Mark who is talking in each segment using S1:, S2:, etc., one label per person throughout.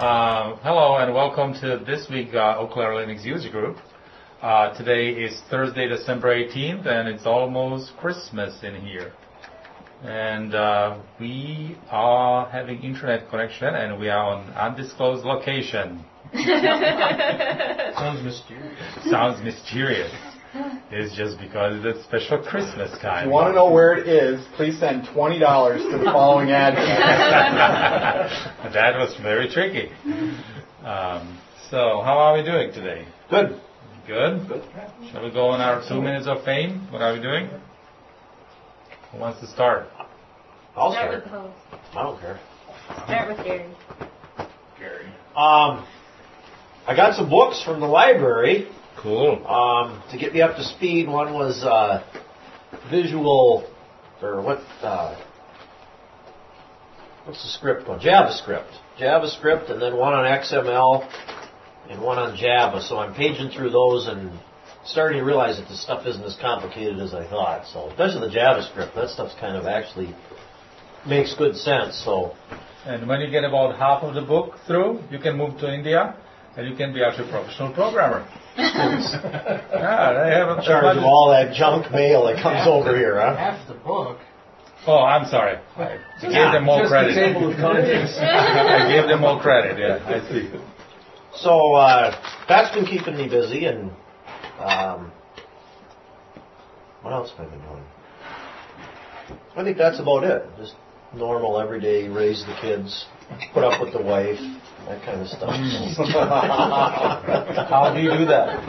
S1: Um, and welcome to this week uh, Eau Claire Linux User Group. Uh, today is Thursday, December 18th, and it's almost Christmas in here. And uh, we are having internet connection, and we are on undisclosed location.
S2: Sounds mysterious.
S1: Sounds mysterious. It's just because it's a special Christmas
S3: If
S1: time.
S3: you want to know where it is, please send twenty dollars to the following address.
S1: that was very tricky. Um, so, how are we doing today?
S3: Good.
S1: Good? Shall we go on our two minutes of fame? What are we doing? Who wants to start?
S2: I'll
S4: Start
S2: start.
S4: with Paul.
S2: I don't care.
S4: Start with Gary.
S2: Um, I got some books from the library
S1: Cool.
S2: um, to get me up to speed. One was uh, visual, or what? Uh, what's the script one? JavaScript. JavaScript, and then one on XML, and one on Java. So I'm paging through those and starting to realize that the stuff isn't as complicated as I thought. So especially the JavaScript, that stuff's kind of actually makes good sense. So.
S1: And when you get about half of the book through, you can move to India and you can be actually a professional programmer. yeah, they have a
S2: charge of all that junk mail that comes over here, huh?
S5: Half the book.
S1: Oh, I'm sorry. I gave them more
S5: Just
S1: credit.
S5: the table of contents.
S1: I gave them more credit, yeah, I see.
S2: So uh, that's been keeping me busy, and um, what else have I been doing? I think that's about it. Just normal, everyday, raise the kids, put up with the wife, that kind of stuff.
S1: How do you do that?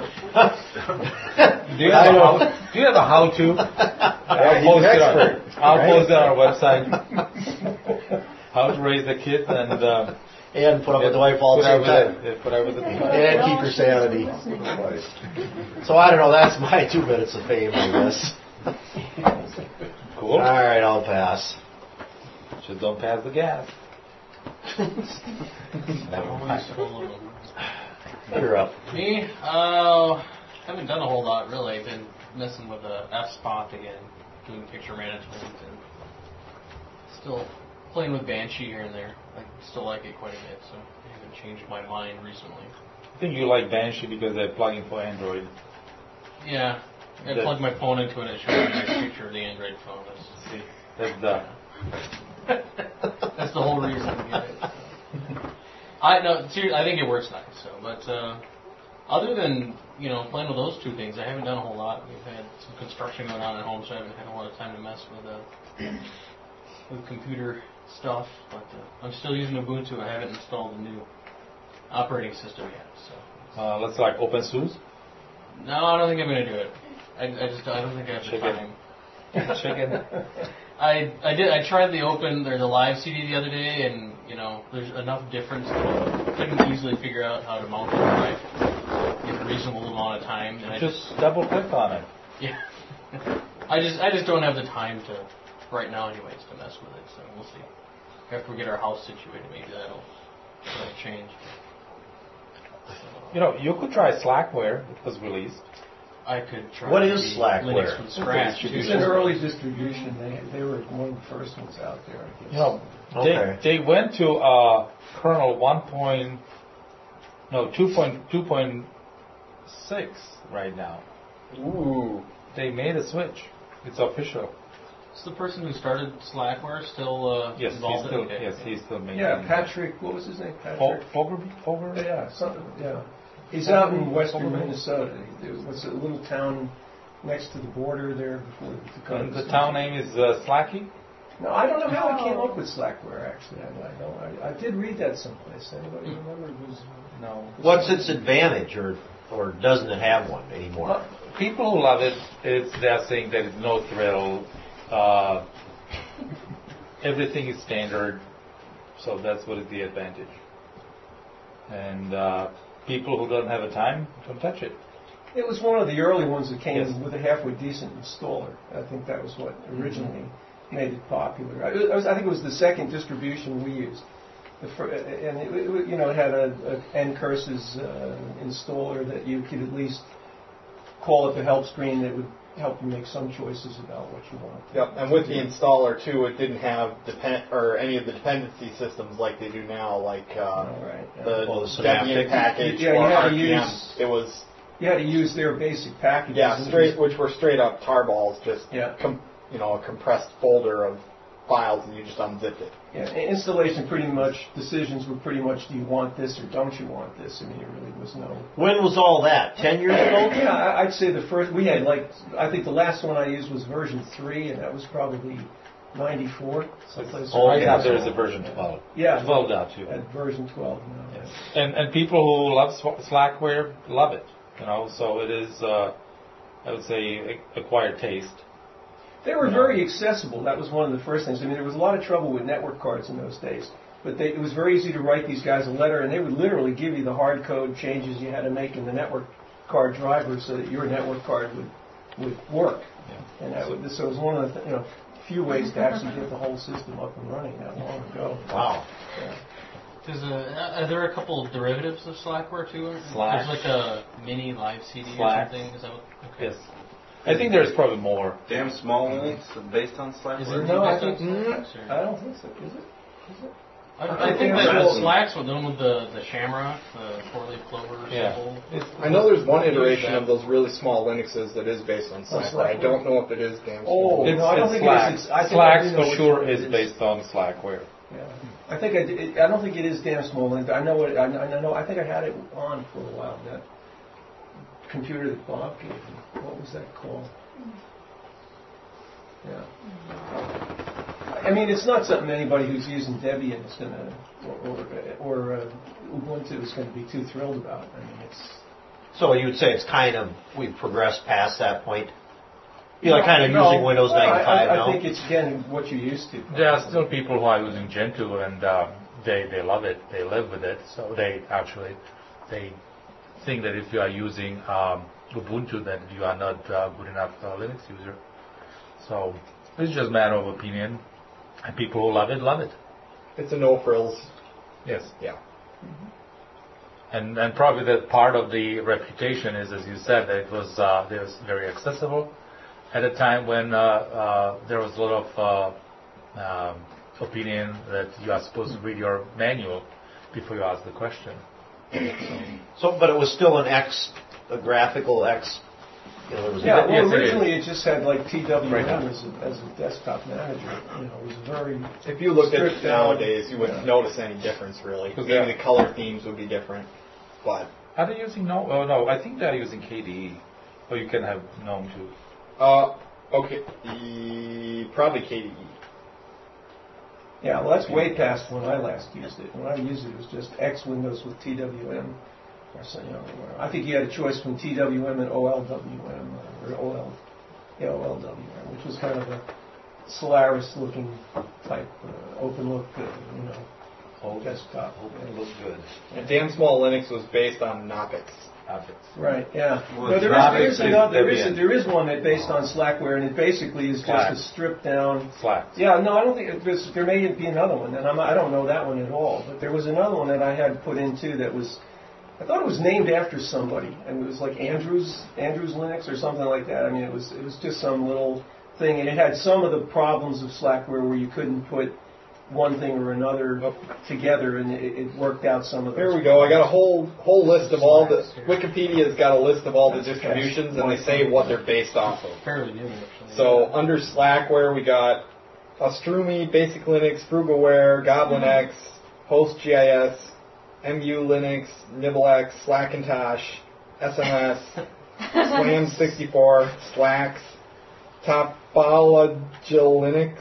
S1: Do you
S2: I
S1: have a
S2: don't-
S1: how, do you have a how-to?
S2: Yeah,
S1: I'll
S2: he's
S1: post
S2: an
S1: it on,
S2: expert,
S1: I'll
S2: right?
S1: post it on our website. How to raise the kids and, uh,
S2: and put up with the wife all the
S1: put
S2: time.
S1: up with it- Put up with it.
S2: And keep your sanity. So I don't know, that's my two minutes of fame, I guess. All
S1: Cool.
S2: right, I'll pass.
S1: Just don't pass the gas. That one.
S2: You're up.
S5: Me? Uh, haven't done a whole lot really. Been messing with the F spot again, doing picture management, and still playing with Banshee here and there. I still like it quite a bit, so I haven't changed my mind recently.
S1: I think you like Banshee because they're plugging for Android.
S5: Yeah, I
S1: Good.
S5: plugged my phone into it. and It showed me a nice picture of the Android phone. That's,
S1: See, that's the.
S5: that's the whole reason to get it. I no, seriously, I think it works nice. So, but uh, other than you know playing with those two things, I haven't done a whole lot. We've had some construction going on at home, so I haven't had a lot of time to mess with uh, with computer stuff. But uh, I'm still using Ubuntu. I haven't installed the new operating system yet. So
S1: Uh, let's like OpenSUSE.
S5: no, I don't think I'm gonna do it. I, I just I don't think I have the
S1: Check it.
S5: time.
S1: Check it.
S5: I I did I tried the open or the live CD the other day, and you know there's enough difference that I couldn't easily figure out how to mount it live in a reasonable amount of time. And I just
S1: Just double click on it.
S5: yeah, I just I just don't have the time to right now, anyways, to mess with it. So we'll see. After we get our house situated, maybe that'll, that'll change.
S1: You know, you could try Slackware. It was released.
S5: I could try.
S2: What is
S5: the
S2: Slackware?
S5: Linux from scratch.
S1: It's an
S5: too.
S6: It's an early distribution. They, they were one of the first ones out there. I guess.
S1: You know,
S2: Okay.
S1: they they went to uh, kernel one point, no two point two point six right now.
S3: Ooh.
S1: They made a switch. It's official.
S5: Is the person who started Slackware still uh,
S1: Yes, he's
S5: involved?
S1: still
S5: Okay.
S1: yes he's still making.
S6: Yeah, Patrick. What was his name?
S1: Fo-
S6: Patrick.
S1: Fogarty? Fogarty?
S6: Yeah, something. Yeah, he's out in western Minnesota. It was a little town next to the border there before the
S1: And
S6: Dakotas.
S1: the town name is uh, Slacky.
S6: No, I don't know how it came up with Slackware. Actually, I, I don't. I, I did read that someplace. Anybody remember? It was
S1: No.
S2: What's its advantage, or or doesn't it have one anymore?
S1: People who love it, it's, they're saying there is no thrill. Uh, everything is standard, so that's what is the advantage. And uh, people who don't have a time don't touch it.
S6: It was one of the early ones that came
S1: Yes.
S6: with a halfway decent installer. I think that was what
S3: Mm-hmm.
S6: originally made it popular. I, it was, I think it was the second distribution we used. The fir- and it, it, you know it had a, a NCurses uh, installer that you could at least call up the help screen that would help you make some choices about what you want. to-
S3: Yep, and with the installer too, it didn't have depend or any of the dependency systems like they do now, like uh,
S6: All right. yeah.
S3: the
S2: Well, the
S3: Debian
S2: Synaptic.
S3: package
S6: Yeah, you
S3: or
S6: had to
S3: RPM.
S6: use-
S3: It was
S6: You had to use their basic packages.
S3: yeah,
S6: and
S3: straight which were straight up tarballs, just
S6: Yeah.
S3: com- you know a compressed folder of files, and you just unzipped it.
S6: Yeah, in- installation pretty much decisions were pretty much do you want this or don't you want this? I mean, it really was no.
S2: When was all that? Ten years ago?
S6: Yeah, I- I'd say the first we had like I think the last one I used was version three, and that was probably '94. someplace
S2: Oh,
S6: around
S2: yeah,
S6: there.
S2: there's a version 12.
S6: Yeah.
S2: 12 dot two.
S6: At version 12 now.
S1: And, and people who love Sw- Slackware love it, you know. So it is, uh, I would say, a- acquired taste.
S6: They were very accessible. That was one of the first things. I mean, there was a lot of trouble with network cards in those days, but they, it was very easy to write these guys a letter, and they would literally give you the hard code changes you had to make in the network card driver so that your network card would would work. And that would, so it was one of the th- you know few ways to actually get the whole system up and running that long ago.
S2: Wow.
S5: Does, uh, are there a couple of derivatives of Slackware too?
S1: Slack.
S5: There's like a mini live CD
S1: Slack.
S5: or something. Is that what, okay.
S1: Yes. I think there's probably more.
S7: Damn small ones based on Slack.
S5: Is
S7: Where-
S5: it
S6: No, I
S5: based on
S6: think-
S5: Slacks
S6: I
S5: or-
S6: don't think so. Is it?
S5: I,
S6: I
S5: I
S6: think
S5: think
S6: it's
S5: that the
S6: old.
S5: Slacks were the one with the, the shamrock, the four leaf clover
S1: Yeah.
S5: symbol.
S3: I know there's one iteration of those really small Linuxes that is based on Cypher. I don't know if it is damn small.
S6: Oh,
S1: It's,
S6: no, I don't
S1: it's
S6: think
S1: Slack.
S6: it is. It's- I think I
S1: Slacks
S6: do know
S1: for
S6: which
S1: sure
S6: one it
S1: is
S6: is.
S1: based on Slackware.
S6: Yeah. I think I, did- I don't think it is damn small, and I know it. I, I know. I think I had it on for a while. That computer that Bob gave me. What was that called? Yeah. I mean, it's not something anybody who's using Debian is gonna or or, or uh, Ubuntu is gonna be too thrilled about. I mean, it's
S2: So you'd say it's kind of, we've progressed past that point? You're like
S6: No,
S2: kind of
S6: no,
S2: using Windows
S6: no, I-
S2: 95
S6: I, I,
S2: now?
S6: think it's again what you're used to.
S1: There are still people who are using Gentoo and um, they, they love it. They live with it. So they actually they think that if you are using um, Ubuntu, then you are not uh, good enough uh, Linux user. So it's just a matter of opinion, and people who love it love it.
S3: It's a no frills.
S1: Yes.
S3: Yeah.
S1: And and probably that part of the reputation is, as you said, that it was uh, it was very accessible at a time when uh, uh, there was a lot of uh, um, opinion that you are supposed to read your manual before you ask the question.
S2: So, but it was still an X, a graphical X. You know, there was a
S6: Yeah,
S2: bit-
S1: Yes,
S6: well,
S1: it is.
S6: originally it just had like TWM
S1: Right.
S6: as a, as a desktop manager. You know, it was very.
S3: If you looked at it
S6: stripped down.
S3: nowadays, you wouldn't notice any difference really. Maybe
S1: Yeah.
S3: the color themes would be different, but
S1: Are they using GNOME? Oh no, I think they are using KDE. Or you can have GNOME too.
S3: uh, okay, e- probably KDE.
S6: Yeah, well, that's way past when I last used it. When I used it, it was just X Windows with TWM. Or something, you know, or- I think you had a choice between TWM and OLWM or OL, yeah, OLWM, which was kind of a Solaris-looking type, uh, open look, uh, you know, Oh, desktop.
S2: It looked good.
S3: And damn small Linux was based on Knoppix.
S2: Objects.
S6: Right, yeah.
S7: Well,
S6: No, there
S7: Slack
S6: is,
S7: is-
S6: there is another, there
S7: Debian.
S6: is, there is one that based on Slackware, and it basically is just
S1: Slack.
S6: a stripped down.
S1: Slack.
S6: Yeah, no, I don't think, there's, there may be another one, and I'm, I don't know that one at all, but there was another one that I had put in too that was, I thought it was named after somebody, and it was like Andrews, Andrews Linux or something like that. I mean, it was, it was just some little thing, and it had some of the problems of Slackware where you couldn't put one thing or another together, and it, it worked out some of those.
S3: Here we go. I got a whole whole list of all the Wikipedia's got a list of all the distributions, and they say what they're based off of.
S5: Fairly new, actually.
S3: So under Slackware, we got Ostrumi, Basic Linux, Frugalware, GoblinX, HostGIS, MU Linux, NibbleX, Slackintosh, SMS, Slam64, Slacks, Topology Linux,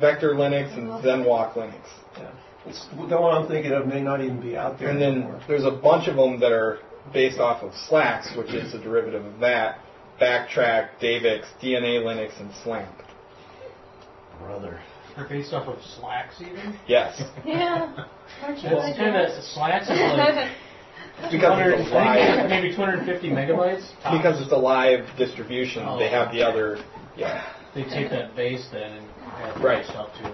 S3: Vector Linux, and ZenWalk Linux.
S6: Yeah. It's, the one I'm thinking of may not even be out there
S3: And
S6: anymore.
S3: then there's a bunch of them that are based off of Slacks, which is a derivative of that, Backtrack, Davix, DNA Linux, and Slamp.
S2: Brother.
S5: They're based off of Slacks, even?
S3: Yes.
S8: Yeah. Aren't you glad
S5: That's kind of, Slacks is like
S3: Because
S5: 200
S3: it's a live,
S5: maybe 250 megabytes. tops.
S3: because it's a live distribution,
S5: Oh.
S3: they have the other. Yeah.
S5: They take that base then and add
S3: Right.
S5: stuff to it.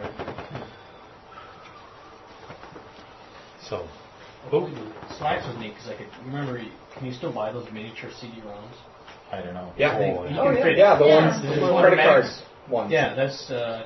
S1: So
S5: Slacks was neat because I could remember. you- Can you still buy those miniature CD-ROMs?
S1: I don't know.
S3: Yeah.
S1: Oh,
S5: You
S1: yeah.
S5: can
S3: Oh, yeah,
S5: fit-
S3: yeah, the
S4: Yeah.
S3: ones,
S5: There's
S3: the
S5: one
S3: credit
S5: max.
S3: card ones.
S5: Yeah, that's. Uh,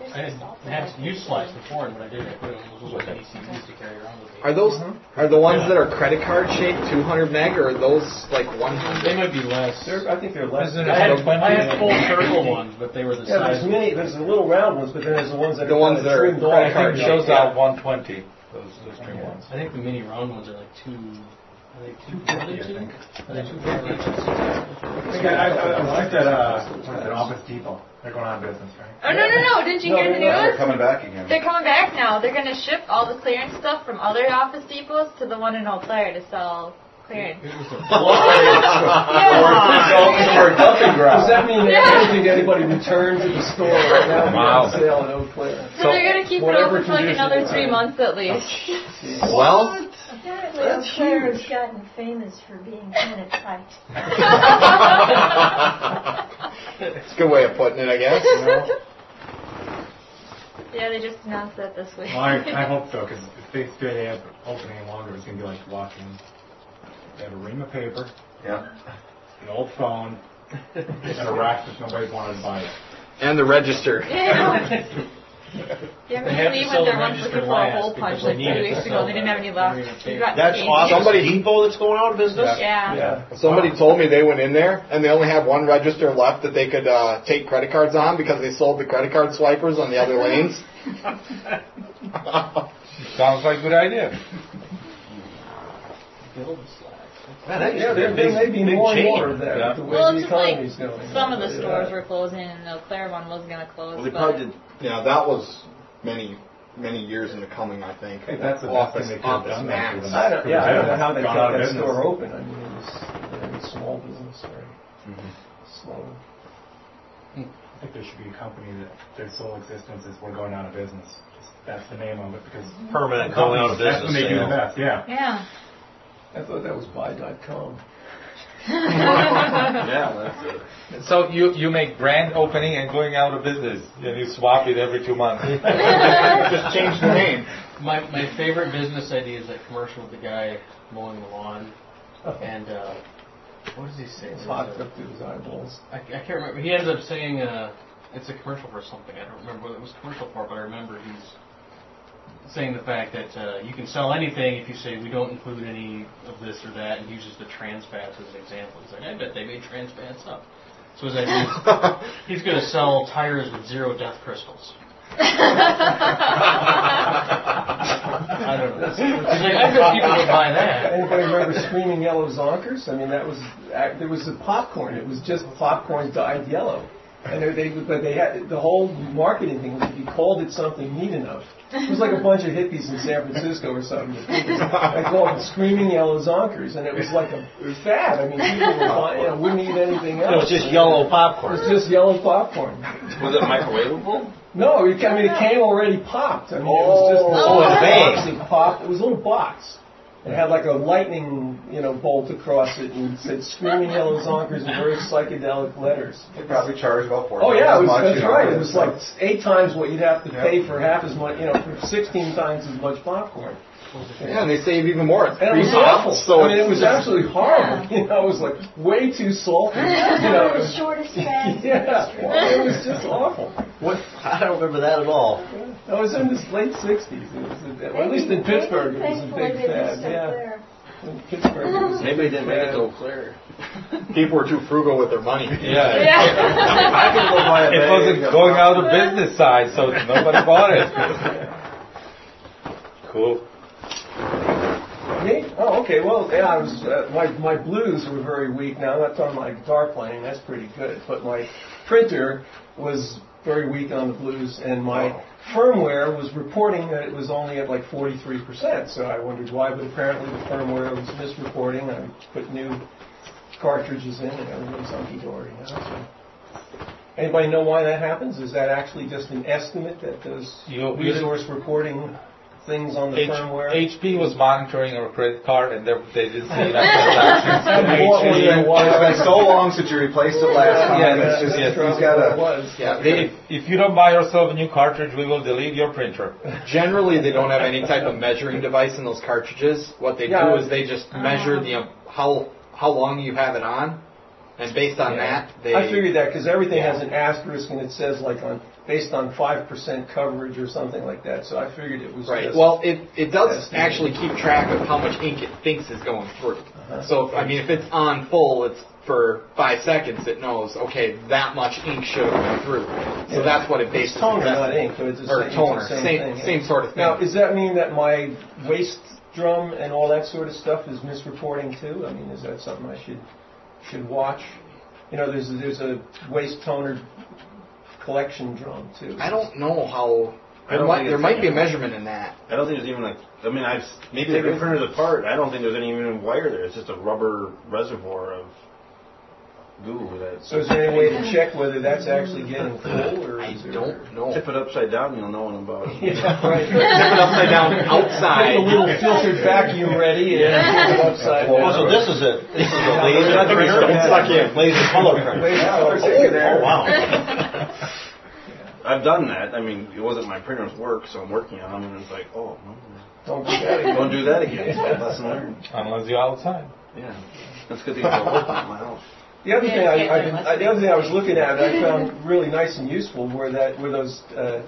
S4: There's
S5: I had,
S4: some stuff
S5: I had
S4: that
S5: used slides before, and when I did it, I put them those little ECUs to carry around with me.
S3: Are those
S5: Mm-hmm.
S3: are the ones that are credit card shaped, 200 meg, or are those like 100?
S5: They might be less.
S6: They're, I think they're less.
S1: Isn't it
S5: I had,
S1: so
S5: I had
S1: funny?
S5: full circle ones, but they were the
S6: Yeah,
S5: size.
S6: there's many. There's the little round ones, but then there's the ones that
S3: The
S6: are
S3: ones
S6: kinda
S3: that are
S6: trimmed off.
S3: credit
S1: I think it
S3: card
S1: shows
S3: Yeah.
S1: out 120. Those those string ones.
S5: I think the mini round ones are like two. Are they two
S1: I
S5: fifty?
S1: think.
S5: Are they two fifty?
S9: I think I, I, I liked that, uh, what was it, Office Depot. They're going out of business, right?
S4: Oh no no no! Didn't you
S6: No,
S4: hear the
S6: they're
S9: They're
S4: news?
S9: coming back again.
S4: They're coming back now. They're gonna ship all the clearance stuff from other Office Depots to the one in Eau Claire to sell clearance.
S5: It was a
S4: Yeah.
S9: For a dumping ground.
S6: Does that mean that
S4: Yeah.
S6: I don't think anybody returned to the store right now?
S1: Wow.
S6: On sale in Eau Claire.
S4: So they're gonna keep it
S6: Whatever
S4: open for like
S6: condition
S4: another
S6: it's
S4: three
S6: in.
S4: months at least.
S2: Well,
S10: Apparently, That's Claire has gotten famous for being kind of tight.
S3: It's a good way of putting it, I guess. you know?
S4: Yeah, they just announced that this week.
S9: Well, I, I hope so, because if they stay up open any longer, it's going to be like walking. They have a ream of paper,
S8: Yeah.
S9: an old phone, and a rack that nobody's wanted to buy.
S3: And the register.
S4: Yeah. Yeah,
S5: They have
S4: we
S5: to
S4: leave
S5: sell
S4: when they're
S5: the
S4: once looking
S5: register
S4: for a
S5: last
S4: hole
S5: because
S4: punch
S5: they
S4: like
S5: need it
S4: two weeks
S5: to
S4: ago.
S5: sell
S4: They didn't
S5: that.
S4: have any left.
S5: They're gonna
S4: We
S5: pay
S4: got
S2: that's
S4: changed.
S2: awesome. Somebody Depot that's going out of business?
S4: Yeah.
S6: Yeah.
S3: Somebody told me they went in there and they only had one register left that they could uh, take credit cards on because they sold the credit card swipers on the other lanes.
S1: Sounds like a good idea.
S5: build slide.
S2: Man, that
S6: Yeah,
S2: used
S6: there,
S2: to be a
S6: there may
S2: big,
S6: be
S2: big
S6: more and
S2: change.
S6: more of that
S1: Yeah.
S6: with the way
S4: Well,
S6: the
S4: it's just like
S6: economy's going.
S4: some of the
S6: Yeah.
S4: stores were closing, and the Claire one was gonna close.
S8: Well, they
S4: but-
S8: probably did.
S3: Yeah, that was many, many years in the coming, I think.
S9: Hey, that's the best thing
S3: office,
S9: they could have
S3: office
S9: done. there for
S3: max.
S9: them.
S6: I don't, yeah, I don't know how they
S9: Gone
S6: kept
S9: out of
S6: that
S9: business.
S6: store open. I mean, it was, it was small business, right? Slow.
S9: I think there should be a company that their sole existence is we're going out of business. Just, that's the name of it because
S2: Permanent going out of
S9: that's when
S2: business
S9: they do the
S2: sale.
S9: best. Yeah.
S4: Yeah.
S3: Mm-hmm.
S6: I thought that was buy.com.
S8: Yeah, that's it.
S1: So you you make grand opening and going out of business, and you swap it every two months.
S3: Just change the name.
S5: My, my favorite business idea is that commercial with the guy mowing the lawn, and uh, what does he say?
S6: It's
S5: There's
S6: locked
S5: a-
S6: up to his eyeballs.
S5: I, I can't remember. He ends up saying uh, it's a commercial for something. I don't remember what it was a commercial for, but I remember he's saying the fact that uh, you can sell anything if you say we don't include any of this or that, and uses the trans fats as an example. He's like, I bet they made trans fats up. So his idea is he's going to sell tires with zero death crystals. I don't know. He's like, I bet people would buy that.
S6: Anybody remember Screaming Yellow Zonkers? I mean, that was I- there was a popcorn. It was just popcorn dyed yellow, and they, they but they had the whole marketing thing was if you called it something neat enough. It was like a bunch of hippies in San Francisco or something. They called it Screaming Yellow Zonkers, and it was like a fad. I mean, people were buying, you know, wouldn't eat anything
S2: It
S6: else.
S2: was just yellow
S6: It was
S2: popcorn.
S6: just yellow popcorn.
S8: Was it microwavable?
S6: No, it, I mean it came already popped. I mean it was just this
S2: Oh,
S6: little
S2: a bag.
S6: box that popped. It was a little box. It had like a lightning, you know, bolt across it and it said "Screaming Yellow Zonkers" in very psychedelic letters.
S9: They probably charge about four.
S6: Oh yeah, it was,
S9: much,
S6: that's
S9: you know,
S6: right.
S9: but-
S6: It was like eight times what you'd have to pay for half as much, you know, for sixteen times as much popcorn.
S3: Yeah, and they save even more. It's
S6: And it was
S3: three bucks,
S6: awful.
S3: So
S6: I mean, it
S3: it's-
S6: was absolutely horrible. You know, it was like way too salty. You know, it
S10: the
S6: was,
S10: shortest fast.
S6: yeah, it was just awful.
S2: What? I don't remember that at all.
S6: I was in the late 60s. It was a, well, at least in Pittsburgh, it was a big fad. Yeah, in Pittsburgh, it was.
S8: Maybe they didn't make it
S6: Yeah.
S8: to Eau Claire.
S3: people were too frugal with their money.
S1: Yeah.
S4: Yeah.
S8: I could go buy a
S1: It
S8: bag
S1: wasn't
S8: of-
S1: going out of business side, so nobody bought it. Cool.
S6: Me? Oh, okay. Well, yeah, I was. Uh, my my blues were very weak. Now that's on my guitar playing. That's pretty good. But my printer was very weak on the blues, and my firmware was reporting that it was only at like 43 percent. So I wondered why, but apparently the firmware was misreporting. I put new cartridges in, and everything's hunky dory now. So. Anybody know why that happens? Is that actually just an estimate that those
S1: You- you-
S6: resource reporting things on the
S1: H-
S6: firmware?
S1: HP was monitoring our credit card, and they- they didn't see enough transactions.
S6: What was it? Why-
S9: It's been so long since you replaced it last time.
S1: Yeah,
S9: it's just
S1: yeah,
S9: he's got a.
S3: Yeah, they-
S1: If, if you don't buy yourself a new cartridge, we will delete your printer.
S3: generally they don't have any type of measuring device in those cartridges. What they
S6: Yeah.
S3: Uh-huh. do is they just measure the how how long you have it on, And based on
S6: Yeah.
S3: that, they.
S6: I figured that because everything has an asterisk and it says like on based on five percent coverage or something like that. So I figured it was
S3: Right.
S6: Just,
S11: Well, it, it does
S6: Yes.
S11: actually keep track of how much ink it thinks is going through.
S6: Uh-huh.
S11: So, I mean, if it's on full, it's for five seconds, it knows, okay, that much ink should have went through. So
S6: Yeah.
S11: that's what it
S6: it's
S11: bases
S6: toner,
S11: its
S6: not
S11: estimate.
S6: ink, but it's the
S11: Or
S6: same,
S11: toner,
S6: it's the
S11: same-
S6: thing, yeah.
S11: same sort of thing.
S6: Now, does that mean that my waist drum and all that sort of stuff is misreporting too? I mean, is that something I should should watch? You know, there's there's a waist toner collection drum too.
S11: I don't know how.
S2: I
S11: There
S2: don't
S11: might,
S2: think
S11: there
S2: it's
S11: might be a
S2: ink.
S11: measurement in that.
S2: I don't think there's even like. I mean, I've maybe they printed it apart. I don't think there's any even wire there. It's just a rubber reservoir of goo that.
S6: So is there any way to check whether that's actually getting full or
S11: I
S6: is there-
S11: don't know.
S2: Tip it upside down, you'll know in about.
S6: Yeah, right.
S11: Tip it upside down
S6: Get a little
S11: outside.
S6: filtered vacuum ready and put it upside
S12: Oh, so
S6: down.
S12: this is it. This is a laser
S2: That's a
S12: printer.
S2: remote suck in.
S12: Laser color printer.
S6: Laser
S12: Oh,
S6: color
S12: oh,
S6: printer.
S12: oh, wow.
S2: I've done that. I mean, it wasn't my printer's work, so I'm working on them, and it's like, oh,
S6: Don't do that again.
S2: don't do that again. Lesson learned.
S13: Unless you're outside.
S2: Yeah, that's good thing about working at my house.
S6: The other
S14: Yeah,
S6: thing I,
S14: yeah,
S6: I,
S14: there
S6: did-
S14: must
S6: I-
S14: be.
S6: the other thing I was looking at that I found really nice and useful were that were those uh,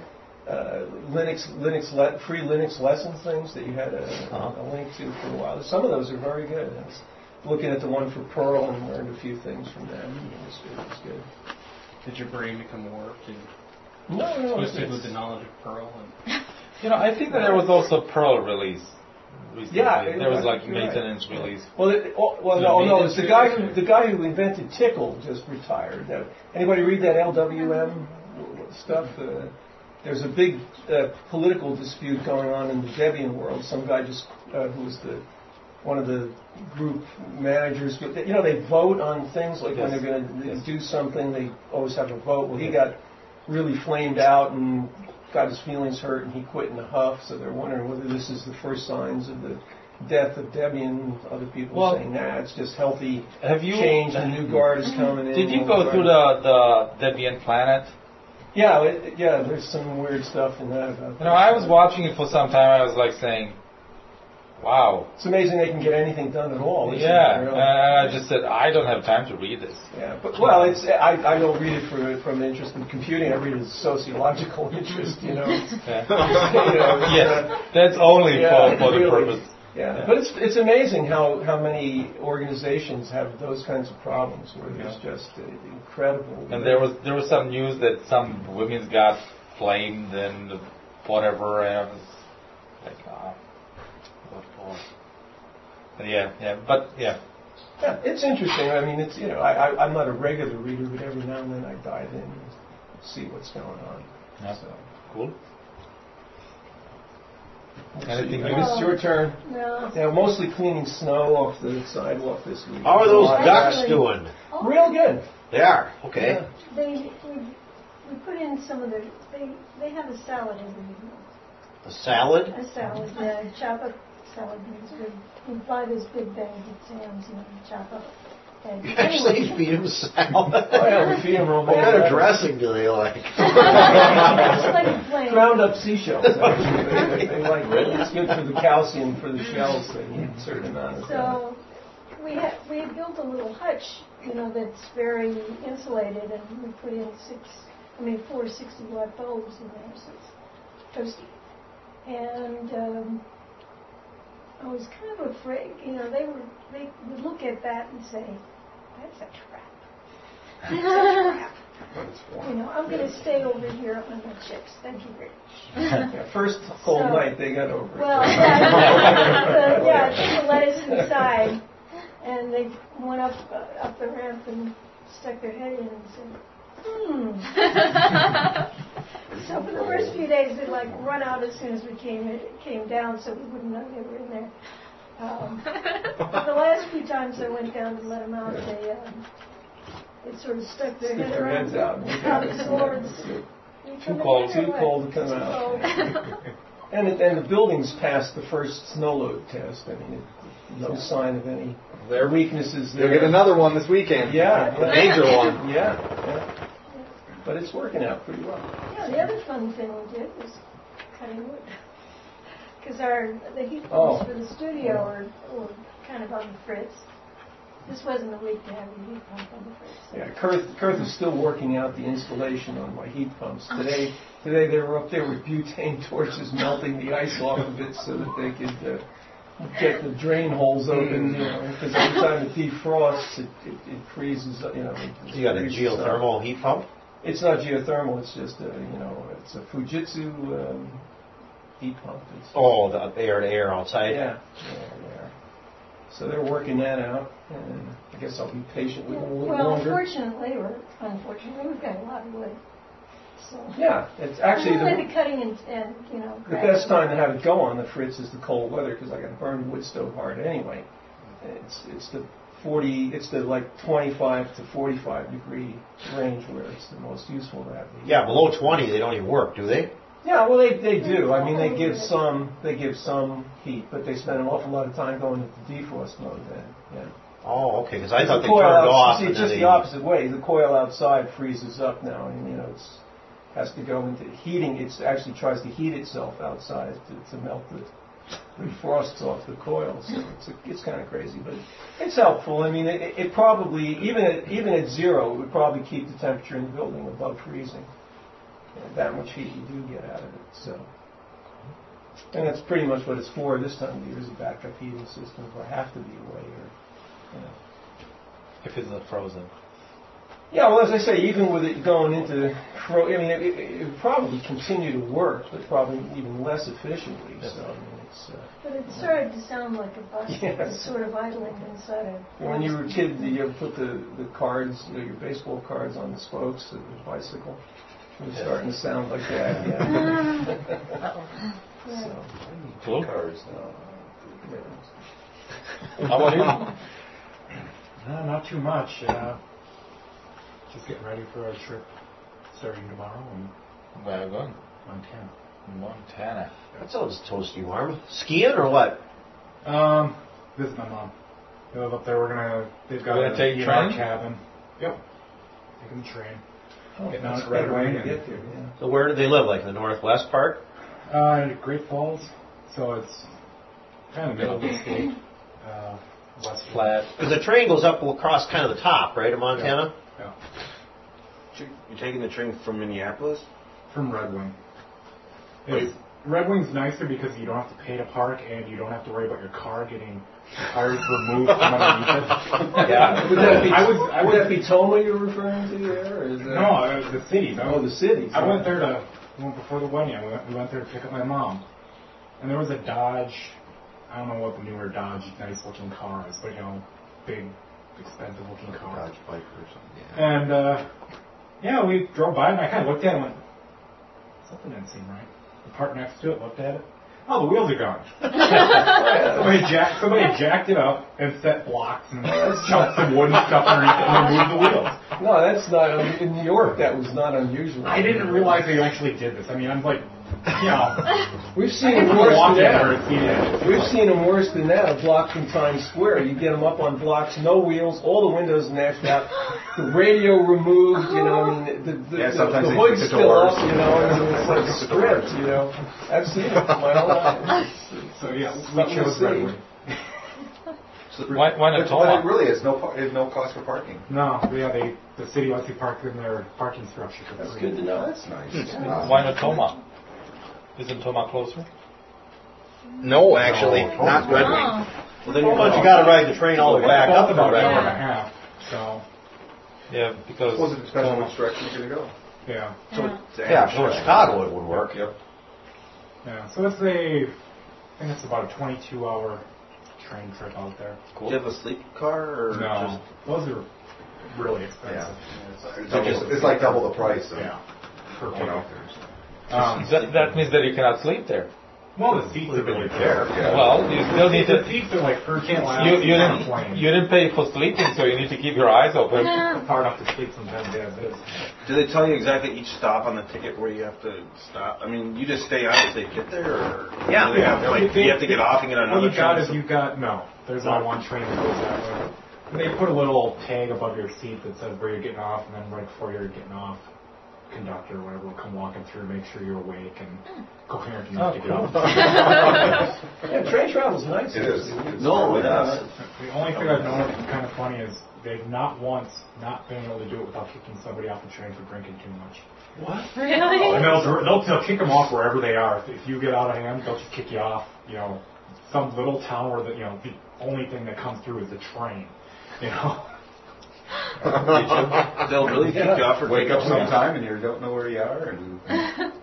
S6: uh, Linux Linux le- free Linux lesson things that you had a,
S13: Uh-huh.
S6: a link to for a while. Some of those are very good. I was looking at the one for Perl and learned a few things from that.
S13: Mm-hmm.
S6: It was, it was good.
S5: Did your brain become warped and
S6: No, no, it's,
S5: twisted with the knowledge of Pearl? And
S13: You know, I think that there was also Pearl release. Recently.
S6: Yeah, it-
S13: there was like
S6: you're right.
S13: maintenance release.
S6: well, it, oh, well,
S13: The
S6: no, no,
S13: maintenance
S6: it's the guy who
S13: period.
S6: the guy who invented Tickle just retired. Now, Anybody read that LWM stuff? Uh, there's a big uh, political dispute going on in the Debian world. Some guy just uh, who was the one of the group managers, but they- you know, they vote on things like when
S13: Yes.
S6: they're going to
S13: Yes.
S6: do something. They always have a vote. Well, he
S13: Yes.
S6: got really flamed out and got his feelings hurt, and he quit in a huff. So they're wondering whether this is the first signs of the death of Debian. Other people
S13: Well-
S6: saying, "Nah, it's just healthy
S13: Have you
S6: change. A new guard is coming in."
S13: Did you
S6: old
S13: go
S6: guard-
S13: through the the Debian Planet?
S6: Yeah, it, yeah. There's some weird stuff in that. uh, About
S13: You know, I was watching it for some time. I was like saying, "Wow,
S6: It's amazing they can get anything done at all. isn't it,
S13: yeah."
S6: really?
S13: And I just said, "I don't have time to read this."
S6: Yeah, but well, it's I, I don't read it from from interest in computing. I read it as sociological interest, you know.
S13: Yeah.
S6: You know, it's, uh,
S13: yes, that's only
S6: yeah,
S13: for, for the
S6: really.
S13: purpose.
S6: Yeah. but it's it's amazing how how many organizations have those kinds of problems where there's just uh, incredible.
S13: And there was there was some news that some women got flamed and whatever, and I was like, ah, what for? But yeah, yeah, but yeah,
S6: yeah, it's interesting. I mean, it's you know I, I I'm not a regular reader, but every now and then I dive in and see what's going on.
S13: Yeah.
S6: So,
S13: cool.
S6: we'll
S13: Anything
S6: see. I
S13: new?
S6: guess it's your turn.
S8: Oh, No.
S6: Yeah, mostly cleaning snow off the sidewalk this week.
S12: How are those
S6: Lots of
S12: ducks
S6: that.
S12: doing?
S8: Oh,
S6: Real good.
S12: They are. Okay.
S6: Yeah.
S8: They, we, we put in some of the, they, they have a salad every meal.
S12: The salad.
S8: A salad, yeah, chop up salad beans. We, we buy this big bag at Sam's and we chop up. And
S12: You actually feed them
S6: Oh,
S12: salad.
S6: yeah, we feed 'em real
S12: What kind of
S6: bad.
S12: dressing do they like?
S8: It's like a plane.
S6: Ground up seashells. Actually. They, they like it. It's good for the calcium for the shells. They need a certain amount of that.
S8: Mm. So we had, we had built a little hutch, you know, that's very insulated and we put in six, I mean, four 60 watt bulbs in there, so it's toasty. And, um, I was kind of afraid, you know, they were, they would look at that and say, that's a trap. That's a trap. You know, I'm gonna stay over here on my chips, thank you very much.
S6: Yeah, first cold
S8: So-
S6: night, they got over it.
S8: Well, yeah, so, yeah, she let us inside, and they went up uh, up the ramp and stuck their head in and said, "Hmm." So for the first few days, they like run out as soon as we came came down, so we wouldn't know they were in there. Um, the last few times I went down to let them out, they um, they sort of stuck their
S6: Stick
S8: head
S6: their
S8: around
S6: heads out.
S8: the boards. You come in
S6: cold,
S8: here,
S6: too
S8: what?
S6: cold to come
S8: Too
S6: out.
S8: cold.
S6: And, it, and the buildings passed the first snow load test. I mean, it, no sign of any
S11: There we
S6: weaknesses there.
S11: You'll get another one this weekend.
S6: Yeah,
S11: A
S6: yeah,
S11: major one.
S6: yeah, yeah. But it's working out pretty well.
S8: Yeah, the other fun thing we did was cutting wood. Because our, the heat
S6: Oh.
S8: pumps for the studio are, were kind of on the fritz. This wasn't a week to have a heat pump on the first.
S6: Yeah, Kurth, Kurth is still working out the installation on my heat pumps. Today, today they were up there with butane torches melting the ice off of it so that they could uh, get the drain holes open, you know, because every time it defrosts, it, it, it freezes, you know. it-
S12: You got a
S6: it freezes
S12: geothermal
S6: up.
S12: heat pump?
S6: It's not geothermal, it's just a, you know, it's a Fujitsu um, heat pump. It's
S12: Oh, the air to air outside.
S6: yeah, yeah, yeah. So they're working that out, and I guess I'll be patient with them a little
S8: Well,
S6: longer.
S8: fortunately, or unfortunately, we've got a lot of wood, so.
S6: Yeah, it's actually
S8: We'll only
S6: the,
S8: be cutting and, and, you know.
S6: the best time to have it go on the Fritz is the cold weather because I got burned wood stove hard anyway. It's it's the 40, it's the like 25 to 45 degree range where it's the most useful to have. the
S12: Yeah, below 20, they don't even work, do they?
S6: Yeah, well, they, they do. I mean, they give some they give some heat, but they spend an awful lot of time going into defrost mode then. Yeah.
S12: Oh, okay, because I thought
S6: the
S12: they
S6: coil
S12: turned
S6: outs-
S12: off.
S6: See,
S12: and
S6: it's
S12: then
S6: just
S12: they-
S6: the opposite way. The coil outside freezes up now, and you know it's has to go into heating. It actually tries to heat itself outside to, to melt the, the frosts off the coil. So it's a, it's kind of crazy, but it's helpful. I mean, it, it probably even at, even at zero, it would probably keep the temperature in the building above freezing. And that much heat you do get out of it. So. And that's pretty much what it's for this time of year is a backup heating system if I have to be away or, you know.
S12: If it's not frozen.
S6: Yeah, well, as I say, even with it going into, fro- I mean, it, it, it would probably continue to work, but probably even less efficiently. So, I mean, it's, uh,
S8: But it started to sound like a bus, it was
S6: Yes.
S8: sort of idling inside a.
S6: when you were a kid, did you ever put the, the cards, you know, your baseball cards on the spokes of the bicycle? It was
S12: Yes.
S6: starting to sound like that, yeah.
S8: Yeah.
S6: so,
S2: Flow cards.
S6: How about you?
S9: No, not too much. Uh, just getting ready for a trip starting tomorrow in
S5: Where are you going?
S9: Montana.
S13: Montana.
S12: That sounds toasty warm. Skiing or what?
S9: Um, visit my mom. They live up there. We're gonna. They've got
S13: Gonna
S9: a
S13: take
S9: ER
S13: train?
S9: cabin. Yep. Taking the train.
S6: Oh,
S9: Getting
S6: that's
S9: on it
S6: a
S9: right
S6: better way
S9: away.
S6: to
S9: and-
S6: get there, yeah.
S12: So where do they live? Like the northwest part?
S9: Uh, Great Falls. So it's kind of middle of the state. Uh, west of-
S12: Because the train goes up across kind of the top, right, of Montana?
S9: Yeah.
S2: You're taking the train from Minneapolis?
S9: From Red Wing. It's, Red Wing's nicer because you don't have to pay to park and you don't have to worry about your car getting tires removed from underneath it.
S12: Yeah.
S6: Would that be,
S9: I was. I
S6: would
S9: was
S6: that be Toma you're referring to there? Or is that,
S9: no, uh, the cities. I
S6: Oh, the
S9: was-
S6: cities.
S9: I went there to well, before the wedding. I went, we went there to pick up my mom, and there was a Dodge. I don't know what the newer Dodge, nice looking car is, but you know, big, expensive looking car.
S2: Dodge bike or something.
S9: And uh, yeah, we drove by, and I kind of looked at it and went, something didn't seem right. The part next to it looked at it. Oh, the wheels are gone. somebody, jacked, somebody jacked it up and set blocks and shoved some wooden stuff underneath it and removed the wheels.
S6: No, that's not, un- in New York, that was not unusual.
S9: I didn't realize they actually did this. I mean, I'm like, you know,
S6: We've
S9: I
S6: seen
S9: didn't
S6: worse
S9: walk
S6: than
S9: in
S6: that.
S9: there and see it.
S6: We've seen them worse than that, a block from Times Square. You get them up on blocks, no wheels, all the windows mashed out, the radio removed, you know, I mean, the, the,
S2: Yeah,
S6: the,
S2: sometimes
S6: the
S2: they
S6: hood's
S2: fix the
S6: still
S2: doors.
S6: up, you know, and it's like stripped, you know. I've seen it with my own eyes.
S9: So yeah,
S6: Something
S9: we
S6: to
S9: chose
S6: see.
S9: Redwood.
S13: Why, why not Toma?
S2: really is no, is no cost for parking.
S9: No, yeah, they the city lets you park in their parking structure for
S6: That's
S9: free.
S6: good to know.
S2: That's nice. Yeah.
S13: Hmm. Why not Toma? Isn't Toma closer?
S15: oh,
S3: No, actually, not Red Wing.
S14: Oh.
S2: Well, then
S12: Well,
S2: you're
S12: but you got to ride the train all the way back up
S9: Both
S12: to
S9: about an
S12: Red
S9: hour and
S12: Wing.
S9: a half. So
S13: Yeah, because
S3: Wasn't discussion which direction you're gonna go.
S9: yeah,
S14: Yeah.
S2: So
S12: Yeah, from Chicago it would work.
S2: Yep.
S9: yeah. So it's a, I think it's about a 22 hour train trip out there.
S2: Do you have a sleep car or
S9: No, those are really expensive.
S2: just? it's like double the price.
S9: Yeah. Per
S2: One
S9: yeah.
S2: out
S9: Um,
S13: that, that means that you cannot sleep there.
S9: well, the seats are really fair.
S13: Well, you still need
S9: the
S13: to.
S9: seats are like per can't last
S13: You, you,
S9: on a
S13: didn't,
S9: plane.
S13: you didn't pay for sleeping, so you need to keep your eyes open.
S9: It's hard enough to sleep sometimes as is.
S2: Do they tell you exactly each stop on the ticket where you have to stop? I mean, you just stay on until you get there, or
S12: Yeah.
S2: do they have, like,
S9: They-
S2: you have to get off and get on another
S9: What you got
S2: train?
S9: is you got no. There's not one train that goes that way. They put a little tag above your seat that says where you're getting off, and then right before you're getting off, conductor or whatever will come walking through, make sure you're awake and coherent enough to get off.
S6: Yeah, train travel's nice.
S2: It is.
S6: actually.
S2: No, it
S6: Yeah.
S2: is.
S9: The only thing I've noticed that's kind of funny is they've not once not been able to do it without kicking somebody off the train for drinking too much.
S12: What?
S14: Really?
S9: And they'll, they'll, they'll kick them off wherever they are. If, if you get out of hand, they'll just kick you off. You know, some little town where the you know the only thing that comes through is the train. You know.
S15: They'll really kick you off for
S9: Wake
S15: wake
S9: up
S15: up sometime and you don't know where you are and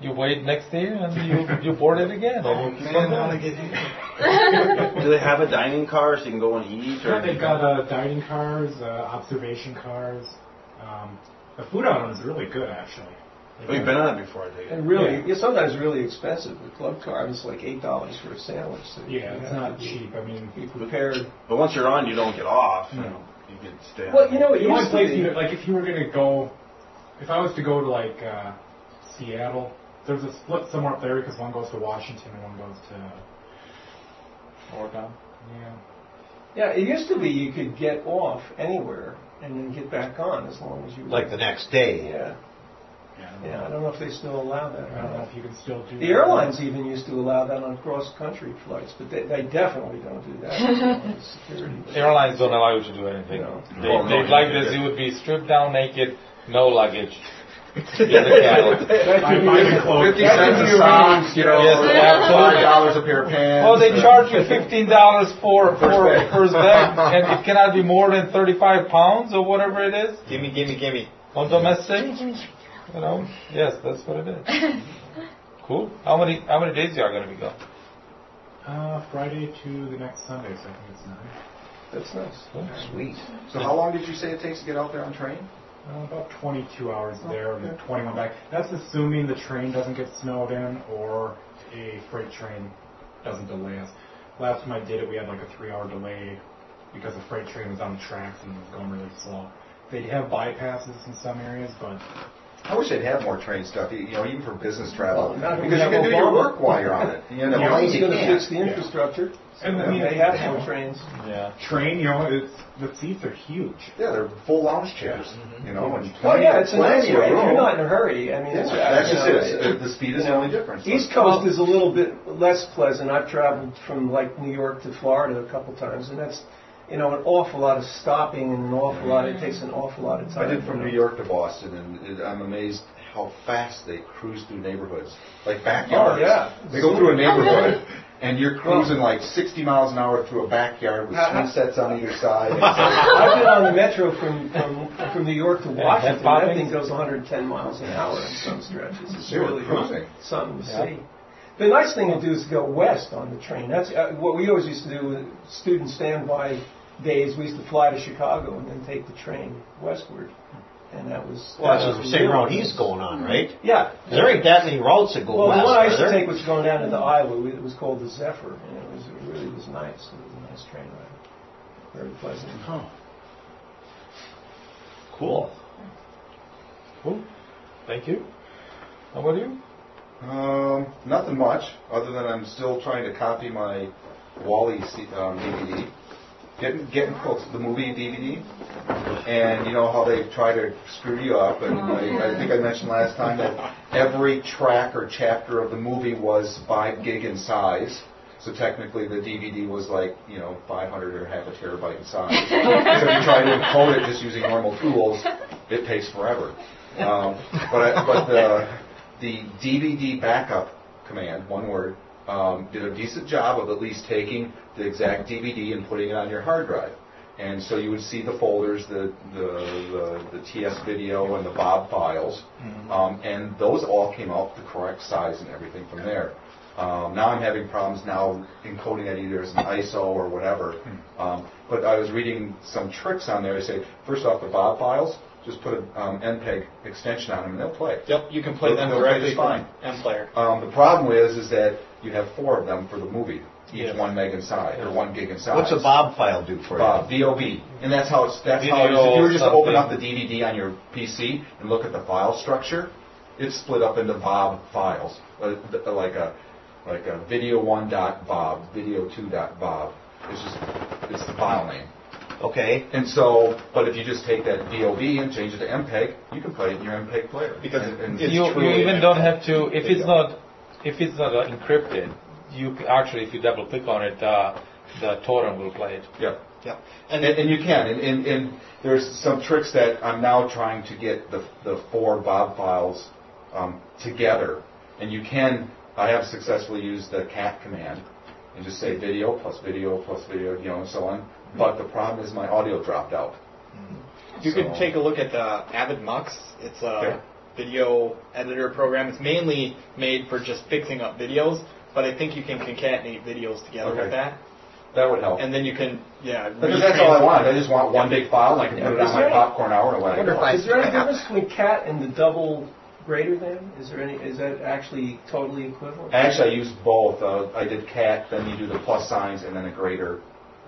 S1: You wait next day and you you board it again.
S2: Oh, man, how'd I
S1: get here?
S2: Do they have a dining car so you can go and eat? Or
S9: Yeah, they've got uh, dining cars, uh, observation cars. Um, the food on them is really good, actually.
S2: We've been on it before, I think.
S6: And really,
S9: Yeah.
S6: it's sometimes really expensive. The club card is like eight dollars for a sandwich. So you
S9: Yeah, it's
S6: have to
S9: not
S6: be-
S9: cheap. I mean,
S6: be prepared.
S2: But once you're on, you don't get off.
S9: No.
S2: You can stay.
S6: Well, you know, it
S9: the only
S6: used to
S9: place
S6: be-
S9: you like if you were gonna go, if I was to go to like uh, Seattle, there's a split somewhere up there because one goes to Washington and one goes to Oregon. Yeah.
S6: Yeah, it used to be you could get off anywhere and then get back on as long as you
S12: Like the next day.
S6: Yeah,
S9: Yeah.
S6: yeah. I don't know if they still allow that.
S9: I
S6: Or
S9: don't know
S6: not.
S9: if you can still do.
S6: The airlines even used to allow that on cross-country flights, but they, they definitely don't do that. Security.
S1: Airlines don't allow you to do anything.
S6: No.
S1: They,
S2: Oh, no,
S1: they'd
S2: you
S1: like
S2: can't
S1: this.
S2: get-
S1: You would be stripped down naked, no luggage. In the cab.
S9: I find it close.
S15: fifty cents a sock, you know,
S1: Yes,
S15: five
S1: absolutely.
S15: dollars a pair of pants.
S1: Oh, they charge you fifteen dollars for for
S15: bag.
S1: first bag, and it cannot be more than thirty-five pounds or whatever it is
S3: Gimme, gimme, gimme.
S1: on domestic. You know, yes, that's what it is. Cool. How many how many days you are gonna be gone?
S9: Uh, Friday to the next Sunday, so I think it's nine.
S6: That's nice.
S12: Sweet.
S15: So how long did you say it takes to get out there on train? Oh,
S9: Uh, about 22 hours there and 21 back. That's assuming the train doesn't get snowed in or a freight train doesn't delay us. Last time I did it, we had like a three-hour delay because the freight train was on the tracks and was going really slow. They have bypasses in some areas, but
S15: I wish they'd have more train stuff, you you know, even for business travel.
S6: Well, not if we
S15: Because you
S6: have
S15: can do your
S6: Obama.
S15: work while you're on it. You know,
S9: Yeah,
S6: It's
S15: planes you
S6: going to
S15: can't.
S6: fix the infrastructure.
S9: And I mean,
S6: they have more trains.
S1: Yeah.
S9: train, you know, it's the seats are huge.
S15: Yeah, they're full lounge chairs, you know, and
S6: Mm-hmm. Well,
S15: plenty,
S6: yeah, it's a nice
S15: plenty of
S6: way. If you're
S15: room.
S6: not in a hurry, I mean,
S15: Yeah,
S6: it's,
S15: that's
S6: you
S15: just
S6: know,
S15: it. The- The speed is the only difference.
S6: East Coast is a little bit less pleasant. I've traveled from like New York to Florida a couple times, and that's you know an awful lot of stopping and an awful lot. It takes an awful lot of time.
S15: I did from
S6: you
S15: New
S6: know.
S15: York to Boston, and it- I'm amazed how fast they cruise through neighborhoods, like
S6: Oh
S15: backyards.
S6: yeah.
S15: They go through a neighborhood, and you're cruising like 60 miles an hour through a backyard with sunsets on either side. and-
S6: I've been on the metro from from, from New York to Washington. That
S1: popping.
S6: thing goes 110 miles an hour in some stretches. It's
S15: They were
S6: really
S15: cruising.
S6: something to see. The nice thing to do is go west on the train. That's uh, what we always used to do with student standby days. We used to fly to Chicago and then take the train westward, and that was
S12: Well,
S6: that
S12: that's the
S6: was
S12: same
S6: really
S12: route he's
S6: nice.
S12: going on, right?
S6: Mm-hmm. Yeah.
S12: There ain't that many routes that go
S6: Well,
S12: west.
S6: the one I used
S12: are
S6: to
S12: there?
S6: take was going down into Iowa. We- It was called the Zephyr, and it was it really was nice. It was a nice train ride, very pleasant.
S12: Cool.
S1: Cool. Thank you. How about you?
S15: Um, nothing much, other than I'm still trying to copy my Wally C- um, DVD. Getting, getting close to the movie DVD. And you know how they try to screw you up. And I, I think I mentioned last time that every track or chapter of the movie was 5 gig in size. So technically the DVD was like, you know, 500 or half a terabyte in size. so if you try to encode it just using normal tools, it takes forever. Um, but I, but the, the DVD backup command, one word, um, did a decent job of at least taking the exact DVD and putting it on your hard drive. And so you would see the folders, the the, the, the TS video and the Bob files, um, and those all came out the correct size and everything from there. Um, now I'm having problems now encoding that either as an ISO or whatever. Um, but I was reading some tricks on there. They say first off the Bob files, just put an um, MPEG extension on them and they'll play.
S3: Yep, you can play them
S15: They'll- they'll play
S3: directly
S15: just
S3: from
S15: fine.
S3: M player.
S15: Um, the problem is, is that you have four of them for the movie, each one meg in size or one gig in size.
S12: What's a Bob file do for you?
S15: Bob, Bob, and that's how it's. That's how it is. If you were just to open up the DVD on your PC and look at the file structure, it's split up into Bob files, uh, th- like a like a video one dot Bob, video two dot Bob. It's just it's the file name.
S12: Okay.
S15: And so, but if you just take that DOB and change it to MPEG, you can play it in your MPEG player.
S3: Because
S15: And- and
S3: It's
S1: you, you
S3: truly
S1: even
S3: an
S1: don't have to if
S15: There you
S1: it's
S15: go.
S1: not if it's not uh, encrypted you c- actually if you double click on it uh, the torrent will play it
S15: yeah.
S11: Yep.
S15: And, and you can, and, and, and there's some tricks that I'm now trying to get the, the four Bob files um, together. And you can, I have successfully used the cat command and just say video plus video plus video, you know, and so on. But the problem is my audio dropped out.
S3: You
S15: So-
S3: can take a look at the Avid Mux. It's a
S15: Okay.
S3: video editor program. It's mainly made for just fixing up videos, but I think you can concatenate videos together
S15: Okay.
S3: with that.
S15: That would help.
S3: And then you can, yeah.
S15: Because that's all I want. I just want one big file, and I can put it
S6: Is
S15: on
S6: there
S15: my
S6: any-
S15: popcorn hour and
S6: I wonder if I-
S15: whatever.
S6: Is there any difference between cat and the double greater than? Is there any? Is that actually totally equivalent?
S15: Actually, I used both. Uh, I did cat, then you do the plus signs, and then a greater,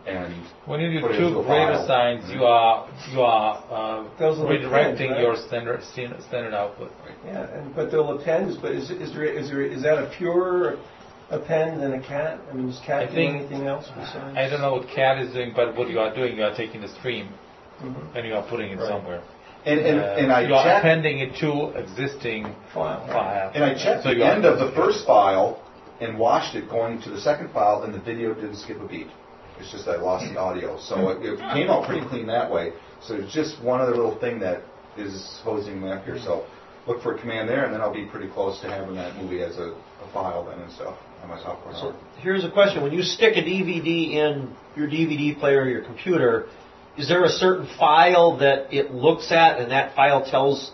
S15: and
S13: When you do
S15: put it
S13: two
S15: into a
S13: greater
S15: file. Mm-hmm.
S13: signs, you are you are uh,
S6: Those are the
S13: redirecting
S6: trends, right?
S13: your standard stand- standard output.
S6: Yeah, and, but they'll append. But is is there is there is that a purer append than a cat? I mean, does
S13: I
S6: cat do
S13: think-
S6: anything else besides?
S13: I don't know what CAD is doing, but what you are doing, you are taking the stream
S6: Mhm.
S13: and you are putting it somewhere. Uh,
S15: And- and- and I
S13: you are
S15: checked-
S13: appending it to existing file.
S15: And I checked
S13: So
S15: the
S13: you are-
S15: end of the first file and watched it going to the second file, and the video didn't skip a beat. It's just I lost the audio, so it, it came out pretty clean that way. So it's just one other little thing that is hosing me up here. So look for a command there, and then I'll be pretty close to having that movie as a, a file then and stuff on my software.
S12: So here's a question: When you stick a DVD in your DVD player or your computer, is there a certain file that it looks at, and that file tells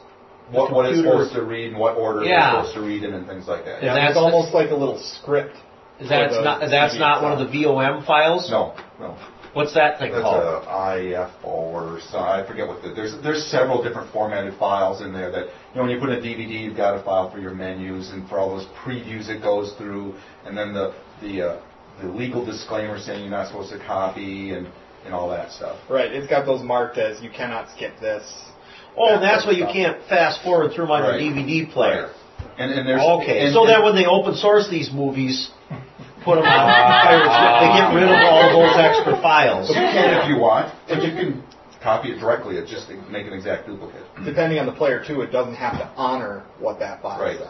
S12: the
S15: what, what it's
S12: computer-
S15: supposed to read and what order
S12: Yeah.
S15: it's supposed to read in and things like that.
S12: Yeah, That's- it's almost
S3: like a little script.
S12: Is that it's not? That's not one of the VOM files.
S15: No, no.
S12: What's that thing
S15: That's
S12: called?
S15: a IF or so, I forget what the, there's there's several different formatted files in there that you know when you put in a DVD you've got a file for your menus and for all those previews it goes through and then the the uh, the legal disclaimer saying you're not supposed to copy and and all that stuff.
S3: Right. It's got those marked as you cannot skip this.
S12: Oh, and that's why
S3: sort of
S12: you
S3: stuff.
S12: can't fast forward through my
S15: Right.
S12: DVD player.
S15: And, and there's
S12: okay,
S15: and-
S12: so
S15: and-
S12: that when they open source these movies, put them on pirates, they get rid of all those extra files.
S15: So you can if you want, but you can copy it directly. It just make an exact duplicate.
S3: Depending on the player too, it doesn't have to honor what that file
S15: Right.
S3: says.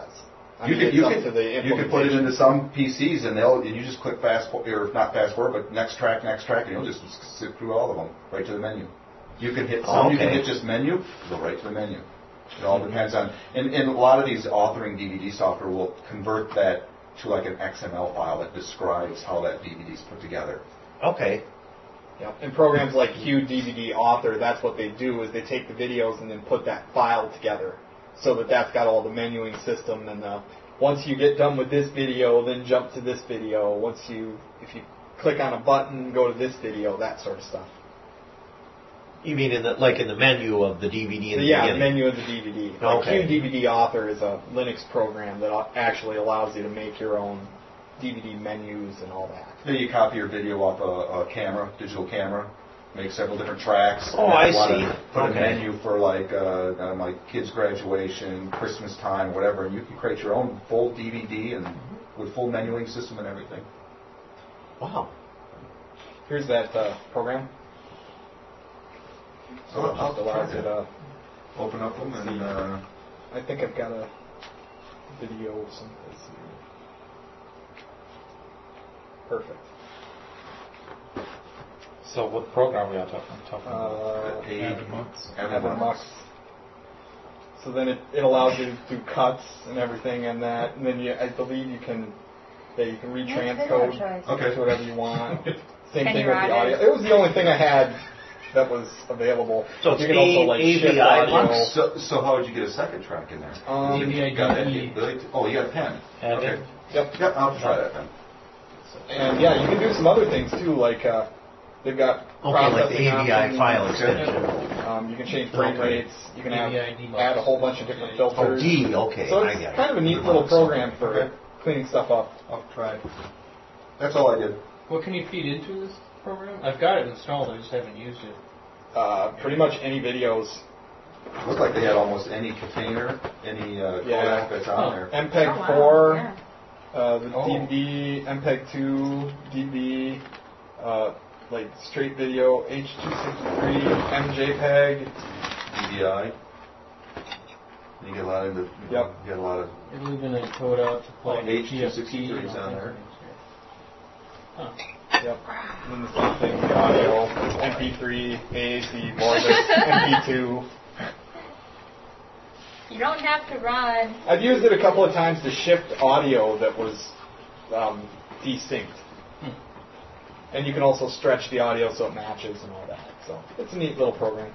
S3: I
S15: You
S3: mean,
S15: can, you
S3: it's up
S15: can,
S3: to the
S15: you can put it into some PCs and they'll, and you just click fast, for- or not fast forward, but next track, next track, and you'll just sit through all of them, right to the menu. You can hit some, you can
S12: Okay.
S15: hit just menu, go right to the menu. It all depends on, and, and a lot of these authoring DVD software will convert that to like an XML file that describes how that DVD's put together.
S12: Okay.
S3: Yep. And programs like Hue DVD Author, that's what they do is they take the videos and then put that file together, so that that's got all the menuing system and the once you get done with this video, then jump to this video. Once you if you click on a button, go to this video, that sort of stuff.
S12: You mean in the like in the menu of the DVD in the
S3: yeah,
S12: beginning?
S3: menu of the DVD. Like
S12: Okay.
S3: Hue DVD Author is a Linux program that au- actually allows you to make your own DVD menus and all that.
S15: Then you copy your video off a, a camera, digital camera, make several different tracks.
S12: Oh,
S15: and
S12: I
S15: you wanna
S12: see.
S15: Put
S12: Okay.
S15: a menu for like uh, uh, my kids' graduation, Christmas time, whatever, and you can create your own full DVD and with full menuing system and everything.
S12: Wow.
S3: Here's that uh, program.
S15: Oh,
S3: So it just allows you to. uh,
S15: Open up them and uh,
S3: I think I've got a video of some of this here. Perfect.
S13: So what program we are talking, talking
S3: Uh,
S13: about?
S3: Avid Mux. So then it, it allows you to do cuts and everything and that, and then you, I believe you can, yeah, you can
S14: video
S3: retranscode
S14: choice.
S15: Okay.
S3: to whatever you want. Same
S14: Can
S3: thing
S14: you
S3: with the
S14: add
S3: audio.
S14: it?
S3: It was the only thing I had that was available.
S12: So it's
S3: you can also like
S12: A-
S3: shift
S12: AVI
S3: audio.
S12: Mux?
S15: So, so how would you get a second track in there?
S3: Um,
S15: You
S12: E.
S15: got that? You really- Oh, you got a pen.
S13: Add it.
S15: Okay.
S3: Yep.
S15: Yep, I'll try that then.
S3: And yeah, you can do some other things too, like uh, they've got
S12: Okay, like
S3: processing
S12: the AVI
S3: options.
S12: file extension.
S3: Um, you can change frame
S12: Okay.
S3: rates. You can have,
S5: AVI debug.
S3: add a whole bunch of different
S12: Oh,
S3: filters.
S12: D. Okay,
S3: So
S12: I
S3: it's
S12: got it.
S3: kind of a neat little program for
S15: Okay.
S3: cleaning stuff up.
S15: I'll try it. That's all I did.
S5: What can you feed into this program? I've got it installed. I just haven't used it.
S3: Uh, pretty much any videos.
S15: Looks like they had almost any container, any uh,
S3: Yeah.
S15: codec that's on there.
S3: MPEG
S14: Oh, wow.
S3: 4,
S14: Yeah.
S3: E uh, the
S13: Oh.
S3: DVD, MPEG 2, DB, uh, like straight video, H263, MJPEG.
S15: DVI. E You get a lot into.
S3: Yep.
S15: You get a lot of.
S5: It'll even encode out to play
S15: H263 is on there.
S5: Huh.
S3: Yep. And then the same thing with the audio, MP3, AAC, more just MP2.
S14: You don't have to run.
S3: I've used it a couple of times to shift audio that was um, desynced. And you can also stretch the audio so it matches and all that. So it's a neat little program.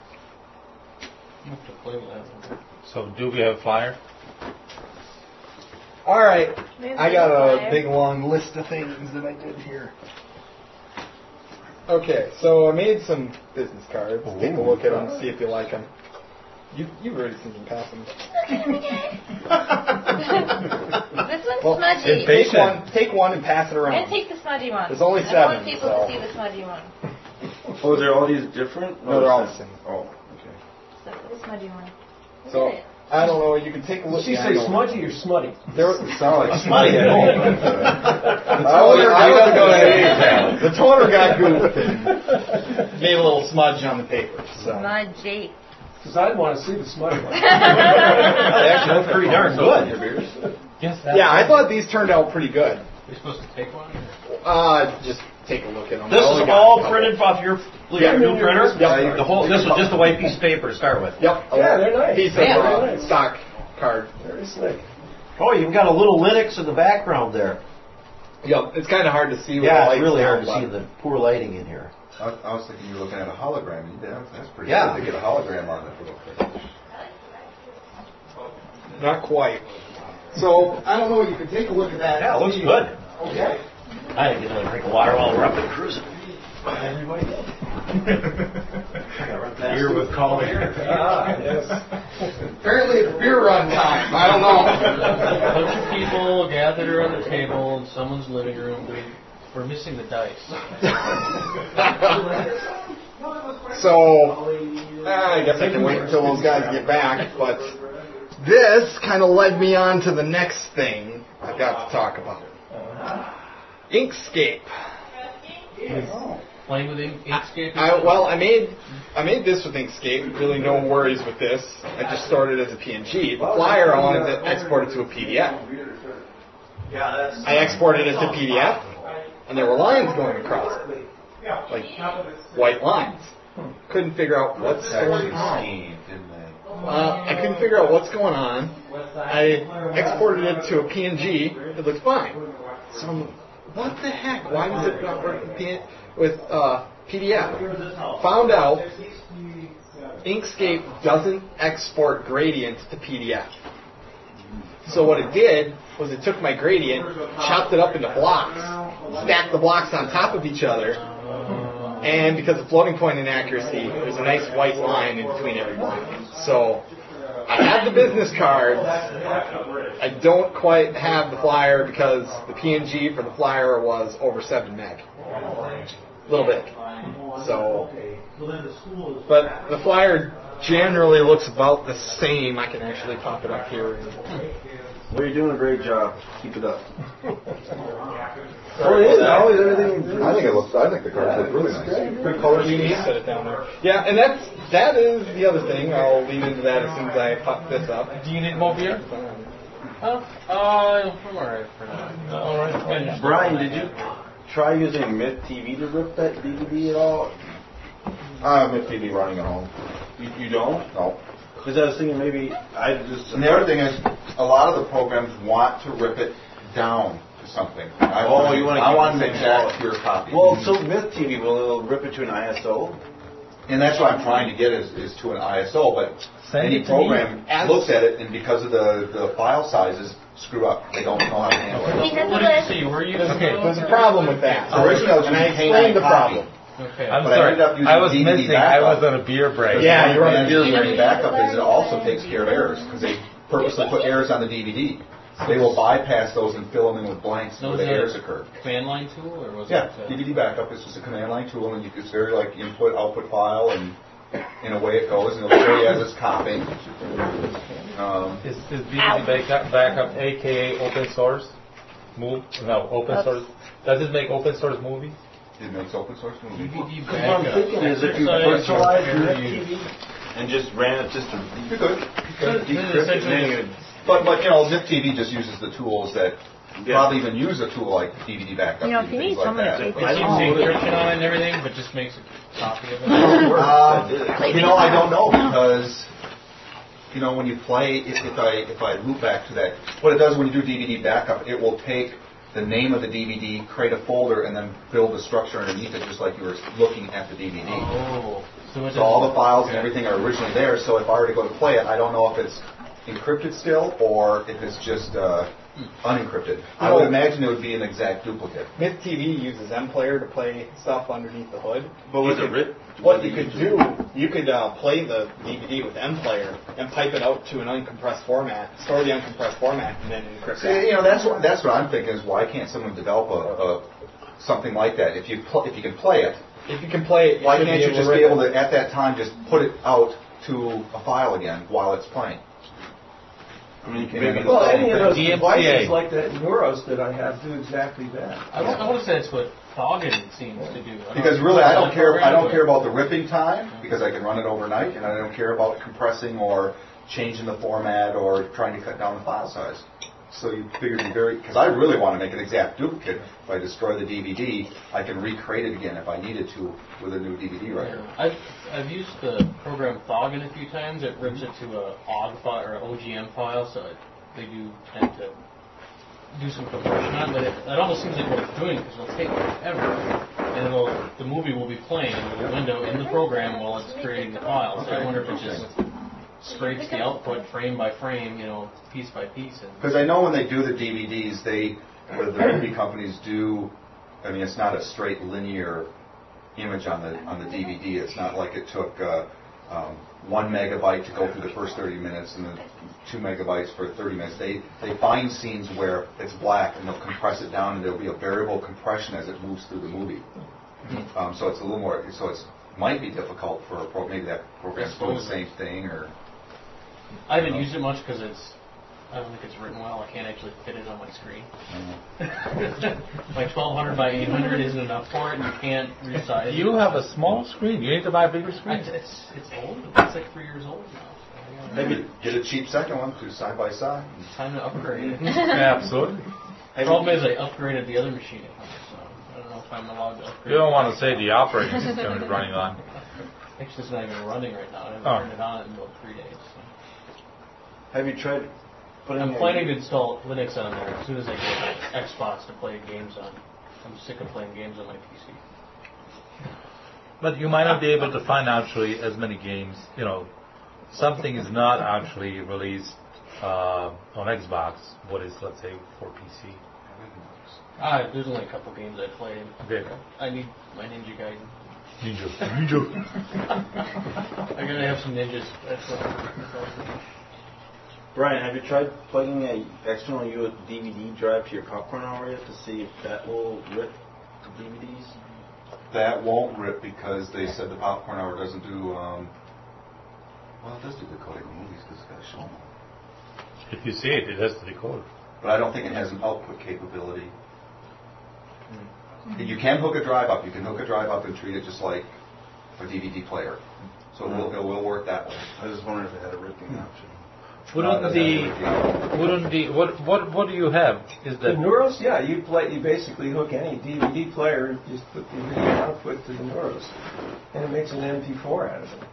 S5: You have to play with that.
S13: So do we have a flyer?
S3: All right,
S14: Maybe
S3: I got a
S14: five.
S3: big long list of things that I did here. Okay, so I made some business cards. Take a look at them, see if you like them. You you've already seen them pass them.
S14: This one's
S3: Well,
S14: smudgy.
S3: take one, take one and pass it
S14: I'm gonna
S3: around.
S14: take the smudgy one.
S3: There's only
S14: I want
S3: seven,
S14: people
S3: so-
S14: to see the smudgy one.
S2: Oh, they're all these different?
S3: No, they're all the same.
S2: Oh, okay.
S14: So the smudgy one. Look
S3: So
S14: at it.
S3: I don't know. You can take a look.
S6: She
S3: yeah, I
S6: say
S3: know.
S6: smudgy or smutty?
S3: There,
S15: sound like
S3: smutty.
S15: smutty.
S3: I would- Oh, I would go to the toner got goofed and made a little smudge on the paper. So
S14: Smudgy.
S6: Because I'd want to see the smutty one.
S3: actually look pretty darn good.
S13: Yes.
S3: Yeah, I thought these turned out pretty good.
S5: You're supposed to take one.
S3: Uh, just take a look at them.
S12: This
S3: I only
S12: is
S3: got a
S12: all
S3: couple.
S12: printed off your,
S3: Yeah.
S12: your new printer?
S3: Yep.
S12: The whole, this was just a white piece of paper to start with.
S3: Yep. a
S6: Yeah, they're nice.
S3: Piece of
S6: Yeah,
S3: uh,
S6: they're nice.
S3: stock card.
S6: Very slick.
S12: Oh, you've got a little Linux in the background there.
S3: Yep. It's kind of hard to see. with the
S12: Yeah,
S3: lights
S12: it's really
S3: now,
S12: hard to
S3: but-
S12: see the poor lighting in here.
S15: I, I was thinking you were looking at a hologram. You- That's, that's pretty
S12: Yeah.
S15: good. They get a hologram on it for a little bit.
S3: Not quite. So I don't know. You can take a look at that.
S12: Yeah, it looks good.
S3: Okay.
S12: I didn't get another drink of water while we're up and cruising.
S3: Everybody did.
S12: Beer with coffee.
S6: Ah, yes.
S3: Apparently it's beer run time. I don't
S5: A
S3: know.
S5: bunch of people gathered around a table in someone's living room. We, we're missing the dice.
S3: so I guess I can wait until those guys get back. But this kind of led me on to the next thing I've got to talk about. Inkscape.
S5: Playing with ink- Inkscape.
S3: I, well, I made I made this with Inkscape. Really, no worries with this. I just stored it as a PNG. The flyer I wanted to export it to a PDF. I exported it to PDF, and there were lines going across it, like white lines. Couldn't figure out what's going on. Uh, I couldn't figure out what's going on. I exported it to a PNG. It looked fine. So I'm, what the heck? Why does it not work with, PN- with uh, PDF? Found out Inkscape doesn't export gradients to PDF. So what it did was it took my gradient, chopped it up into blocks, stacked the blocks on top of each other, and because of floating point inaccuracy, there's a nice white line in between every block. So I have the business cards. I don't quite have the flyer because the PNG for the flyer was over seven meg, a little bit. So, but the flyer generally looks about the same. I can actually pop it up here.
S2: Well, you're doing a great job. Keep it up.
S15: Oh, it is. Oh, everything. I think it looks. I think the cards look really nice.
S3: Good color scheme. Set it down there. Yeah, and that's that is the other thing. I'll lean into that as soon as I pop this up.
S13: Do you need more beer?
S5: Oh, uh, I'm alright for now.
S13: All right. Yeah.
S2: Brian, did you try using Myth TV to rip that DVD at all?
S15: I have a TV running at home.
S2: You, you don't?
S15: No.
S2: Because I was thinking maybe I just.
S15: And the other thing is, a lot of the programs want to rip it down to something. I
S2: Oh, you wanna keep
S15: I want
S2: the
S15: the
S2: same
S15: exact
S2: quality.
S15: pure copy.
S2: Well, so Myth TV will it'll rip it to an ISO.
S15: and that's what I'm trying to get is, is to an ISO, but
S13: Send
S15: any
S13: it to
S15: program
S13: me.
S15: looks at it and because of the, the file sizes screw up. They don't know how to handle it.
S14: He has a
S5: What did you
S14: list.
S5: see? Were you?
S13: Okay.
S3: There's a problem with that.
S15: Originally, I was
S3: and I
S15: using K9
S3: explained the
S15: copy.
S3: problem.
S5: Okay.
S13: I'm
S15: But I
S13: sorry.
S15: ended up using
S13: I was
S15: DVD
S13: missing. I
S15: backup.
S13: was on a beer break.
S3: Yeah, you're on a
S15: Because
S3: beer
S15: the
S3: break.
S15: Backup is it also takes care of errors because they purposely put errors on the DVD. They will bypass those and fill them in with blanks where
S5: was
S15: the
S5: that
S15: errors occur.
S5: Command line tool, or was
S15: Yeah,
S5: it? uh,
S15: DVD backup is just a command line tool, and you, it's very like input output file, and in a way it goes, and it'll show you as it's copying. Um,
S13: Is, is DVD backup, backup, aka open source, move? No, open
S14: That's-
S13: source. Does it make open source movies?
S15: it makes open source movies.
S5: DVD
S2: Because what I'm
S5: backup.
S2: thinking is if you
S5: Exercise
S2: virtualize
S5: or
S2: Myth
S5: you-
S2: TV and just ran it just to
S15: You're good.
S5: This is
S2: decrypt it, and
S5: essentially
S2: then you
S15: But but you know, Zip TV just uses the tools that probably even use a tool like DVD backup.
S14: You know, if
S15: and
S14: you
S15: things
S14: need
S15: like
S14: someone to
S15: that.
S14: take
S5: It keeps the encryption on it and everything, but just makes a copy of it.
S15: Uh, you know, I don't know because you know when you play, if, if I if I loop back to that, what it does when you do DVD backup, it will take the name of the DVD, create a folder, and then build the structure underneath it, just like you were looking at the DVD.
S5: Oh, so it
S15: So all the
S5: doesn't-
S15: files and
S5: okay.
S15: everything are originally there. So if I were to go to play it, I don't know if it's encrypted still or if it's just uh, unencrypted. I would
S3: No.
S15: imagine it would be an exact duplicate.
S3: Myth TV uses M Player to play stuff underneath the hood.
S15: But was
S3: You
S15: it
S3: could-
S15: writ-
S3: What you could do, you could uh, play the DVD with M Player and pipe it out to an uncompressed format, store the uncompressed format, and then encrypt
S15: See,
S3: it.
S15: you know, that's what that's what I'm thinking is why can't someone develop a, a something like that? If you pl- if you can play it,
S3: if you can play it,
S15: why
S3: should
S15: can't
S3: be
S15: you
S3: able
S15: just
S3: to
S15: be
S3: rip
S15: able to at that time just put it out to a file again while it's playing? I mean,
S6: Well, any of those devices like that Neuros that I have do exactly that.
S5: I, want, I want to say that's what Foggin seems to do. don't-
S15: Because really, I don't
S5: it's
S15: care. I don't
S5: programmed
S15: care about the ripping time because I can run it overnight, and I don't care about compressing or changing the format or trying to cut down the file size. So you figured you very because I really want to make an exact duplicate. If I destroy the DVD, I can recreate it again if I needed to with a new DVD writer.
S5: I've, I've used the program Foggin a few times. It rips it to a OG file or a OGM file, so it, they do tend to do some compression on it. But it, it almost seems like what it's doing because it'll take forever, and it'll the movie will be playing with the window in the program while it's creating the file. So I wonder if it just scrapes the output frame by frame, you know, piece by piece, and
S15: Because I know when they do the DVDs, they or the movie companies do. I mean, it's not a straight linear image on the on the DVD. It's not like it took uh, um, one megabyte to go through the first 30 minutes and then two megabytes for 30 minutes. They they find scenes where it's black and they'll compress it down and there'll be a variable compression as it moves through the movie. Um, so it's a little more. So it's might be difficult for a pro, maybe that program's doing the same thing or.
S5: I haven't used it much because it's. I don't think it's written well. I can't actually fit it on my screen. like 1200 by 800 isn't enough for it, and you can't resize.
S13: You
S5: it.
S13: have a small screen. You need to buy a bigger
S5: I-
S13: screen.
S5: It's it's old. It's like three years old now. so, yeah.
S15: Maybe get a cheap second one, do side by side.
S5: Time to upgrade. it.
S13: Absolutely.
S5: The problem is I upgraded the other machine, at home, so I don't know if I'm allowed to upgrade.
S13: You don't want to say the operating system is running on.
S5: Actually, it's not even running right now. I haven't
S13: Oh.
S5: turned it on in about three days. So.
S2: Have you tried?
S5: But I'm planning to install Linux on there as soon as I get my Xbox to play games on. I'm sick of playing games on my PC.
S13: But you might not be able to find actually as many games. You know, something is not actually released uh, on Xbox. What is, let's say, for PC.
S5: Ah, there's only a couple games I played.
S13: Okay.
S5: I need my Ninja Gaiden.
S13: Ninja. Ninja.
S5: I gotta have some ninjas. That's all. That's all.
S2: Brian, have you tried plugging a external U- DVD drive to your popcorn hour yet to see if that will rip the DVDs?
S15: That won't rip because they said the popcorn hour doesn't do. Um, well, it does do decoding of movies because it's got to show 'em.
S13: If you see it, it has to decode.
S15: But I don't think it has an output capability. You can hook a drive up. You can hook a drive up and treat it just like a DVD player. So it will, it will work that way. Hmm.
S2: I was just wondering if it had a ripping option.
S13: Wouldn't the wouldn't the what what what do you have? Is
S6: The
S13: that
S6: Neuros, yeah, you play, you basically hook any DVD player and just put the video output to the Neuros, and it makes an MP4 out of it.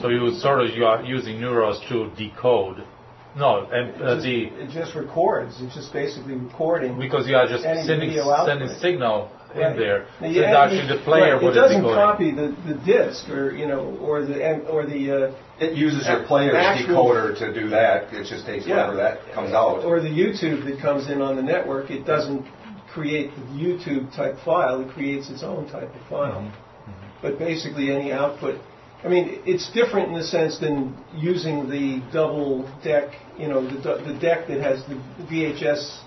S13: so you sort of you are using Neuros to decode? No, and uh,
S6: Just-
S13: the
S6: It just records. It's just basically recording.
S13: because you are just
S6: any
S13: sending
S6: video output.
S13: sending signal
S6: Right.
S13: in there.
S6: Now,
S13: So
S6: you
S13: it's
S6: add-
S13: actually the player
S6: right,
S13: what
S6: It
S13: is
S6: doesn't
S13: decoding.
S6: copy the, the disc or you know or the and- or the. Uh,
S15: It uses your
S6: a-
S15: player's
S6: actual-
S15: decoder to do that. It just takes
S6: Yeah.
S15: whatever that comes out.
S6: Or the YouTube that comes in on the network, it doesn't create the YouTube type file, it creates its own type of file.
S15: Mm-hmm.
S6: But basically, any output. I mean, it's different in the sense than using the double deck, you know, the, du- the deck that has the VHS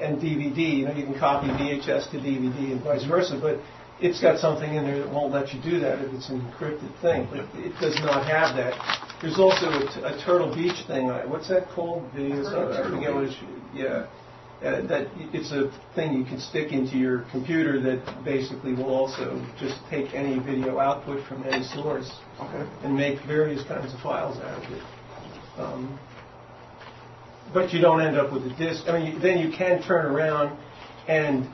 S6: and DVD. You know, you can copy VHS to DVD and vice versa, but it's got something in there that won't let you do that if it's an encrypted thing. But it does not have that. There's also a, t- a Turtle Beach thing. I- What's that called? The, I forget what it's. Yeah. Uh, that it's a thing you can stick into your computer that basically will also just take any video output from any source and make various kinds of files out of it. Um, but you don't end up with a disc. I mean, you- then you can turn around and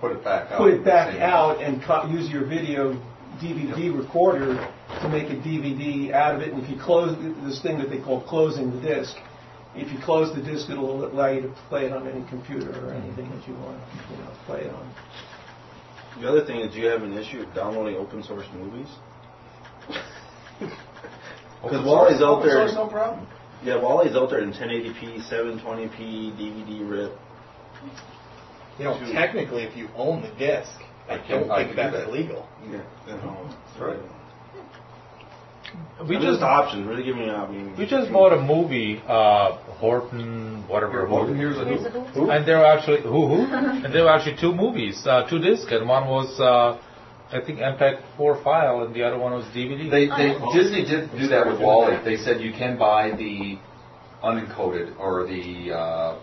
S15: Put it back out.
S6: put it back
S15: Same.
S6: out and co- use your video DVD recorder to make a DVD out of it. And if you close this thing that they call closing the disc, if you close the disc, it'll allow you to play it on any computer or anything that you want, you know, play it on.
S2: The other thing is, do you have an issue with downloading open source movies? Because Wally's out there.
S15: no problem.
S2: Yeah, Wally's out there in 1080p, 720p, DVD rip.
S3: You know,
S2: Shoot.
S3: technically, if you own the disc, I don't
S2: I
S3: think
S2: can do
S3: that's
S2: that.
S3: legal.
S2: Yeah.
S15: Right.
S1: We
S2: We
S1: just-
S2: just options. Really giving you
S15: Um,
S2: options.
S1: We just bought a movie, uh, Horton, whatever. Horton,
S15: Here's a Here's
S4: Who.
S1: And there were actually who who, and there were actually two movies, uh, two discs, and one was uh, I think MPEG four file, and the other one was DVD.
S15: They, they, Disney did do that with Wally. They said you can buy the unencoded or the, uh,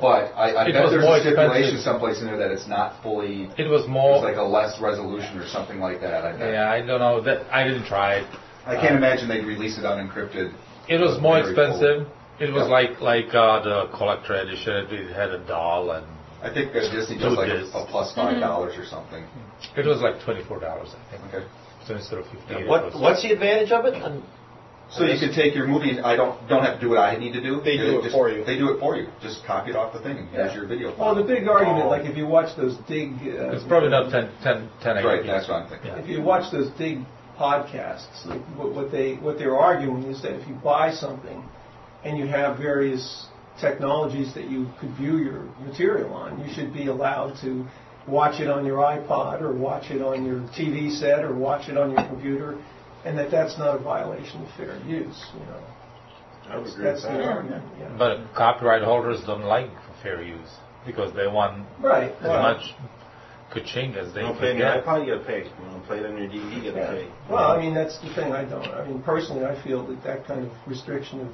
S15: but I, I
S1: It
S15: bet
S1: was
S15: there's
S1: more
S15: a
S1: expensive.
S15: stipulation someplace in there that it's not fully.
S1: It was more-
S15: It's like a less resolution or something like that. I bet.
S1: Yeah, I don't know. That I didn't try it.
S15: I can't
S1: Uh,
S15: imagine they'd release it unencrypted.
S1: It was more
S15: Very cool.
S1: expensive. It was
S15: Yeah.
S1: like like uh, the collector edition. It had a doll and
S15: I think uh, Disney does
S1: Two
S15: like a,
S1: discs.
S15: a plus five dollars or something.
S1: it was like twenty four dollars, I think.
S15: Okay.
S1: So instead of fifty. it
S16: What
S1: was-
S16: what's the advantage of it? And
S15: So you could take your movie. and I don't don't have to do what I need to do.
S3: They do it
S15: just-
S3: for you.
S15: They do it for you. Just copy it off the thing. and Here's your video.
S6: Well, the big argument,
S15: Oh.
S6: like if you watch those big, uh,
S1: It's probably not 10, 10, 10
S15: Right, that's what I'm thinking.
S1: Yeah.
S6: If you watch those big podcasts, like what, what they what they're arguing is that if you buy something and you have various technologies that you could view your material on, you should be allowed to watch it on your iPod or watch it on your TV set or watch it on your computer, and that that's not a violation of fair use. You know,
S2: I would
S6: that's,
S2: agree with
S6: that's the
S2: that.
S6: argument. Yeah.
S1: But copyright holders don't like fair use because they want
S6: Right.
S1: as
S6: well-
S1: much kuching as they
S2: You don't play
S1: can
S2: on your
S1: get.
S2: iPod, you gotta pay. You don't play it on your DVD, you gotta pay.
S6: Well, I mean, that's the thing I don't, I mean, personally, I feel that that kind of restriction of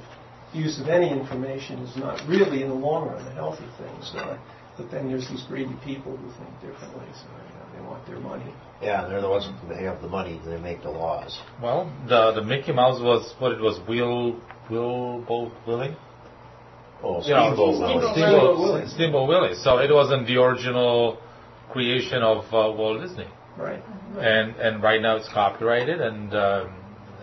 S6: use of any information is not really, in the long run, a healthy thing, so, but then there's these greedy people who think differently, so, you know, they want their money.
S16: yeah, they're the ones that have the money. They make the laws.
S1: Well, the the Mickey Mouse was what it was. Will Will Boat Willie.
S16: Oh,
S1: Yeah,
S16: Steamboat Willie.
S1: Steamboat
S6: Willie.
S1: Willie. Steamboat Willie. So it wasn't the original creation of uh, Walt Disney,
S6: Right.
S1: and and right now it's copyrighted, and um,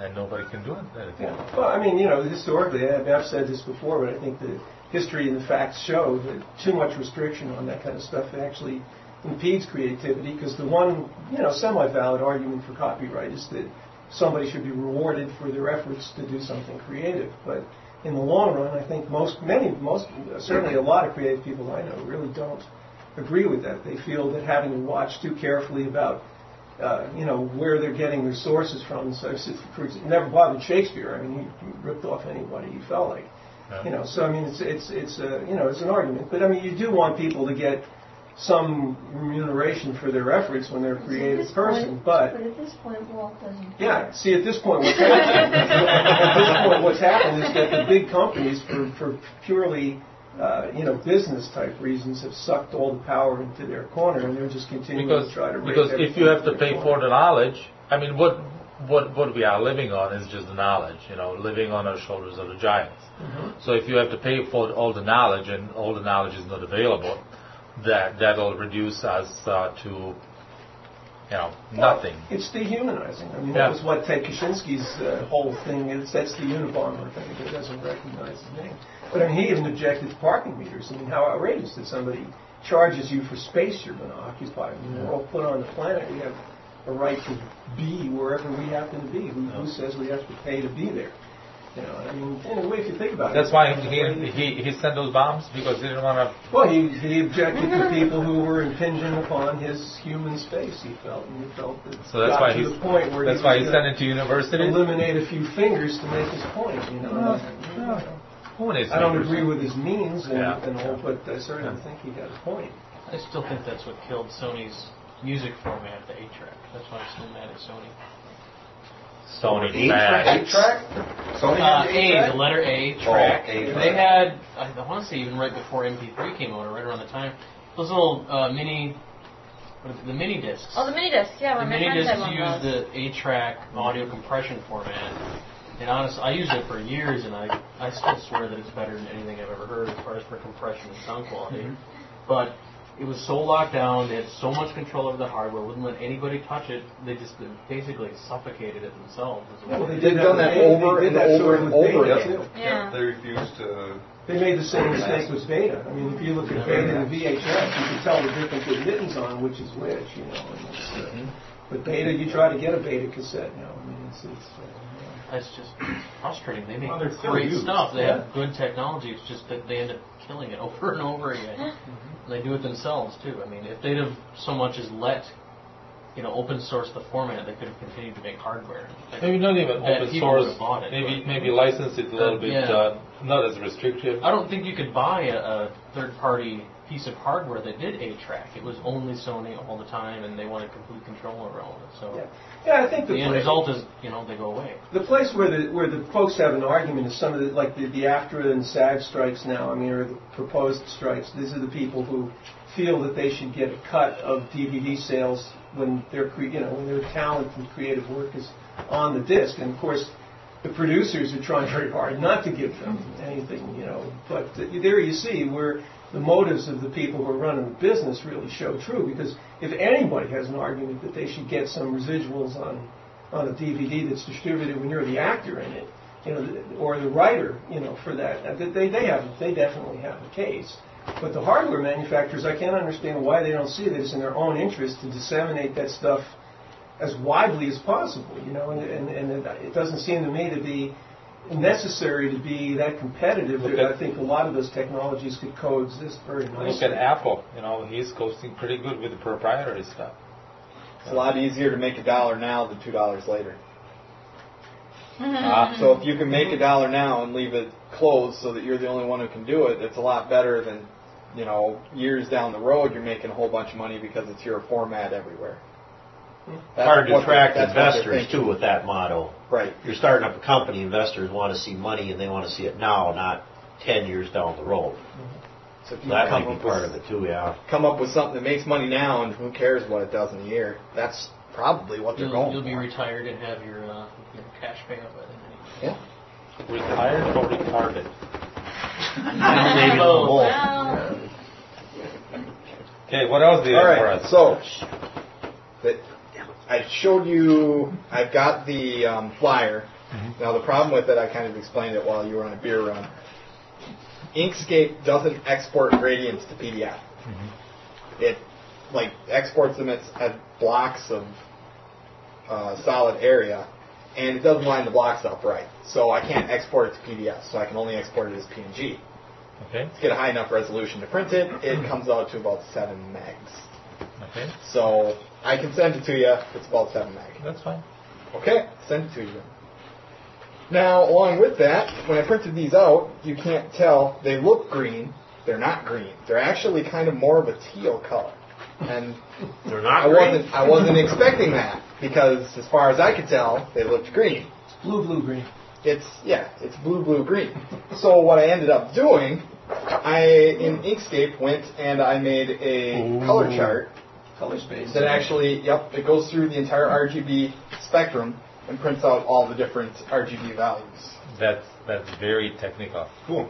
S1: and nobody can do it- anything.
S6: Yeah. Well, I mean, you know, historically, I- I've said this before, but I think the history and the facts show that too much restriction on that kind of stuff actually impedes creativity because the one, you know, semi-valid argument for copyright is that somebody should be rewarded for their efforts to do something creative. But in the long run, I think most, many, most, certainly a lot of creative people I know really don't agree with that. They feel that having to watch too carefully about uh, you know, where they're getting their sources from. So, it's- it's- for example, never bothered Shakespeare. I mean, he ripped off anybody he felt like. You know, so I mean, it's it's it's a you know, it's an argument, but I mean, you do want people to get some remuneration for their efforts when they're a creative person. But
S8: But at this point, Walt doesn't.
S6: yeah, see, at this point, what's happened, at this point, what's happened is that the big companies, for for purely uh, you know business type reasons, have sucked all the power into their corner, and they're just continuing
S1: because
S6: to try to
S1: because if you have to pay for the knowledge, I mean, what what what we are living on is just the knowledge, you know, living on our shoulders of the giants.
S15: Mm-hmm.
S1: So if you have to pay for all the knowledge and all the knowledge is not available, that that'll reduce us uh, to you know nothing.
S6: It's dehumanizing. I mean, that
S1: Yeah.
S6: was what Ted Kaczynski's uh, whole thing is. That's the Unabomber thing that doesn't recognize his name. But I mean, he even objected to parking meters. I mean, how outrageous that somebody charges you for space you're going to occupy. I mean, we're all put on the planet. We have a right to be wherever we happen to be. Who,
S1: Uh-huh.
S6: who says we have to pay to be there? You know, I mean, in a way, if you think about
S1: That's
S6: it.
S1: why he he he sent those bombs because he didn't want to.
S6: Well, he, he objected to people who were impinging upon his human space. He felt, and he felt that
S1: So that's
S6: got
S1: why
S6: to
S1: he's
S6: the point where
S1: that's
S6: he
S1: why
S6: was
S1: he
S6: gonna
S1: sent it to universities.
S6: eliminate a few fingers to make his point. You know,
S1: Who needs
S6: I don't
S1: papers?
S6: agree with his means and,
S1: Yeah.
S6: and all, but I certainly think he got a point.
S5: I still think that's what killed Sony's music format, the 8-track. That's why I'm still mad at Sony.
S1: Sony
S15: Eight
S1: bad.
S15: track, eight track. Sony
S5: Uh,
S15: had the eight
S5: A,
S15: track.
S5: the letter A
S15: Oh,
S5: track.
S15: A
S5: They
S15: track.
S5: had, I want to say even right before MP3 came out, or right around the time, those little uh, mini, what is it, the mini discs.
S4: Oh, the mini disc. Yeah,
S5: the
S4: when my
S5: mini
S4: friends
S5: discs
S4: had one of
S5: used
S4: those.
S5: the A track audio compression format And honestly, I used it for years, and I, I still swear that it's better than anything I've ever heard as far as for compression and sound quality.
S15: Mm-hmm.
S5: But it was so locked down, they had so much control over the hardware, wouldn't let anybody touch it. They just basically suffocated it themselves. is what
S6: Well,
S5: they
S6: they
S5: did.
S6: did that with Beta. They did that sort of with Beta, too.
S14: Yeah.
S15: They refuse to.
S6: They made the same mistake with Beta. I mean, if you look at Beta and VHS, you can tell the difference with mittens on which is which, you know. And it's, uh,
S1: Mm-hmm.
S6: But Beta, you try to get a Beta cassette now. I mean, it's, it's uh,
S5: That's just frustrating. They make
S6: Well, they're still
S5: great
S6: used.
S5: stuff. They
S6: Yeah.
S5: have good technology. It's just that they end up killing it over and over again.
S6: Mm-hmm.
S5: And they do it themselves too. I mean, if they'd have so much as let you know open source the format, they could have continued to make hardware.
S1: Maybe not even
S5: That
S1: open
S5: people would
S1: source.
S5: have bought it,
S1: maybe
S5: but-
S1: maybe license it a little
S5: Uh,
S1: bit,
S5: yeah.
S1: uh, not as restrictive.
S5: I don't think you could buy a, a third-party piece of hardware that did A-Track. It was only Sony all the time, and they wanted complete control over all of it. So
S6: Yeah, I think the
S5: the end
S6: play-
S5: result is, you know, they go away.
S6: The place where the where the folks have an argument is some of the like the, the AFTRA and SAG strikes now. I mean, or the proposed strikes. These are the people who feel that they should get a cut of DVD sales when their cre- you know when their talent and creative work is on the disc. And of course, the producers are trying very hard not to give them anything. You know, but uh, there you see where the motives of the people who are running the business really show true. Because if anybody has an argument that they should get some residuals on on a DVD that's distributed when you're the actor in it, you know, th- or the writer, you know, for that. Uh, They they have they definitely have a case. But the hardware manufacturers, I can't understand why they don't see this in their own interest to disseminate that stuff as widely as possible, you know, and, and, and it doesn't seem to me to be necessary to be that competitive. I think a lot of those technologies could coexist very nicely.
S1: Look at Apple. You know, he's coasting pretty good with the proprietary stuff.
S3: It's a lot easier to make a dollar now than two dollars later.
S5: Uh-huh.
S6: uh,
S1: Ah.
S3: So if you can make a dollar now and leave it closed so that you're the only one who can do it, it's a lot better than, you know, years down the road you're making a whole bunch of money because it's your format everywhere. That's
S12: Hard to
S3: what-
S12: attract
S3: that's what they're
S12: investors
S3: thinking.
S12: too with that motto.
S3: Right.
S12: You're starting up a company, investors want to see money and they want to see it now, not ten years down the road.
S3: So if you
S12: That
S3: come
S12: might be
S3: up
S12: part
S3: with-
S12: of it too, yeah.
S3: Come up with something that makes money now, and who cares what it does in a year? That's probably what they're
S5: You'll,
S3: going
S5: you'll
S3: for.
S5: be retired and have your, uh, your cash payout by then.
S3: Yeah.
S1: Retired or retarded?
S12: Maybe
S5: Both.
S12: both.
S1: Okay, what else do you
S3: All
S1: have
S3: right,
S1: for us?
S3: so the, Oh, I showed you. I've got the um, flyer. Now the problem with it, I kind of explained it while you were on a beer run. Inkscape doesn't export gradients to PDF. It like exports them as, as blocks of uh, solid area, and it doesn't line the blocks up right. So I can't export it to PDF. So I can only export it as PNG.
S13: Okay.
S3: Let's get a high enough resolution to print it. It comes out to about seven megs.
S13: Okay.
S3: So I can send it to you. It's about seven meg.
S13: That's fine.
S3: Okay, send it to you. Now, along with that, when I printed these out, you can't tell. They look green. They're not green. They're actually kind of more of a teal color. And
S12: They're not
S3: I
S12: green?
S3: wasn't I wasn't expecting that because as far as I could tell, they looked green.
S6: Blue, blue, green.
S3: It's yeah, it's blue, blue, green. So what I ended up doing, I in Inkscape went and I made a color chart
S6: color space
S3: that actually yep, it goes through the entire RGB spectrum and prints out all the different RGB values.
S13: That's that's very technical.
S3: Cool.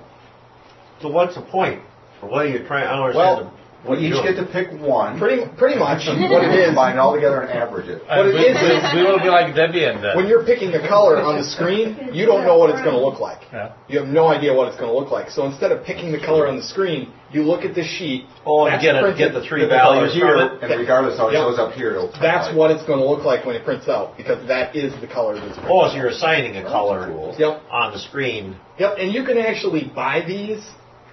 S12: So what's the point? For what are you trying? I don't understand.
S3: Well,
S12: the, what
S15: we
S12: you're
S15: each
S12: doing.
S15: get to pick one.
S3: Pretty pretty much what it is.
S15: Combine it all together and average it.
S3: What it
S13: we,
S3: is is-
S13: we, we will be like Debian then.
S3: When you're picking a color on the screen, you don't know what it's going to look like.
S13: Yeah.
S3: You have no idea what it's going to look like. So instead of picking the color on the screen, you look at the sheet.
S12: Oh, and
S3: that's
S12: get it-
S3: printed
S12: get the three
S3: with
S12: values
S3: color
S12: from
S3: here,
S12: it.
S15: And regardless how it
S3: Yep.
S15: shows up here, it'll.
S3: That's what it's going to look like when it prints out because that is the color that's printed.
S12: Oh, so you're assigning a color
S3: Yep.
S12: on the screen.
S3: Yep, and you can actually buy these,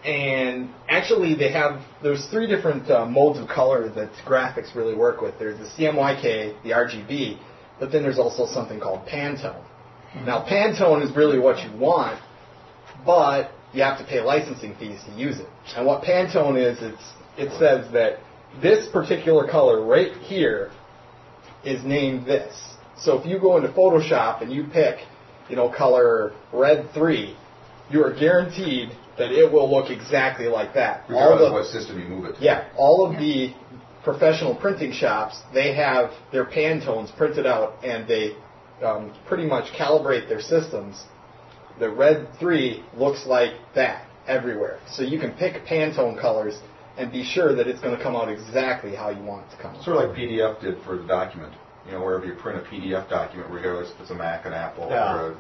S3: and actually they have there's three different uh, modes of color that graphics really work with. There's the CMYK, the RGB, but then there's also something called Pantone.
S15: Mm-hmm.
S3: Now Pantone is really what you want, but you have to pay licensing fees to use it. And what Pantone is, it's it says that this particular color right here is named this. So if you go into Photoshop and you pick, you know, color red three, you are guaranteed that it will look exactly like that. All
S15: Regardless
S3: the-
S15: of what system you move it to.
S3: yeah, all of the professional printing shops, they have their Pantones printed out and they um, pretty much calibrate their systems, the red three looks like that everywhere. So you can pick Pantone colors and be sure that it's going to come out exactly how you want it to come. out.
S15: Sort of like PDF did for the document. You know, wherever you print a PDF document, regardless if it's a Mac, an Apple,
S12: Yeah.
S15: or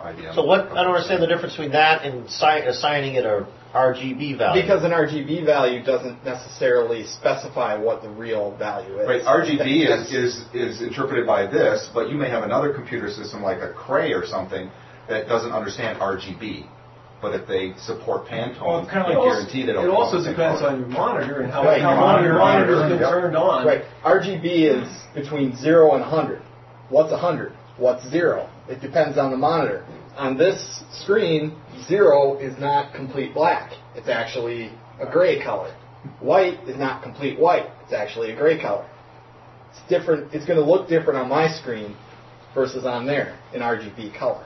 S15: a, a IBM.
S12: So what? I don't understand the difference between that and assi- assigning it a RGB value.
S3: Because an RGB value doesn't necessarily specify what the real value is.
S15: Right, RGB
S3: That's-
S15: is, is, is interpreted by this, but you may have another computer system like a Cray or something that doesn't understand RGB. But if they support Pantone,
S6: Well, it's kinda
S15: you
S6: like-
S15: guarantee that
S6: it
S15: it'll
S6: also
S15: be the same
S6: depends
S15: color.
S6: on your monitor and how-
S3: Right,
S6: how long your monitor's been turned on.
S3: Right. RGB is between 0 and 100. What's 100? What's 0? It depends on the monitor. On this screen, 0 is not complete black. It's actually a gray color. White is not complete white. It's actually a gray color. It's different. It's going to look different on my screen versus on there in RGB color.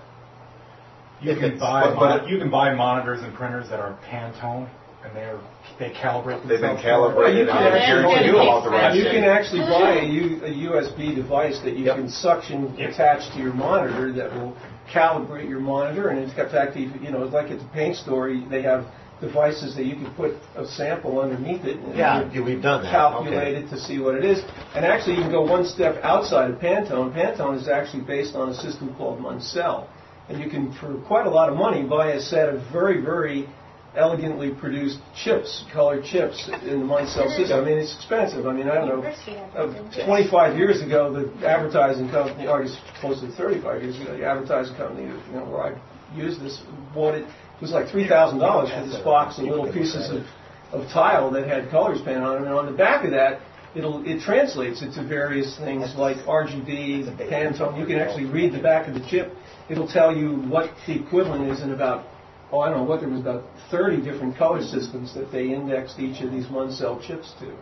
S9: You
S3: If
S9: can
S3: it's-
S9: buy
S3: but- but
S9: mon- you can buy monitors and printers that are Pantone, and they're they calibrate.
S15: They've been
S9: themselves
S15: calibrated
S9: for it.
S15: and they're guaranteed to go out the right
S6: You can
S15: way.
S6: actually buy a, U, a USB device that you can suction attach to your monitor that will calibrate your monitor, and it's got fact, you know, it's like at the paint store, you- they have devices that you can put a sample underneath it. And
S12: Yeah,
S6: you can
S12: we've done that.
S6: Calculate
S12: Okay.
S6: it to see what it is, and actually you can go one step outside of Pantone. Pantone is actually based on a system called Munsell, and you can, for quite a lot of money, buy a set of very, very elegantly produced chips, colored chips in the Munsell system. I mean, it's expensive. I mean, I don't know. Uh, 25 years ago, the advertising company, or I guess close to 35 years ago, the advertising company, you know, where I used this, bought it, it was like $3,000 for this box of little pieces of, of tile that had colors painted on it. And on the back of that, it'll, it translates it to various things like RGB, Pantone. You can actually read the back of the chip. It'll tell you what the equivalent is in about, oh, I don't know what, there was about 30 different color systems that they indexed each of these one cell chips to.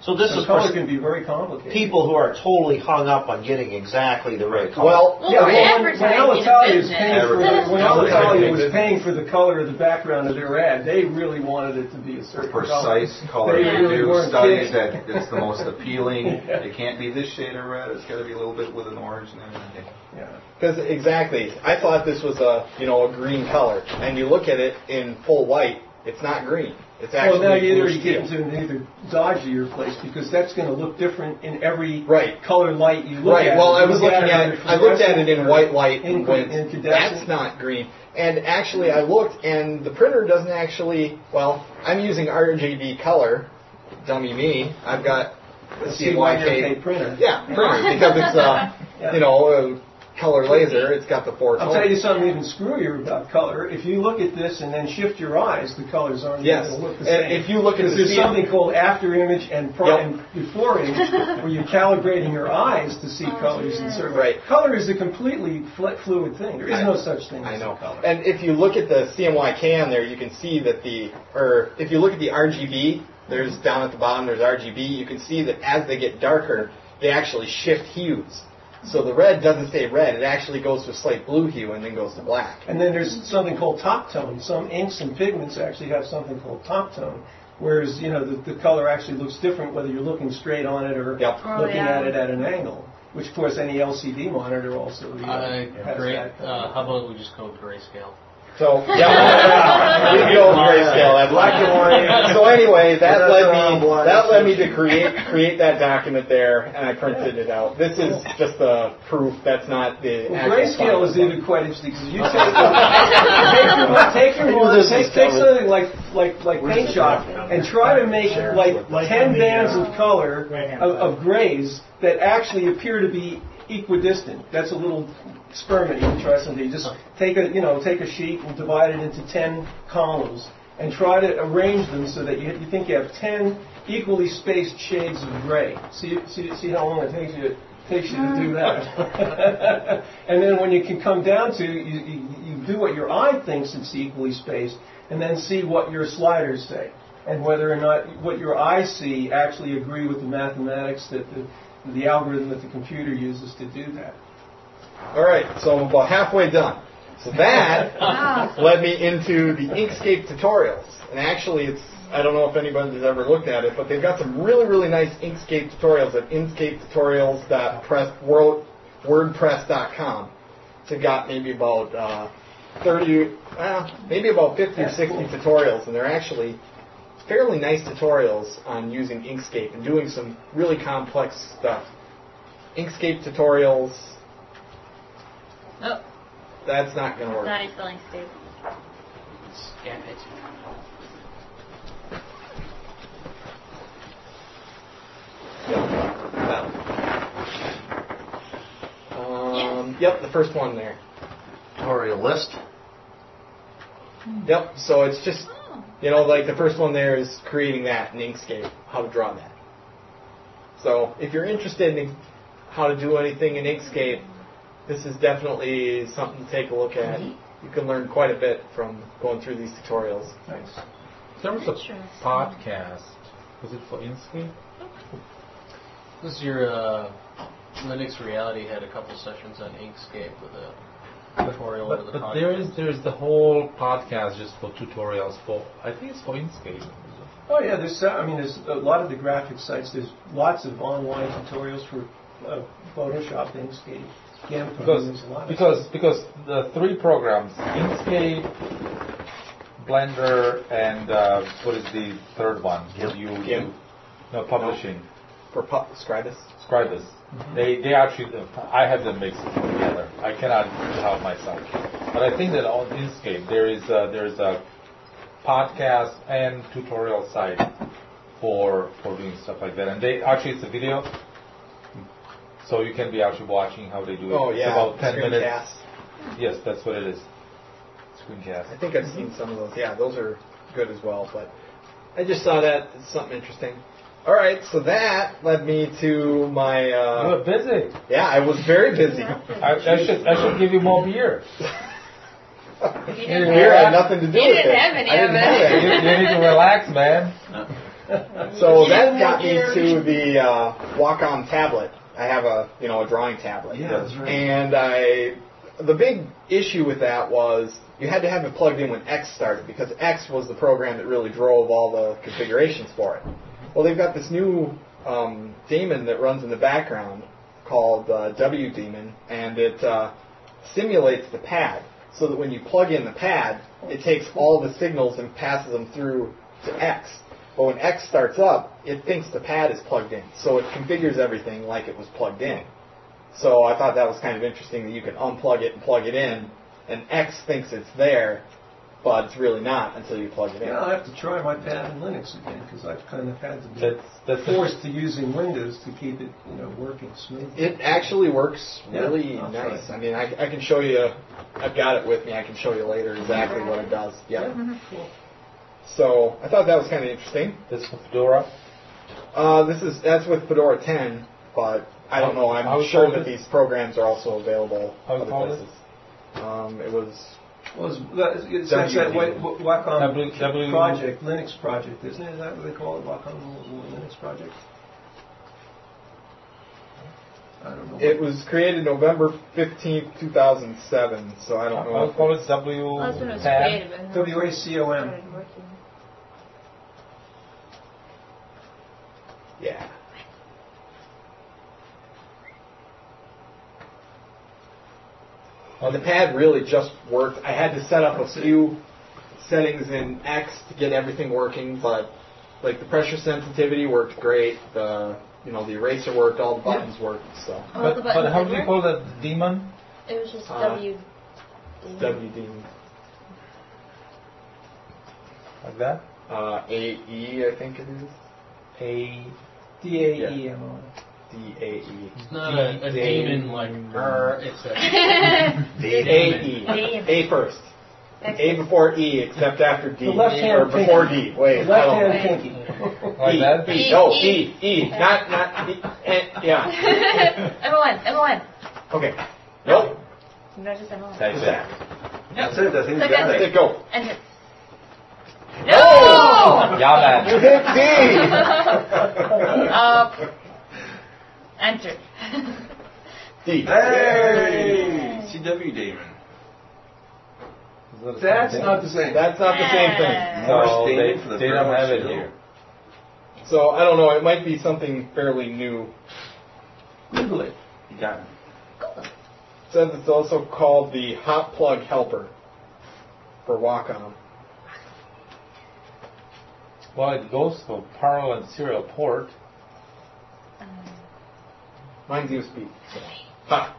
S12: So this is
S6: color
S12: for-
S6: can be very complicated.
S12: People who are totally hung up on getting exactly the right color.
S6: yeah, when, when Alitalia was paying for
S12: Advertising.
S6: when
S12: Advertising.
S6: Alitalia was paying for the color of the background of their ad, they really wanted it to be a certain
S15: Precise color.
S6: Color. They really
S15: do
S6: weren't
S15: studies
S6: kidding.
S15: that it's the most appealing. It can't be this shade of red. It's got to be a little bit with an orange. And everything.
S3: Because exactly, I thought this was a you know a green color, and you look at it in full white, it's not green. It's
S6: Well,
S3: actually
S6: now either
S3: blue
S6: you
S3: steel.
S6: get into an either dodgier place because that's going to look different in every
S3: Right.
S6: color light you look
S3: right.
S6: at.
S3: Well,
S6: If
S3: I
S6: you
S3: was
S6: look
S3: looking at
S6: under
S3: it. I looked at it in
S6: fluorescent
S3: white light and
S6: incandescent-
S3: went, that's
S6: incandescent,
S3: not green. And actually, I looked, and the printer doesn't actually. Well, I'm using RGB color, dummy me. I've got a CYK
S6: CYK printer.
S3: Yeah, printer because it's uh, you know a color laser. It's got the four.
S6: I'll
S3: colors.
S6: tell you something even screwier about color. If you look at this and then shift your eyes, the colors aren't
S3: Yes.
S6: going to look the
S3: And
S6: same.
S3: if you look at
S6: Because
S3: the
S6: there's
S3: field-
S6: something called after image and, pro-
S3: Yep.
S6: and before image, where you're calibrating your eyes to see colors and certain.
S3: Right.
S6: Color is a completely fl- fluid thing. There is no such thing
S3: I
S6: as
S3: know.
S6: a color.
S3: And if you look at the CMYK on there, you can see that the, or if you look at the RGB, there's down at the bottom, there's RGB, you can see that as they get darker, they actually shift hues. So the red doesn't stay red, it actually goes to a slight blue hue and then goes to black.
S6: And then there's something called top tone. Some inks and pigments actually have something called top tone, whereas you know the, the color actually looks different whether you're looking straight on it or
S5: Oh,
S6: looking
S5: yeah.
S6: at it at an angle. Which of course any LCD monitor also you know,
S5: Uh,
S6: has
S5: great.
S6: that.
S5: Uh, how about we just go with grayscale?
S3: So yeah, we can go with grayscale. That's
S5: Black and white.
S3: So anyway, that
S5: That's
S3: led
S5: around
S3: me
S5: black.
S3: that led me to create create that document there, and I printed it out. This is just the proof. That's not the
S6: Well,
S3: actual
S6: grayscale
S3: final
S6: is even quite interesting because you take take
S3: I
S6: your
S3: knew
S6: one,
S3: this
S6: take,
S3: was
S6: take
S3: coming.
S6: something like like like paint shop and try to make like ten bands of color of, of grays that actually appear to be equidistant. That's a little experiment you can try someday. You Just take a you know take a sheet and divide it into ten columns and try to arrange them so that you, you think you have ten equally spaced shades of gray. See see see how long it takes you. Takes you to do that, and then when you can come down to you, you, you do what your eye thinks it's equally spaced, and then see what your sliders say, and whether or not what your eyes see actually agree with the mathematics that the, the algorithm that the computer uses to do that.
S3: All right, so I'm about halfway done. So that led me into the Inkscape tutorials, and actually, it's I don't know if anybody's ever looked at it, but they've got some really really nice Inkscape tutorials at inkscapetutorials.press world WordPress.com. So it got maybe about uh, 30, uh, maybe about 50 or 60 tutorials, and they're actually fairly nice tutorials on using Inkscape and doing some really complex stuff. Inkscape tutorials.
S14: Nope.
S3: That's not going to work.
S14: Oh. Not a spelling mistake.
S5: Damn it.
S3: Um, Yep, the first one there.
S12: Tutorial list.
S3: Yep. So it's just, you know, like the first one there is creating that in Inkscape, how to draw that. So if you're interested in how to do anything in Inkscape, this is definitely something to take a look at. You can learn quite a bit from going through these tutorials.
S6: Nice.
S13: There was
S14: a
S13: podcast. Was it for Inkscape?
S5: This is your uh, Linux Reality had a couple sessions on Inkscape with a tutorial over
S13: But,
S5: the
S13: but
S5: podcast.
S13: there is there is the whole podcast just for tutorials for I think it's for Inkscape.
S6: Oh yeah, there's so- I mean there's a lot of the graphic sites. There's lots of online tutorials for uh, Photoshop, Inkscape, Gamma. there's
S1: Because
S6: a lot. Of
S1: because because the three programs Inkscape, Blender, and uh, what is the third one? What You, you no publishing.
S3: For pu- Scribus.
S1: Scribus.
S6: Mm-hmm.
S1: They they actually I have them mixed together. I cannot help myself. But I think that on Inkscape there is a, there is a podcast and tutorial site for for doing stuff like that. And they actually it's a video, so you can be actually watching how they do it.
S3: Oh,
S1: It's
S3: yeah.
S1: about ten minutes.
S3: Screencast.
S1: Yes, that's what it is. Screencast.
S3: I think I've seen some of those. Yeah, those are good as well. But I just saw that. It's something interesting. All right, so that led me to my. Uh,
S1: You were busy.
S3: Yeah, I was very busy.
S1: I, I should I should give you more beer.
S3: Beer had nothing to do
S14: You
S3: with
S14: didn't
S3: it.
S14: have any
S3: I didn't
S14: of
S3: have
S14: it.
S3: any.
S1: You, you need to relax, man.
S3: So
S1: You
S3: that
S1: didn't
S3: got me
S1: have
S3: to the uh, Wacom tablet. I have a you know a drawing tablet.
S1: Yeah, that's right.
S3: And I the big issue with that was you had to have it plugged in when X started because X was the program that really drove all the configurations for it. Well, they've got this new um, daemon that runs in the background called uh, W daemon, and it uh, simulates the pad so that when you plug in the pad, it takes all the signals and passes them through to X. But when X starts up, it thinks the pad is plugged in, so it configures everything like it was plugged in. So I thought that was kind of interesting that you can unplug it and plug it in, and X thinks it's there, but it's really not until you plug it in.
S6: Yeah, I'll have to try my pad in Linux again because I've kind of had to be
S3: That's- that's-
S6: forced to using Windows to keep it, you know, working smoothly.
S3: It actually works
S6: Yeah,
S3: really
S6: I'll try
S3: nice. I mean, I, I can show you. I've got it with me. I can show you later exactly what it does. Yeah.
S6: Cool.
S3: So I thought that was kind of interesting.
S1: This for Fedora.
S3: Uh, this is that's with Fedora 10, but I don't know. I'm
S1: How was
S3: sure
S1: it
S3: that
S1: called?
S3: these programs are also available
S1: How was
S3: other
S1: it called?
S3: places. Um, it was
S6: Was that, it's that's that Wa- Wa- Wacom um, project, Linux project, isn't it? Is that what they call it? Wacom Linux project. I don't know.
S3: It was created November 15th, 2007, so I don't know.
S6: I'll
S3: if
S6: call
S1: it W.
S6: That's when it was created, but-
S3: W
S6: A C O M.
S3: Yeah. And the pad really just worked. I had to set up a few settings in X to get everything working, but like the pressure sensitivity worked great. The you know the eraser worked, all the buttons worked. So.
S14: All the
S1: But,
S14: buttons
S1: but how
S14: did
S1: do you
S14: work?
S1: call that demon?
S14: It was just
S3: Uh,
S14: W.
S3: Mm-hmm. WD.
S1: Like that?
S3: Uh, AE, I think it is. E.
S1: A.
S6: D A E M O.
S3: D A E.
S5: It's not a, a demon like er, it's a
S3: A-E. E. A first. A before E, except after D. E,
S6: The left hand
S3: or before
S6: pinky.
S3: D. Wait.
S6: The left
S3: no.
S6: hand pinky.
S1: Like
S3: E,
S1: that?
S3: E. No, E. E. Not, not, E. eh, yeah.
S14: Everyone, everyone.
S3: Okay. Nope.
S14: No, just everyone.
S1: That's
S3: it.
S15: That's it. I think
S14: So
S15: we got
S14: that's
S15: it.
S14: it.
S3: Go.
S14: And it's.
S15: Oh!
S14: No!
S1: Yeah, man.
S14: Up. Enter.
S3: D.
S15: Hey! CW Damon.
S6: That's not the same.
S3: That's not the same
S14: Yeah.
S3: thing.
S1: So they, they don't have it here.
S3: So I don't know. It might be something fairly new.
S6: Google it.
S15: You got it.
S3: says it's also called the hot plug helper for walk on.
S1: Well, it goes to parallel and serial port.
S3: Mine's USB.
S1: Ha!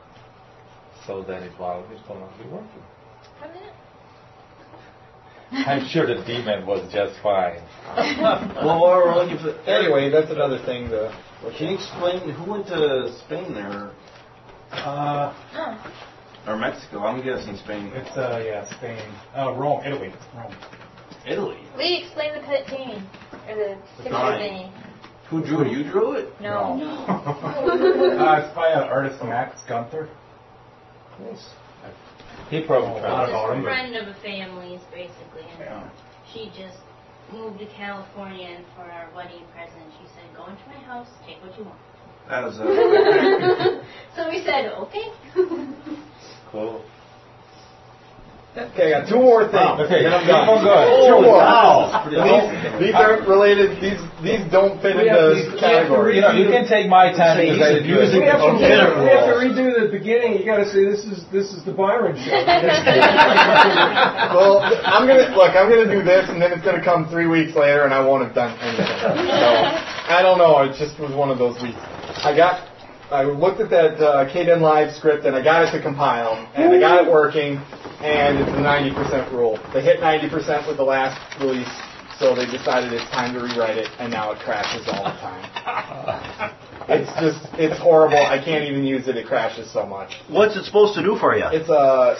S1: So then it will, it will not be working. I'm sure the demon was just fine.
S12: well, while we're looking for the,
S3: Anyway, that's another thing to look
S12: Can you
S3: at.
S12: explain who went to Spain there?
S9: Uh,
S2: Or Mexico, I'm guessing Spain.
S9: it's uh, yeah, Spain, uh, Rome, Italy, Rome.
S2: Italy.
S14: Lee, explain the pet painting. Or the picture
S9: drawing.
S14: thingy.
S2: Who drew it? You drew it?
S14: No.
S9: uh, it's by an artist Max Gunther.
S1: He probably
S9: I
S1: tried. it.
S9: don't know, I
S14: Just a
S9: remember.
S14: friend of a family's, basically. And she just moved to California, and for our wedding present, she said, go into my house, take what you want.
S2: That was uh,
S14: so we said, okay.
S1: Cool.
S3: Okay, I got two more things.
S1: Okay,
S3: then I'm
S1: keep
S3: done.
S1: on going.
S3: Two more.
S12: wow.
S3: These, these aren't related. These these don't fit in the
S1: You
S3: category.
S1: know, you can take my time
S12: Say
S1: because
S12: he's
S1: I didn't do
S12: abusing
S6: We
S1: it.
S6: have, to,
S12: Okay.
S6: we have to redo the beginning. You got to say this is this is the Byron show.
S3: well, I'm gonna look. I'm gonna do this, and then it's gonna come three weeks later, and I won't have done anything. So I don't know. It just was one of those weeks. I got. I looked at that uh, Kaden Live script, and I got it to compile, and I got it working, and it's a 90% rule. They hit 90% with the last release, so they decided it's time to rewrite it, and now it crashes all the time. It's just, it's horrible. I can't even use it. It crashes so much.
S12: What's it supposed to do for you?
S3: It's
S1: uh,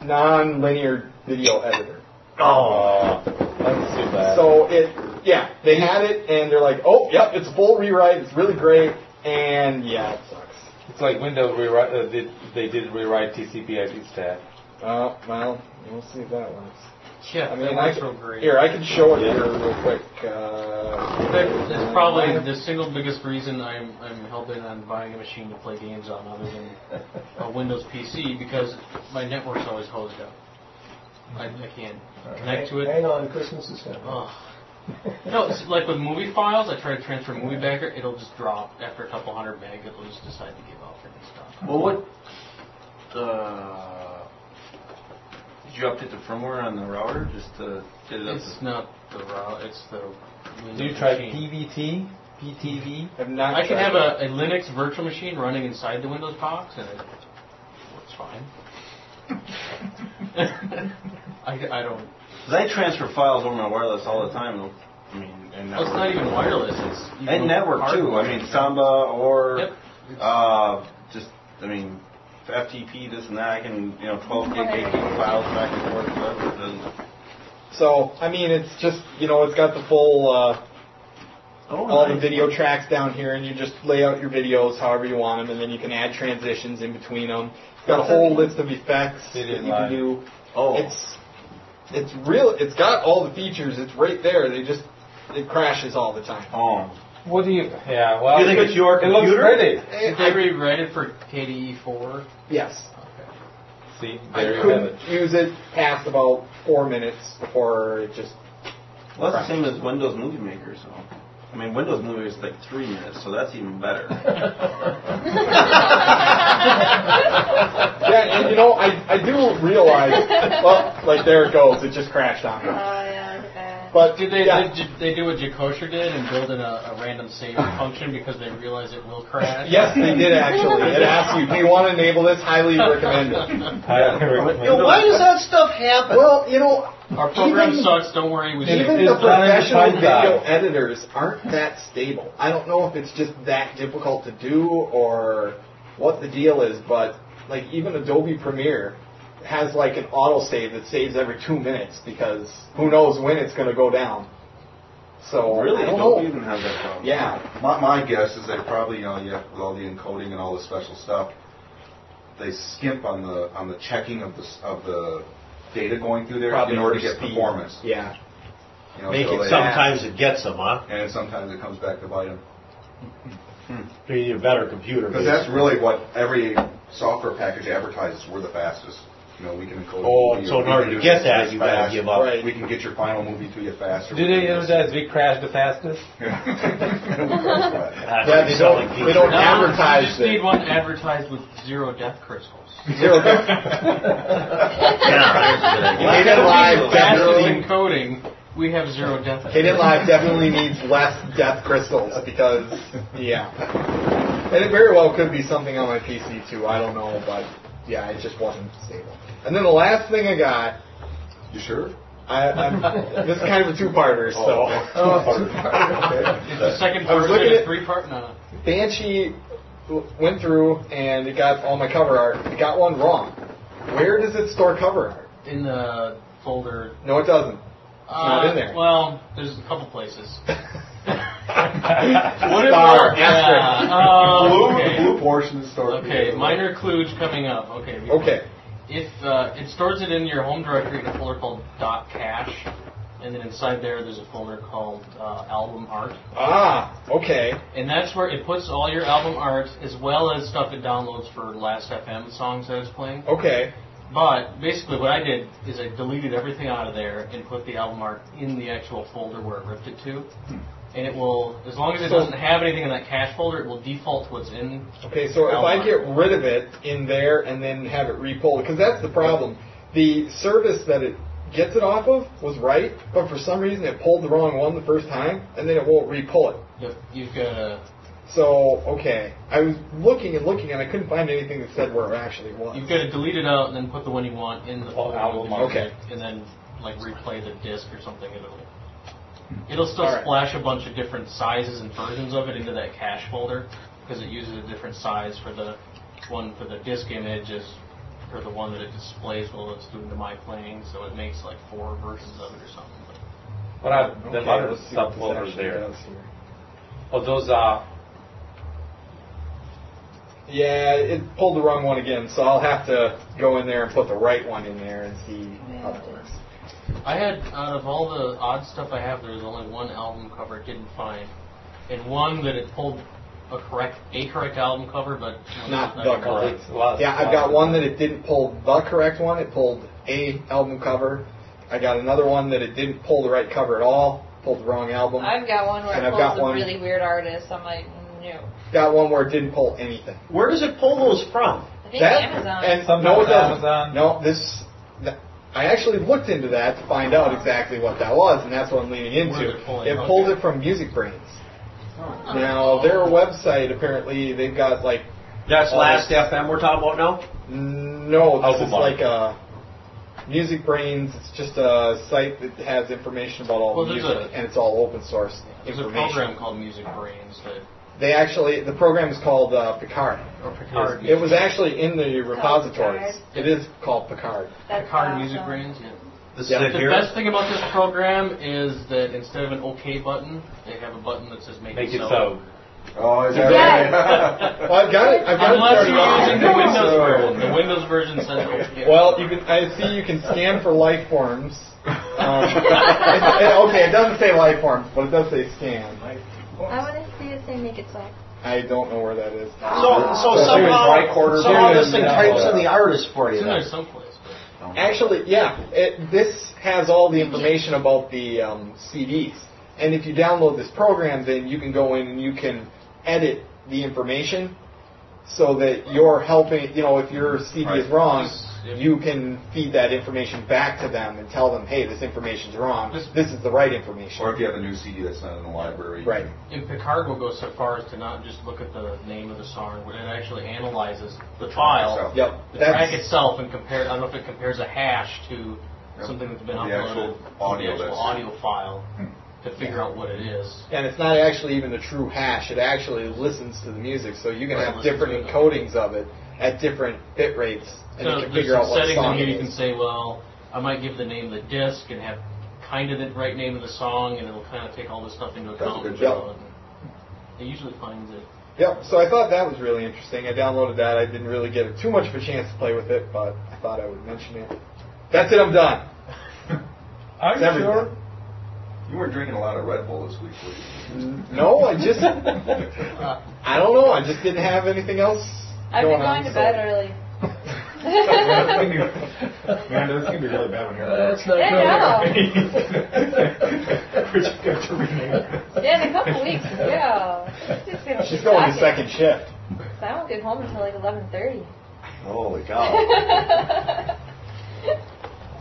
S3: a non-linear video editor.
S12: Oh.
S1: That's too bad.
S3: So it, yeah, they had it and they're like, oh, yep, it's a full rewrite. It's really great, and yeah, it sucks.
S1: It's like Windows rewrite. Uh, did, they did rewrite TCP/IP stack.
S3: Uh, well, we'll see if that works.
S5: Yeah,
S3: I mean,
S5: that
S3: I
S5: works
S3: can,
S5: real great.
S3: here I can show it here real quick. Uh,
S5: That's probably the single biggest reason I'm, I'm hell bent on buying a machine to play games on other than a Windows PC because my network's always hosed up. I, I can't connect to it.
S6: Hang on, Christmas is coming.
S15: Oh.
S5: Ugh. No, it's like with movie files, I try to transfer movie back there, it'll just drop after a couple hundred meg, it'll just decide to give up and stuff.
S2: well, what? Uh, did you update the firmware on the router just to get it up?
S5: It's not the route, it's the Windows
S1: Do you try
S5: machine.
S1: PVT, PTV?
S3: I've not
S5: I can
S3: tried
S5: have
S3: it.
S5: a, a Linux virtual machine running inside the Windows box, and it works fine. I, I don't.
S2: 'Cause I transfer files over my wireless all the time. I mean, and
S5: Well, it's
S2: network.
S5: not even wireless. It's you
S2: and
S5: know,
S2: network too.
S5: hardware.
S2: I mean, Samba or
S5: Yep.
S2: uh, just I mean, FTP, this and that. I can you know 12 gig, 8 gig files back and forth. Whatever. It doesn't-
S3: So I mean, it's just you know, it's got the full uh,
S2: Oh,
S3: all the
S2: nice.
S3: video tracks down here, and you just lay out your videos however you want them, and then you can add transitions in between them. It's got a whole list of effects that
S1: Did it
S3: you
S1: live.
S3: can do.
S2: Oh,
S3: It's it's real. It's got all the features. It's right there. They just it crashes all the time.
S2: oh.
S1: What do you? Yeah. Well,
S2: You think it's your
S1: it looks
S2: computer?
S1: pretty.
S5: Did they rewrite it for E KDE4?
S3: Yes,
S1: See,
S3: I
S1: there you have it.
S3: couldn't use it past about four minutes before it just.
S2: Well, that's the same as Windows Movie Maker, so. I mean, Windows Movie Maker is like three minutes, so that's even better.
S3: Yeah, and you know, I I do realize. well, like there it goes. It just crashed on
S14: Oh,
S3: me.
S14: yeah, look at that.
S3: But
S5: Did they,
S3: yeah.
S5: did they do what Jakosher did and build in a, a random save function because they realize it will crash?
S3: Yes, they did actually. It asked you, do you want to enable this? Highly recommended.
S1: I recommend
S12: Yo,
S1: it.
S12: why does that stuff happen?
S3: Well, you know,
S5: Our program
S3: Even-
S5: sucks. Don't worry. We
S3: even
S1: It's
S3: the
S1: done in
S3: professional
S1: Python.
S3: video editors aren't that stable. I don't know if it's just that difficult to do or what the deal is, but like even Adobe Premiere has like an autosave that saves every two minutes because who knows when it's going to go down. So
S2: really?
S3: I don't
S2: Adobe
S3: know.
S2: even has that problem.
S3: Yeah,
S15: My, my guess is they probably, you know, yeah, with all the encoding and all the special stuff, they skimp on the on the checking of the s- of the data going through there
S3: Probably
S15: in order to
S3: for
S15: get
S3: speed.
S15: performance.
S3: yeah.
S15: You know,
S12: Make
S15: so
S12: it
S15: they-
S12: sometimes it gets them, huh?
S15: and sometimes it comes back to bite them.
S12: You need a better computer.
S15: Because that's really what every software package advertises. We're the fastest. you know, we can encode.
S12: Oh,
S15: the movie,
S12: so
S15: or
S12: in
S15: we
S12: order
S15: can
S12: to
S15: do
S12: get
S15: it
S12: that,
S15: really
S12: you gotta
S15: fast.
S12: give up.
S15: We can get your final movie to you faster.
S1: Did they advertise we crashed the fastest?
S15: Yeah, they don't- they don't
S5: No,
S15: advertise
S5: You just
S15: it.
S5: need one advertised with zero death crystals.
S15: Zero death-
S5: yeah,
S3: Hit It Live definitely-
S5: encoding. We have zero death.
S3: Hit It Live definitely needs less death crystals because, yeah. And it very well could be something on my PC too, I don't know, but yeah, it just wasn't stable. And then the last thing I got.
S15: You sure?
S3: I, I'm, this is kind of a two-parter, so.
S15: Oh, okay.
S5: It's the second
S3: I was
S5: part
S3: looking
S5: of
S3: at-
S5: a three part. No.
S3: Banshee w- went through and it got all my cover art. It got one wrong. Where does it store cover art?
S5: In the folder.
S3: No, it doesn't. It's not
S5: Uh,
S3: in there.
S5: Well, there's a couple places.
S3: What
S5: if
S3: Star,
S5: our-
S3: asterisk.
S5: yeah, uh,
S15: blue,
S5: okay.
S15: the blue portion is stored.
S5: Okay, minor kludge coming up. Okay. we-
S3: Okay.
S5: If uh, it stores it in your home directory in a folder called .cache, and then inside there there's a folder called uh, album art,
S3: Ah, okay.
S5: and that's where it puts all your album art as well as stuff it downloads for Last FM songs that it's playing.
S3: Okay.
S5: But basically, what I did is I deleted everything out of there and put the album art in the actual folder where it ripped it to. And it will, as long as it
S3: Hmm. So-
S5: doesn't have anything in that cache folder, it will default to what's in.
S3: Okay, so if I get rid of it in there and then have it repulled, because that's the problem. The service that it gets it off of was right, but for some reason it pulled the wrong one the first time, and then it won't repull it.
S5: Yep, you've got a
S3: So okay, I was looking and looking, and I couldn't find anything that said where it actually was.
S5: you've got to delete it out and then put the one you want in the folder.
S3: album art. Okay.
S5: And then like replay the disc or something. It'll it'll still
S3: All right.
S5: splash a bunch of different sizes and versions of it into that cache folder because it uses a different size for the one for the disc image is for the one that it displays while it's doing the my playing. So it makes like four versions of it or something.
S1: But I've, the
S3: Okay,
S1: other
S3: let's see what this
S1: subfolders
S3: actually
S1: there.
S3: does here.
S1: Oh, those
S3: uh,
S1: are.
S3: Yeah, it pulled the wrong one again, so I'll have to go in there and put the right one in there and see how that works.
S5: I had out of all the odd stuff I have, there was only one album cover it didn't find, and one that it pulled a correct a correct album cover, but
S3: Not the
S5: I don't know.
S3: correct.
S1: Lots-
S3: Yeah, I've got one that it didn't pull the correct one. It pulled a album cover. I got another one that it didn't pull the right cover at all. Pulled the wrong album.
S4: I've got one where
S3: And
S4: it
S3: I've got
S4: pulls a
S3: one-
S4: really weird artist. I'm like, no.
S3: Got one where it didn't pull anything.
S12: Where does it pull those from?
S4: I think Amazon.
S3: And no, it
S1: Sometimes
S3: doesn't.
S1: Amazon.
S3: No, this. That, I actually looked into that to find out exactly what that was, and that's what I'm leaning
S5: Where
S3: into.
S5: they're pulling
S3: It
S5: it,
S3: pulled
S5: okay.
S3: it from Music Brains. Now their website apparently they've got like
S12: That's
S3: Oh.
S12: last FM we're talking about now?
S9: Mm,
S3: No, this
S1: Album
S3: is
S1: art.
S3: like a Music Brains. It's just a site that has information about all
S5: Well,
S3: the
S5: there's
S3: music,
S5: a-
S3: and it's all open source
S5: There's a
S3: information.
S5: program called Music Brains that
S3: They actually, the program is called uh, Picard.
S5: or Oh, Picard.
S3: It was actually in the
S4: called
S3: repositories. It is called Picard.
S4: That's
S5: Picard
S4: awesome.
S5: Music Brains. Yeah.
S12: This
S3: Yeah,
S12: is it
S5: The
S12: here?
S5: best thing about this program is that instead of an OK button, they have a button that says Make,
S1: Make it
S5: It
S1: so.
S15: Oh, is that
S4: Yes.
S15: right?
S3: Well, I've got it. I've got
S5: Unless
S3: it
S5: you're
S3: started
S5: using the
S3: off.
S5: Windows
S15: So-
S5: version, the Windows version says OK.
S3: Well, you can. I see you can scan for life forms. Um, it- it- okay, it doesn't say life forms, but it does say scan.
S4: I want to see it say make it so.
S3: I don't know where that is.
S12: So, so
S15: So
S12: somehow,
S15: three quarter
S12: somehow
S15: billion
S12: this thing
S15: now.
S12: types in the artist for you.
S5: it's in
S12: Then.
S5: there someplace. but-
S3: Actually, yeah. It, this has all the information about the um, CDs. And if you download this program, then you can go in and you can edit the information so that you're helping, you know, if your CD is
S15: Right.
S3: wrong,
S5: Yep.
S3: you can feed that information back to them and tell them, hey, this information's wrong.
S5: This-
S3: This is the right information.
S15: Or if you have a new CD that's not in the library. you
S3: Right.
S5: And Picard will go so far as to not just look at the name of the song, but it actually analyzes the file,
S15: itself.
S3: Yep.
S5: the track
S3: That's,
S5: itself, and compare. I don't know if it compares a hash to
S15: Yep.
S5: something that's been
S15: The actual
S5: uploaded,
S15: audio
S5: the actual
S15: that's-
S5: audio file, to figure out what it is.
S3: and it's not actually even the true hash. It actually listens to the music, so you can
S5: Right.
S3: have different encodings of it at different bit rates, and
S5: so
S3: you can
S5: there's
S3: figure out
S5: some
S3: what
S5: settings
S3: song
S5: in here
S3: it
S5: you can
S3: is.
S5: say, well, I might give the name of the disc and have kind of the right name of the song, and it'll kind of take all this stuff into
S15: That's a
S5: account.
S15: good
S5: and
S3: job.
S5: show it. It usually finds it.
S3: Yep, so I thought that was really interesting. I downloaded that. I didn't really get too much of a chance to play with it, but I thought I would mention it. That's it, I'm done.
S1: Are
S3: It's
S1: you
S3: everything.
S1: sure?
S15: You were drinking a lot of Red Bull this week, were you?
S3: N- No, I just, I don't know. I just didn't have anything else
S4: I've
S3: going
S4: been going
S3: on.
S4: to
S3: so-
S4: bed early.
S9: Man, this is gonna be really bad when you're.
S4: That's not Yeah, good.
S9: We're just gonna have to rename it.
S4: Yeah, in a couple weeks. Yeah. It's just gonna
S3: She's
S4: be
S3: going to
S4: shocking.
S3: second shift.
S4: So I don't get home until like 11:30.
S12: Holy cow.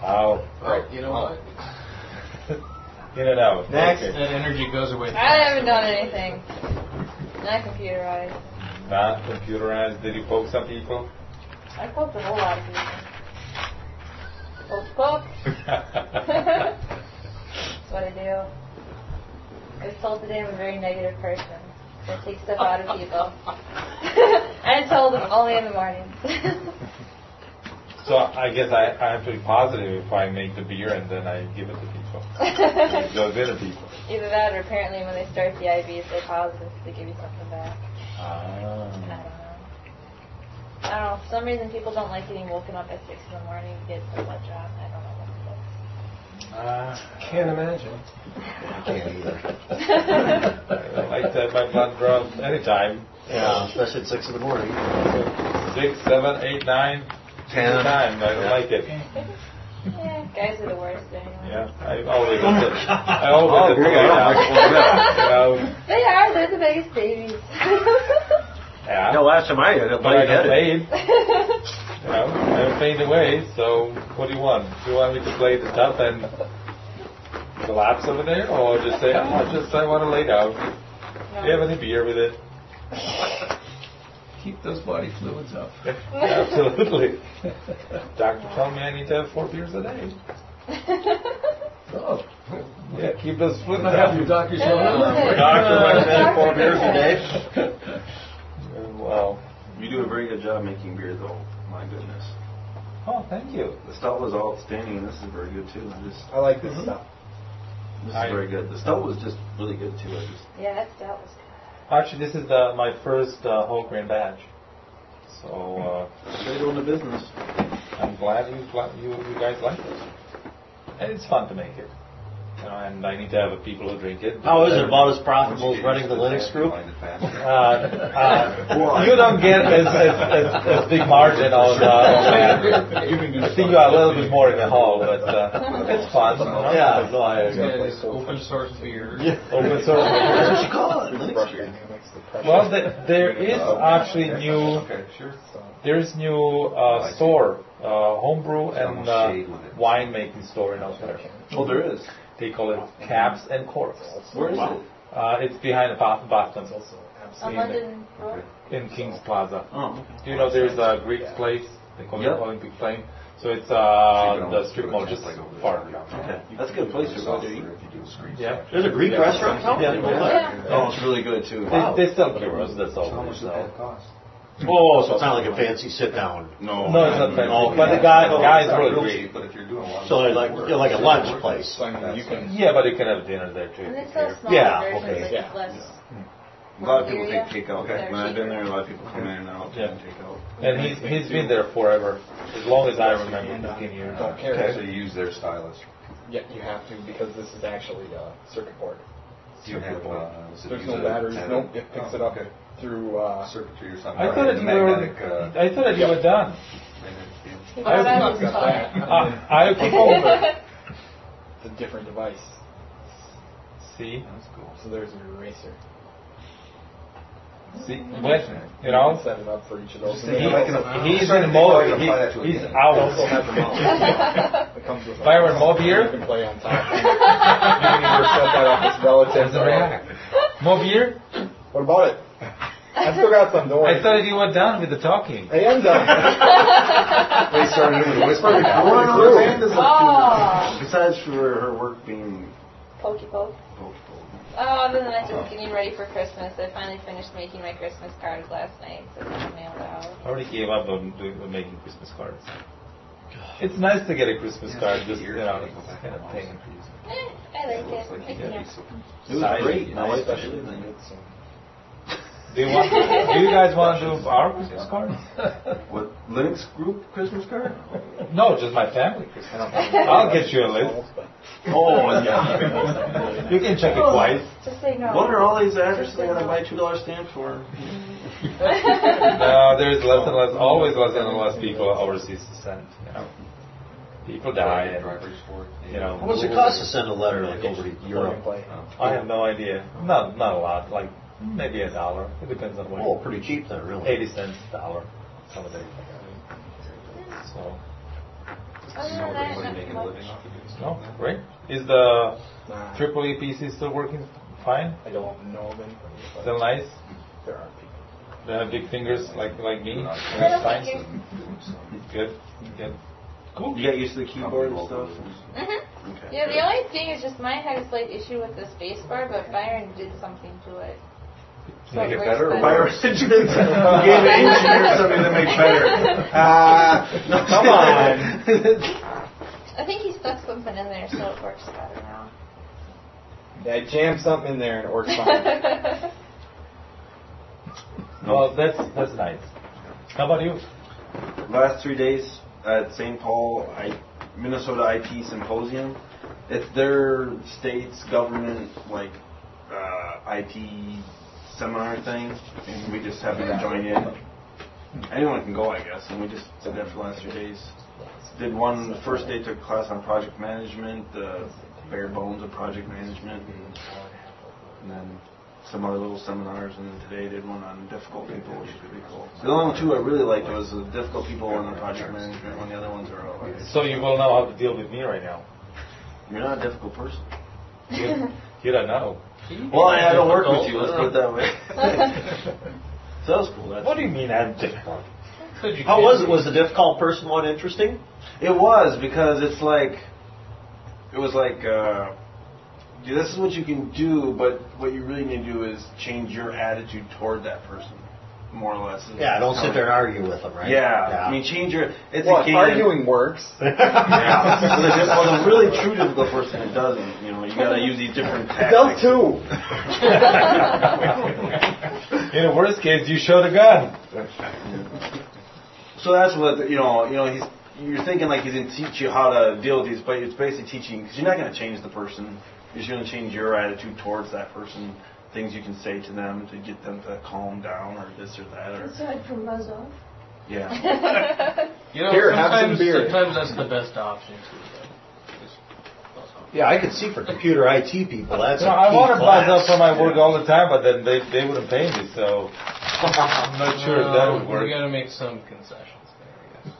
S4: Oh.
S1: Wow.
S5: Right, you know what?
S1: In and out.
S5: Next,
S1: Okay.
S5: that energy goes away.
S4: I haven't done anything. Not computerized.
S1: Not computerized. Did you poke some people?
S4: I poked a whole lot of people. Poke, poke. That's what I do. I was told today I'm a very negative person. I take stuff out of people. I told them only in the morning.
S1: So I guess I, I have to be positive if I make the beer and then I give it to people. it goes in to people.
S4: Either that or apparently when they start the IVs, they pause it so they give you something back. And I
S1: Ah.
S4: don't know. I don't know. For some reason, people don't like getting woken up at 6 in the morning to get so much out. I don't know what it is.
S6: Can't imagine.
S12: I can't either.
S1: I like to have my blood drawn anytime.
S12: Yeah, especially at six in the morning.
S1: Six, seven, eight, nine,
S12: Ten.
S1: Time. I don't like it.
S4: yeah, guys are the worst anyway.
S1: Yeah, I always. I always.
S2: Oh, great. I don't like going to
S1: You
S2: bed.
S1: know,
S4: They are. They're the biggest babies.
S1: yeah.
S2: No, last time I had it,
S1: But I got
S2: lightheaded.
S1: laid. You know, I fade away. So what do you want? Do you want me to play the tough and collapse over there, or just say, oh, I just I want to lay down? Do you have any beer with it?
S6: Keep those body fluids up.
S1: Absolutely. Doctor told me I need to have four beers a day.
S6: Oh,
S1: Yeah, keep those fluids
S6: I have your
S1: up.
S6: doctor's note.
S2: Doctor, went in four beers a day.
S1: Wow.
S2: You do a very good job making beer, though. My goodness.
S1: Oh, thank you. Oh.
S2: The stout was outstanding, and this is very good, too. I just,
S3: I like this stuff.
S2: this is
S1: I-
S2: very good. The stout was just really good, too. I just,
S4: yeah, that stout was good.
S1: Actually, this is the, my first uh, whole grain batch. So
S2: straight on the business.
S1: uh, I'm glad you, gla- you you guys like it. And it's fun to make it. You know, and I need to have the people who drink it.
S12: How Oh, is it about as
S15: Once
S12: profitable as
S15: you get
S12: running the
S15: used to
S12: Linux
S15: that,
S12: group?
S15: you find it faster.
S1: Uh, uh,
S2: Why?
S1: you don't get as, as, as, as big margin on uh, on that.
S9: You can do
S1: I think you are a little bit more in the hall, but uh, it's fun. you know?
S12: Yeah, no, I
S5: Yeah, it's open source beer.
S1: Open source.
S12: That's what you call it. Linux
S3: Pressure
S12: beer.
S3: dynamics, the pressure.
S1: Well, the, there is actually new
S15: Okay, sure.
S1: There is new
S2: Oh,
S1: uh, store, uh, homebrew and
S15: almost
S1: uh,
S15: shade with it.
S1: winemaking store in Australia.
S2: Oh, there is.
S1: They call it Caps and Corks.
S2: Where is it?
S1: Uh, it's behind Bath- Boston,
S4: On London Road.
S1: in Kings Plaza.
S2: Oh, okay.
S1: You know, there is a Greek place. They call
S2: Yep.
S1: it Olympic Flame. So it's
S15: You
S1: uh,
S15: can
S1: the
S15: almost
S1: strip
S15: do it
S1: mall just
S15: just like over the
S1: far.
S15: top.
S2: Okay. That's a good place to go to eat.
S15: If you do screen
S1: Yeah.
S15: shot.
S12: There's a Greek restaurant in town?
S2: Yeah.
S4: Yeah.
S2: Oh, it's really good, too.
S1: They, they sell gyros. That's all.
S15: How much
S1: So.
S15: did that cost?
S12: Oh, so it's not like a fancy sit down.
S15: No.
S1: No, it's not fancy. But the guy, the guy is really great.
S15: But if you're doing a lot of
S12: So like, like, you know, like a lunch place.
S3: So, I mean, you can
S1: Yeah, but you can have dinner there too.
S4: And it's
S1: if you
S4: so
S1: care.
S4: small.
S12: Yeah,
S4: versions,
S12: okay,
S4: like,
S5: yeah.
S4: Less
S15: A lot of people take takeout.
S4: Okay.
S15: When I've been there, a lot of people come in and out
S1: Yeah.
S15: and take out.
S1: And he's he's been there forever, as long as I remember. 15 years.
S3: don't care.
S15: Okay. So you use their stylus.
S3: Yeah, you have to because this is actually a circuit board.
S15: You have, uh, is it
S3: There's
S15: use
S3: no
S15: a
S3: batteries.
S15: tether?
S3: Nope, it picks
S15: Oh,
S3: it up
S15: okay.
S3: through. Uh,
S15: Circuitry or something.
S1: I thought
S15: The
S1: it
S15: magnetic,
S1: were,
S15: uh,
S1: I thought it you were done.
S15: magnetic field.
S4: He bought
S1: I've
S4: out his
S3: got
S4: car.
S3: that.
S1: Uh, I propose.
S3: It's a different device.
S1: See,
S15: That's cool.
S3: So there's your eraser.
S1: see, when you know,
S3: can set it up for each of those.
S15: Just
S3: And
S1: he,
S3: then
S15: think
S3: it
S15: like
S3: also has-
S1: he's in mode. He's, he's
S3: it also
S1: out.
S3: has a mount. It comes with a
S1: Byron,
S3: mount
S1: more beer?
S3: You can play on top. you can either set that up as relative.
S1: There's a rack. More beer?
S3: What about it? I still got some. Don't worry.
S1: I thought you were done with the talking.
S3: I am done.
S15: They started doing the whisper.
S2: Well, no, no, Amanda doesn't do
S4: Oh.
S2: that. Besides for her work being
S4: Pokey poke.
S2: vocal.
S4: Oh, other than that, just getting ready for Christmas. I finally finished making my Christmas cards last night, so I mailed out.
S1: I already gave up on doing on making Christmas cards. It's nice to get a Christmas card, just you know, it's kind of thing.
S4: Eh, I like it. I can't.
S2: It was
S1: Size,
S2: great. and I
S1: nice.
S2: liked it.
S1: Do you want? Do you guys want to do our Christmas cards?
S2: What Linux group Christmas card?
S1: No, just my family.
S3: I don't think
S1: I'll get you a list.
S2: Oh yeah.
S1: You can check it twice.
S4: Oh, Just say no.
S2: what are all these addresses I gotta buy two dollar stamps for?
S1: No, Uh, there's less and less, always less and less people overseas to send. You know. People die. And, you know,
S12: What does it cost to send a letter like over to Europe? Oh.
S1: I have no idea. Not not a lot. Like maybe a dollar. It depends on what.
S12: Oh, pretty cheap then, really.
S1: Eighty cents a dollar. Some of the- So.
S4: Other than that, not much.
S1: No, great. Is the Tripoli PC still working fine?
S3: I don't know of anything. but
S1: Still nice?
S3: There are people.
S1: They have big fingers like like me.
S4: Little
S1: Fine.
S4: fingers.
S1: Good. Good.
S2: Cool. You got used to the keyboard and stuff.
S4: Mhm.
S2: Okay.
S4: Yeah, the only thing is just mine had a slight issue with the space bar, but Byron did something to it. So
S1: Make it
S4: works
S1: better or
S2: Byron did you gave the engineer something to make better. Ah,
S1: Come on.
S4: I think he stuck something in there, so it works better now.
S3: I jammed something in there and it worked fine.
S4: I
S1: Well, that's that's nice. How about you?
S2: last three days at St. Paul I, Minnesota IT Symposium. It's their state's government like uh, IT seminar thing, and we just happened to join in. Anyone can go, I guess, and we just did that for the last three days. Did one the first day took a class on project management, the bare bones of project management, and, and then some other little seminars. And then today did one on difficult people, which is pretty cool. The only two I really liked was the difficult people and the project management. One, the other ones are all right.
S1: So you will know how to deal with me right now.
S2: You're not a difficult person.
S1: You, you don't know.
S2: Well, I, I don't work with you. Let's put it that way. so that was cool. That's
S1: What do you mean I'm difficult?
S12: How was it? Was the difficult person one interesting?
S2: It was because it's like it was like uh, yeah, this is what you can do, but what you really need to do is change your attitude toward that person, more or less. is-
S12: Yeah, don't
S2: how
S12: sit
S2: it-
S12: there and argue with them, right?
S2: Yeah. I mean change your. It's
S3: Well,
S2: a game.
S3: arguing works.
S2: Yeah. well, the, well, the really true difficult person it doesn't. You know, you gotta use these different tactics.
S3: too.
S1: In the worst case, you show the gun.
S2: So that's what you know. You know, he's you're thinking like he's gonna teach you how to deal with these, but it's basically teaching because you're not gonna change the person. You're just gonna change your attitude towards that person. Things you can say to them to get them to calm down, or this or that, or
S8: Aside from buzz off.
S2: yeah.
S5: You know,
S3: Here, have some
S5: sometimes,
S3: beer.
S5: sometimes that's the best option. too, though. Just-
S12: Yeah, I could see for computer IT people, that's
S1: No,
S12: a
S1: I
S12: key
S1: want to buzz
S12: class.
S1: up for my work all the time, but then they, they wouldn't pay me, so I'm not sure if that would
S5: Uh,
S1: work.
S5: We got to make some concessions there, I guess.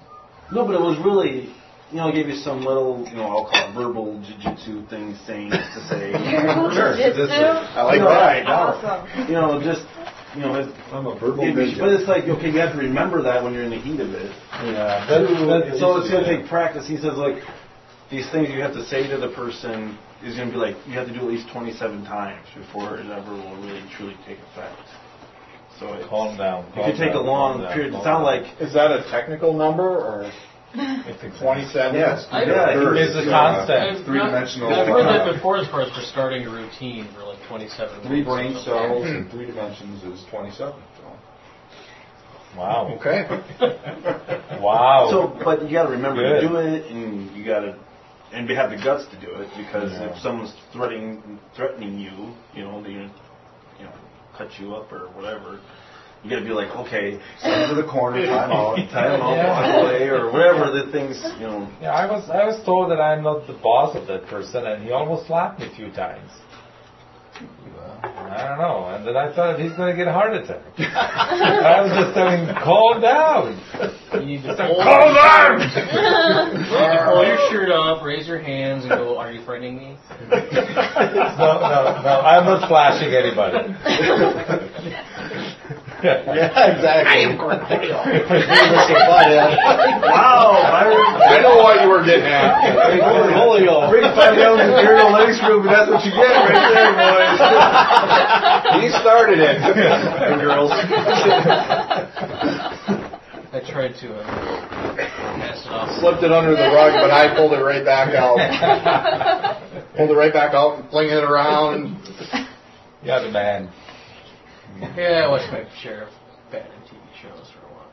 S2: No, but it was really. You know, I gave you some little, you know, I'll call it verbal jujitsu things, sayings to say. Sure, this is-
S4: I
S2: like that.
S4: Awesome.
S2: You know, just, you know, it's,
S15: I'm a verbal
S2: It-
S15: ninja.
S2: But it's like, okay, you have to remember that when you're in the heat of it.
S1: Yeah,
S2: Two,
S1: that- that's-
S2: so it's going to take practice. He says, like, these things you have to say to the person is going to be like, you have to do at least 27 times before it ever will really, truly take effect. So it,
S1: Calm down.
S2: it could take a long period. It's not like,
S3: Is that a technical number or
S1: it's
S3: 27?
S15: Yes.
S5: I-
S15: yeah,
S2: I think
S15: birds,
S1: it's a
S15: uh,
S1: concept.
S15: Three-dimensional.
S5: I've heard that before as far as for starting a routine for like 27
S15: Three
S5: weeks or
S15: brain
S5: something.
S15: cells in three dimensions is 27. so.
S1: Wow.
S15: Okay.
S1: Wow.
S2: so, but you got to remember
S1: Good.
S2: to do it, and you got to, and have the guts to do it, because
S1: Yeah.
S2: if someone's threatening, threatening you, you know, they're going to, you know, cut you up or whatever. You got to be like, okay,
S15: Stand to the corner, time out.
S2: time out,
S1: Yeah.
S2: walk away, or whatever the things, you know.
S1: yeah, I was I was told that I'm not the boss of that person, and he almost slapped me a few times. I don't know, and then I thought he's going to get a heart attack. I was just telling, him, calm down.
S5: You need to
S1: Just
S5: pull,
S1: like, calm down.
S5: pull your shirt up, raise your hands, and go, Are you threatening me?
S1: no, no, no. I'm not flashing anybody.
S12: Yeah, exactly. I am
S2: Wow, Byron.
S11: I know what you were getting at.
S2: Bring five gallons of beer to Lennox Group, and that's what you get right there, boys.
S15: He started it.
S2: and girls.
S5: I tried to uh, pass it off.
S3: Slipped it under the rug, but I pulled it right back out. pulled it right back out and flinging it around.
S1: You're the man.
S5: Yeah, I watched my share of bad TV shows for a while.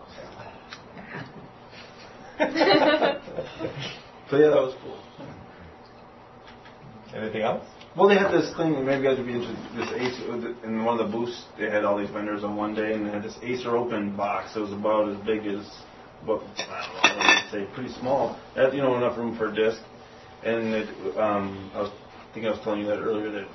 S2: So yeah, that was cool.
S1: Anything else?
S2: Well, they had this thing, and maybe you guys would be interested. This Ace in one of the booths, they had all these vendors on one day, and they had this Acer Open box. It was about as big as, well, I don't know, I'd say pretty small. That you know enough room for a disc. And it, um, I was I think I was telling you that earlier that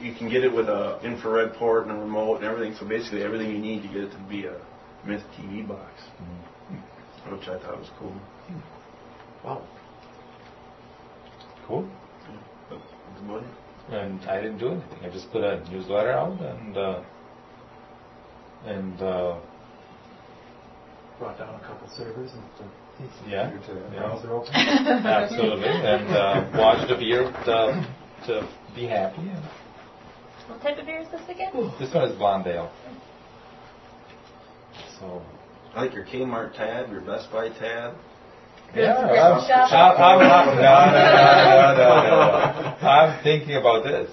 S2: you can get it with a infrared port and a remote and everything. So basically, everything you need to get it to be a Myth TV box,
S1: Mm-hmm.
S2: which I thought was cool.
S12: Wow.
S1: Cool. And I didn't do anything. I just put a newsletter out and uh, and uh,
S9: Brought down a couple servers and the
S1: Yeah, yeah.
S9: browser open.
S1: absolutely and uh, watched the beer to, to be happy.
S4: What type of beer is this again?
S1: This one is blonde ale. So
S2: I like your Kmart tab, your Best Buy tab.
S1: Yeah, I'm, I'm, I'm, I'm, no, no, no, no, no. I'm thinking about this.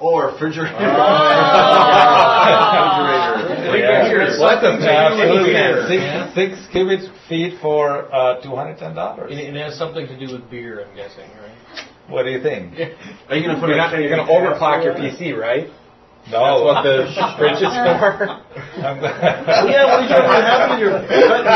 S2: Or refrigerator.
S1: Refrigerator.
S2: Refrigerator.
S1: What the
S2: Something changing here.
S1: man? Six, six cubic feet for uh, two hundred ten dollars.
S5: It, it has something to do with beer, I'm guessing, right?
S1: What do you think?
S5: Are you gonna put
S1: You're
S5: a
S1: not-
S5: chain
S1: You're gonna
S5: attached
S1: overclock
S5: to
S1: your
S5: it?
S1: PC, right?
S5: That's
S1: No.
S5: what the fridge is for.
S1: yeah,
S2: what are you doing? What happened to your cutting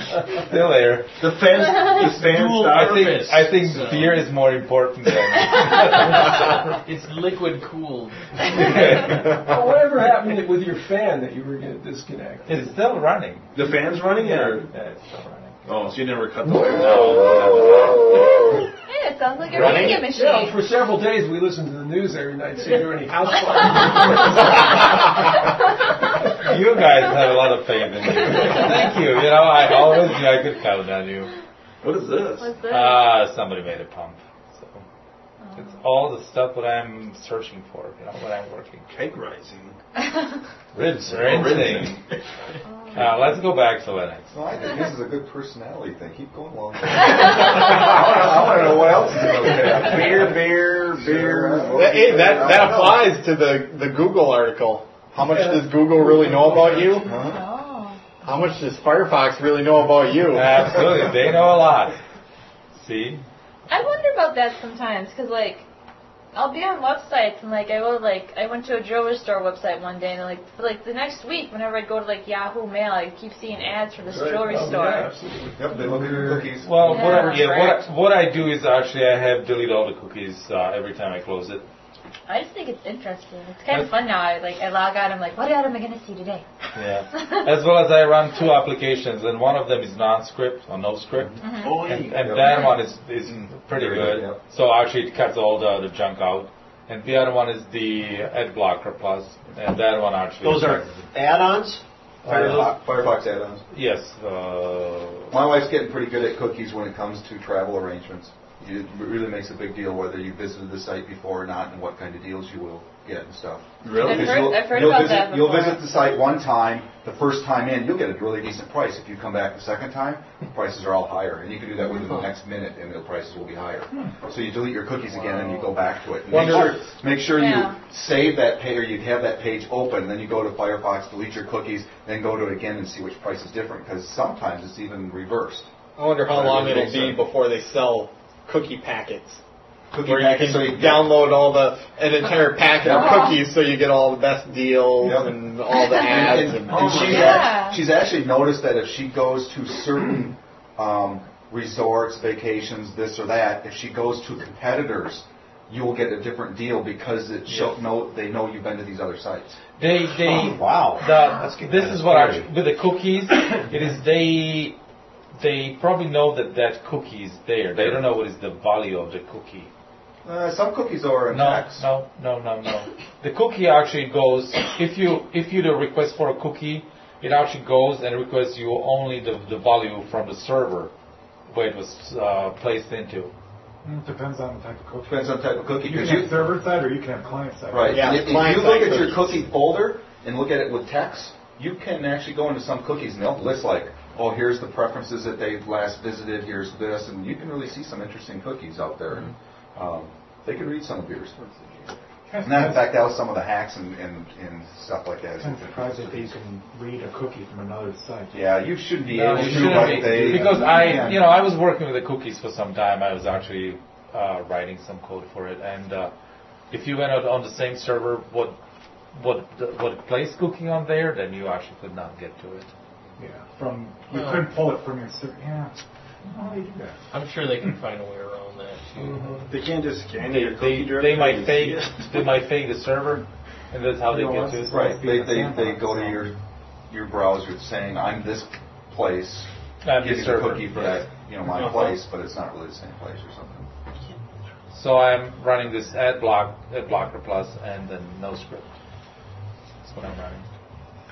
S2: the power?
S1: Still there.
S2: The fans, the fans.
S5: Dual
S1: I think
S5: purpose,
S1: I think
S5: so.
S1: beer is more important than
S5: it's liquid cooled.
S6: Well, whatever happened with your fan that you were going to disconnect?
S1: It's still running.
S2: The fans running it, or
S1: Yeah, it's still running.
S2: oh, so you never cut the wire? No.
S4: Yeah, it sounds like a
S2: Running?
S4: radio machine.
S6: Yeah, for several days we listened to the news every night, see if there were any house fires.
S1: You guys have a lot of faith in you. Thank you. You know, I always knew I could count on you.
S2: What is this?
S4: What's this? Oh.
S1: Ah, somebody made a pump. So it's all the stuff that I'm searching for. You know, when I'm working.
S2: Cake rising.
S1: Rinsing.
S15: Rinsing.
S4: Oh.
S1: Uh, let's go back to Linux.
S15: Well, I think this is a good personality thing. Keep going along. I want to know what else is
S3: Oh,
S15: about that.
S2: Beer, beer, beer.
S3: That, hey, that, that applies to the, the Google article. How much does Google really know about you? How much does Firefox really know about you?
S1: Absolutely, they know a lot. See,
S4: I wonder about that sometimes because like I'll be on websites and like I will like I went to a jewelry store website one day and like for, like the next week whenever I go to like Yahoo Mail I keep seeing ads for this jewelry store.
S15: Yep, they look at your cookies.
S1: Well, what, I,
S4: Yeah.
S1: yeah, what, I, what I do is actually I have delete all the cookies uh, every time I close it.
S4: I just think it's interesting. It's kind of fun now. I like I log out. I'm like, what ad am I gonna see today?
S1: Yeah. as well as I run two applications, and one of them is non-script or no script,
S4: Mhm.
S2: Oh, yeah.
S1: and, and that one is is pretty
S2: Very
S1: good.
S2: good, yeah.
S1: So actually, it cuts all the, the junk out. And the other one is the ad blocker plus, and that one actually.
S12: Those are add-ons.
S15: Firefox, Uh, Firefox add-ons.
S1: Yes. Uh,
S15: My wife's getting pretty good at cookies when it comes to travel arrangements. It really makes a big deal whether you visited the site before or not, and what kind of deals you will get and stuff.
S2: Really?
S4: I've
S15: 'Cause
S4: heard-
S15: you'll-
S4: I've heard
S15: you'll
S4: about
S15: visit-
S4: that
S15: You'll
S4: before.
S15: visit the site one time, the first time in, you'll get a really decent price. If you come back the second time, prices are all higher, and you can do that within the next minute, and the prices will be higher. So you delete your cookies again, and you go back to it. And Make
S3: Wonder-
S15: sure, make sure you
S4: Yeah.
S15: save that page, or you have that page open, then you go to Firefox, delete your cookies, then go to it again and see which price is different, because sometimes it's even reversed.
S3: I wonder how
S15: I
S3: long
S15: really
S3: it'll
S15: think
S3: be
S15: so.
S3: before they sell cookie packets.
S15: Cookie
S3: where
S15: packets,
S3: you
S15: so you-
S3: can download all the an entire packet of
S15: Yep.
S3: cookies, so you get all the best deals
S15: Yep.
S3: and all the ads.
S15: And,
S3: And,
S15: and she's,
S4: Yeah.
S15: act- she's actually noticed that if she goes to certain um, resorts, vacations, this or that, if she goes to competitors, you will get a different deal because it she'll know they know you've been to these other sites.
S1: They they
S2: Oh, Wow.
S1: the, this
S2: kinda
S1: is what I
S2: scary.
S1: with the cookies. it is they they probably know that that cookie is there. They don't know what is the value of the cookie.
S15: Uh, some cookies are in
S1: No,
S15: packs.
S1: no, no, no, no. The cookie actually goes if you if you do request for a cookie, it actually goes and requests you only the the value from the server where it was uh, placed into.
S9: Mm, Depends on the type of cookie.
S15: Depends on the type of cookie.
S9: You can
S15: 'cause
S9: have
S15: you,
S9: server side or you can have client side.
S15: right.
S3: Yeah,
S15: if, if
S3: client
S15: you look
S3: side
S15: at your
S3: cookies.
S15: cookie folder and look at it with text, you can actually go into some cookies and they'll list like, oh, here's the preferences that they last visited, here's this, and you can really see some interesting cookies out there. And, um, they can read some of yours. And that, in fact, that was some of the hacks and, and, and stuff like that.
S9: I'm surprised that they can read a cookie from another site.
S15: Yeah, you should be
S1: No,
S15: able
S1: you
S15: to,
S1: shouldn't
S15: but
S1: be.
S15: they
S1: because I,
S15: Yeah.
S1: you know, I was working with the cookies for some time. I was actually uh, writing some code for it. And uh, if you went out on the same server, what what what plays cooking on there, then you actually could not get to it.
S9: Yeah, from you
S5: Well.
S9: couldn't pull it from your ser- yeah. How do they do that?
S5: I'm sure they can find a way around that too.
S2: They can't just scan
S1: They,
S2: your
S1: they,
S2: cookie driver
S1: they might
S2: and
S1: fake
S2: see it.
S1: they might fake the server, and that's how they
S2: You know,
S1: get to
S2: that's
S1: it.
S15: Right. They, they, they go to your your browser saying, I'm this place.
S1: I'm this
S15: Give you the
S1: server.
S15: cookie for
S1: Yes.
S15: that, you know, my
S1: Uh-huh.
S15: place, but it's not really the same place or something.
S1: So I'm running this ad block, ad blocker plus, and then no script. That's what I'm running.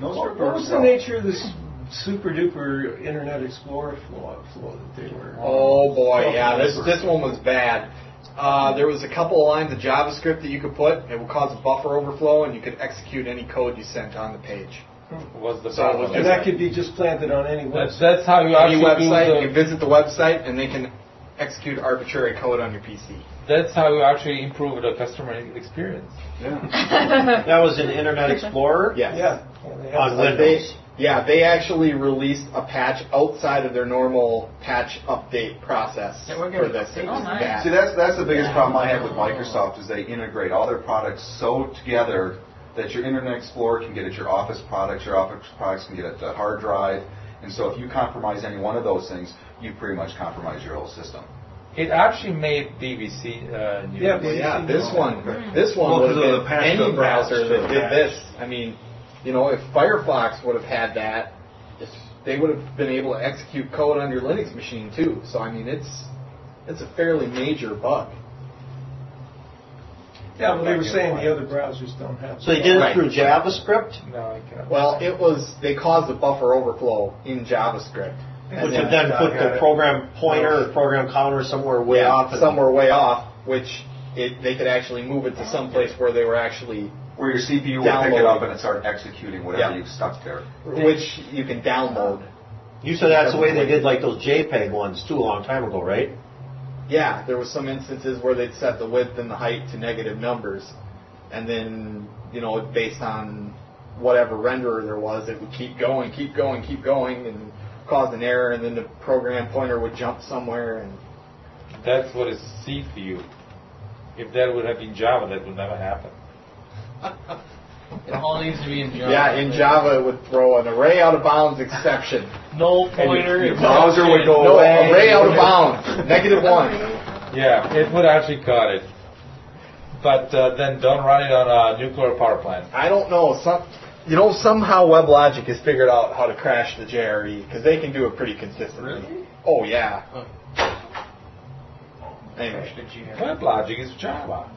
S6: What what was the nature of this super duper Internet Explorer flaw, flaw that they were?
S3: Oh boy, yeah, this this one was bad. Uh, there was a couple of lines of JavaScript that you could put. It would cause a buffer overflow, and you could execute any code you sent on the page.
S1: Was the
S3: So it was
S6: and that could be just planted on any
S1: That's-
S6: website.
S1: that's how you
S3: Any
S1: actually do
S3: website,
S1: the-
S3: you visit the website, and they can execute arbitrary code on your PC.
S1: That's how you actually improve the customer experience.
S3: Yeah.
S12: that was in Internet Explorer.
S3: Yes.
S12: Yeah. On Windows.
S3: Like They, yeah, they actually released a patch outside of their normal patch update process for this.
S15: Oh,
S3: It
S1: Oh,
S3: was bad.
S15: See, that's that's the biggest problem I have with Microsoft is they integrate all their products so together that your Internet Explorer can get at your Office products, your Office products can get at the hard drive, and so if you compromise any one of those things, you pretty much compromise your whole system.
S1: It actually made BBC uh, news.
S3: Yeah, but yeah, this one, this one would have been any browser that did this. I mean, you know, if Firefox would have had that, they would have been able to execute code on your Linux machine too. So I mean, it's it's a fairly major bug.
S6: Yeah, well, they were saying the other browsers don't have.
S12: So they did it
S3: Right.
S12: through JavaScript,
S1: No, I can't.
S3: uh, Well, it was they caused a buffer overflow in JavaScript, And
S12: which would then put the program pointer or program counter somewhere way
S3: yeah,
S12: off. and-
S3: somewhere way off, which it, they could actually move it to some place where they were actually
S15: Where your CPU will pick it up
S3: Download.
S15: and it start executing whatever
S3: Yeah.
S15: you've stuck there.
S3: which you can download.
S12: You said that's the way they did like those JPEG ones too, a long time ago, right?
S3: Yeah, there was some instances where they'd set the width and the height to negative numbers, and then you know based on whatever renderer there was, it would keep going, keep going, keep going, and cause an error, and then the program pointer would jump somewhere. And
S1: That's what is C for you. If that would have been Java, that would never happen.
S5: It all needs to be in Java.
S3: yeah, in Java it would throw an array out of bounds exception.
S5: No pointer.
S3: Your browser would go
S1: No,
S3: away.
S1: array out of
S3: bounds, negative one.
S1: Yeah, it would actually cut it. But uh, then don't run it on a nuclear power plant.
S3: I don't know. Some, you know, somehow WebLogic has figured out how to crash the JRE because they can do it pretty consistently. Oh yeah. Anyway.
S1: WebLogic is Java.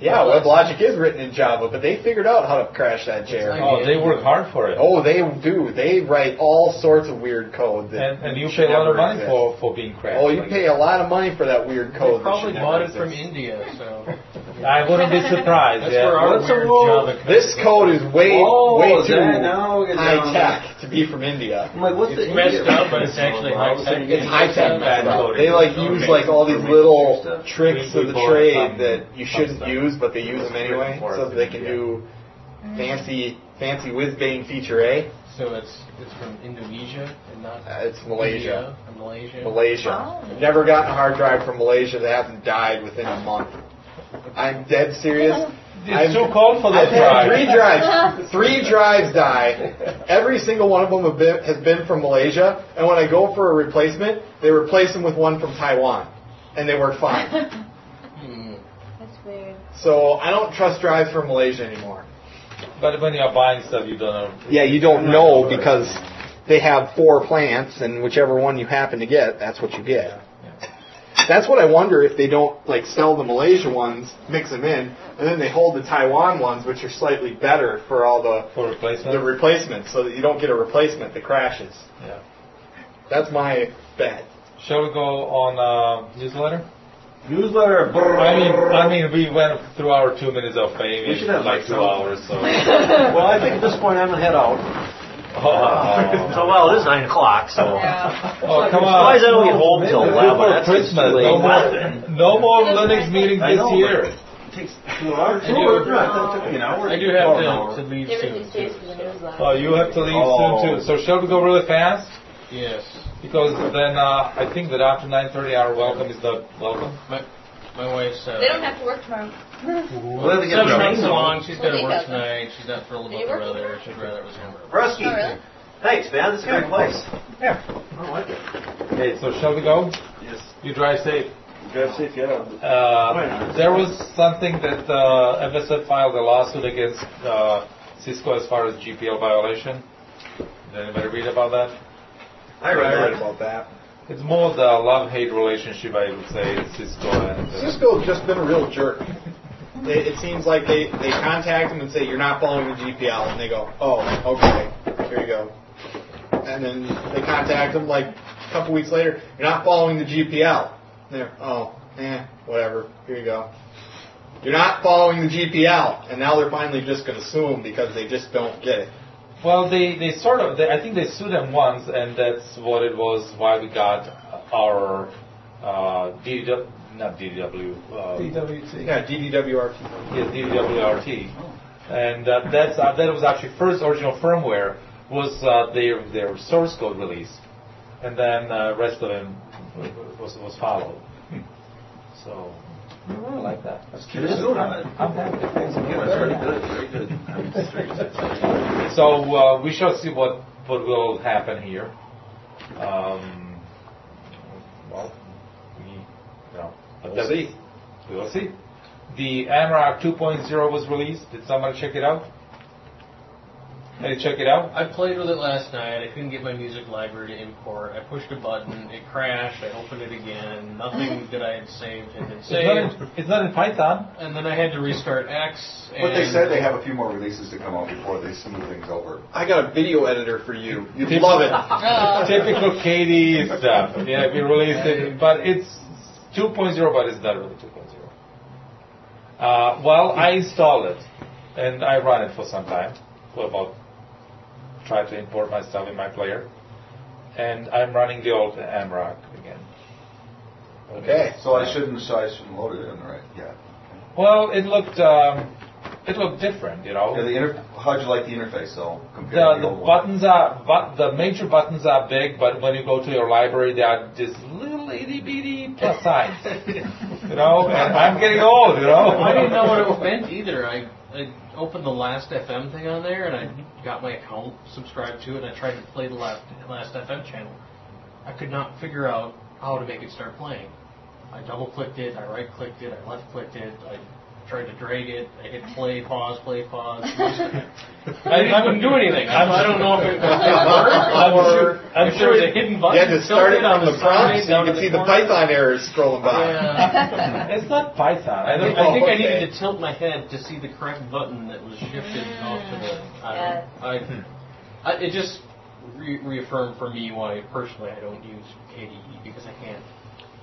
S3: Yeah, WebLogic is written in Java, but they figured out how to crash that JRE.
S1: Oh, they work hard for it.
S3: Oh, they do. They write all sorts of weird code. That
S1: and, and you
S3: should
S1: pay a lot of
S3: never
S1: money
S3: exist.
S1: for, for being crashed.
S3: Oh, you
S1: like
S3: pay a lot of money for that weird code. that
S5: They probably
S3: should never
S5: bought it
S3: exist.
S5: from India, so.
S1: I wouldn't be surprised.
S5: That's
S1: yeah.
S5: where our
S1: What's the
S5: weird
S1: rule?
S5: Java code
S3: This code is way,
S2: Oh,
S3: way too
S2: that- now we're getting down.
S3: high tech to be from India.
S2: I'm like, what's
S5: It's
S2: the
S5: messed
S2: Indian-
S5: up, but it's actually high tech.
S3: It's high tech mad
S5: Bad
S3: stuff.
S5: coding.
S3: They like use like all these little
S2: stuff.
S3: tricks
S1: We- we
S3: of the
S1: borrow
S3: trade
S1: some-
S3: that you
S1: some
S3: shouldn't
S1: stuff.
S3: use, but they use them anyway,
S1: For
S3: so
S1: us,
S3: that they can
S1: yeah.
S3: do fancy fancy whiz bang feature A.
S5: So it's it's from Indonesia and not
S3: Uh, it's Malaysia.
S5: India and Malaysia.
S3: Malaysia. Never gotten a hard drive from Malaysia that hasn't died within a month. I'm dead serious.
S1: It's
S3: I've-
S1: too cold for this
S3: I've
S1: drive.
S3: had three drives. Three drives die. Every single one of them have been, has been from Malaysia, and when I go for a replacement, they replace them with one from Taiwan, and they work fine.
S5: Hmm.
S4: That's weird.
S3: So I don't trust drives from Malaysia anymore.
S1: But when you're buying stuff, you don't know.
S3: Yeah, you don't know because they have four plants, and whichever one you happen to get, that's what you get. That's what I wonder if they don't like sell the Malaysia ones, mix them in, and then they hold the Taiwan ones, which are slightly better for all the
S1: For replacement?
S3: the replacements, so that you don't get a replacement that crashes.
S1: Yeah.
S3: That's my bet.
S1: Shall we go on uh, newsletter?
S2: Newsletter. brrr.
S1: I mean, I mean, we went through our two minutes of fame
S2: We
S1: in
S2: should have,
S1: like
S2: like,
S1: two
S2: some-
S1: hours. So.
S12: Well, I think at this point I'm gonna head out.
S1: oh,
S12: So well, it is nine o'clock, so.
S4: Yeah.
S1: Oh, come on!
S12: Why is that only home till
S1: It's
S12: eleven?
S1: before
S12: That's
S1: Christmas.
S12: too late.
S1: No more,
S12: Nothing.
S1: no more Linux meetings
S2: I
S1: this
S2: know,
S1: year.
S2: It takes two hours.
S5: do.
S2: Two hours. That took me an hour.
S5: I do
S2: Oh,
S5: have
S2: an
S5: to,
S2: hour.
S5: to leave
S4: Give it
S5: soon.
S4: these days for the newsletter.
S1: Oh, you have Oh, to leave
S2: Oh.
S1: soon too. So shall we go really fast?
S5: Yes.
S1: Because then uh, I think that after 9:30, our welcome is the welcome.
S5: My, my wife's. Uh,
S4: They don't have to work tomorrow.
S5: Well,
S1: they get
S5: seven
S1: drunk.
S5: months along. She's got to
S4: Well,
S5: work
S4: they got
S5: tonight. She's not
S4: Are
S5: thrilled about
S4: you
S5: the
S4: working
S5: weather. She'd rather it was warmer.
S12: Rusty.
S4: Oh, really?
S12: Thanks, man. This is a great place.
S1: Yeah.
S12: I like it.
S1: Okay, so shall we go?
S2: Yes.
S1: You drive safe.
S2: Drive safe, yeah.
S1: Uh, there was something that uh, FSF filed a lawsuit against uh, Cisco as far as GPL violation. Did anybody read about that?
S12: I read that.
S1: about that. It's more the love-hate relationship, I would say, Cisco and. uh,
S3: Cisco's just been a real jerk. It, it seems like they, they contact him and say, you're not following the GPL. And they go, oh, okay, here you go. And then they contact him like a couple weeks later, you're not following the GPL. They're, oh, eh, whatever, here you go. You're not following the GPL. And now they're finally just going to sue him because they just don't get it.
S1: Well, they, they sort of, they, I think they sued them once, and that's what it was why we got our uh, DW, not DW, uh,
S6: DWT.
S3: Yeah, DDWRT.
S1: yeah, DWRT. And uh, that's, uh, that was actually first original firmware was uh, their, their source code release, and then uh, rest of it was, was followed. So, I like that. That's
S2: It is good. I'm happy. Good.
S1: So uh, we shall see what, what will happen here. Um, well, we, no, but
S2: We'll
S1: that's- We will see. The Amrock 2.0 was released. Did somebody check it out? Hey, check it out.
S5: I played with it last night. I couldn't get my music library to import. I pushed a button. It crashed. I opened it again. Nothing that I had saved had been
S1: It's not,
S5: saved.
S1: in, it's not in Python.
S5: And then I had to restart X. And
S15: But they said they have a few more releases to come out before they smooth things over.
S3: I got a video editor for you. You'd love it.
S1: Oh. Typical KDE stuff. Yeah, we released it, but it's 2.0, but it's not really 2.0. Uh, well, I installed it, and I ran it for some time. For about try to import my stuff in my player, and I'm running the old Amrock again.
S3: Okay.
S15: So I shouldn't, so I shouldn't load it in, right? Yeah.
S1: Well, it looked um, it looked different, you know.
S15: Yeah, the inter- how'd you like the interface though? Compared
S1: The,
S15: to the
S1: the
S15: old one?
S1: buttons are but the major buttons are big, but when you go to your library, they are just little itty bitty plus signs. you know, and I'm getting old. You know,
S5: I didn't know what it meant either. I, I opened the last FM thing on there and I got my account subscribed to it and I tried to play the last, last FM channel. I could not figure out how to make it start playing. I double clicked it, I right clicked it, I left clicked it, I tried to drag it, I hit play, pause, play, pause. I didn't even do anything. I, I don't know if it
S3: I'm
S5: was
S3: sure-
S5: or if there was a hidden button.
S3: You had to start it on
S5: something
S3: the
S5: side,
S3: prompt so
S5: down
S3: you
S5: in
S3: could see the
S5: corner.
S3: Python errors scrolling by.
S5: Yeah.
S1: It's not Python.
S5: I,
S1: I don't
S5: think- I think I
S3: okay.
S5: needed to tilt my head to see the correct button that was shifted off to the. I don't know. I, I, it just re- reaffirmed for me why personally I don't use KDE because I can't.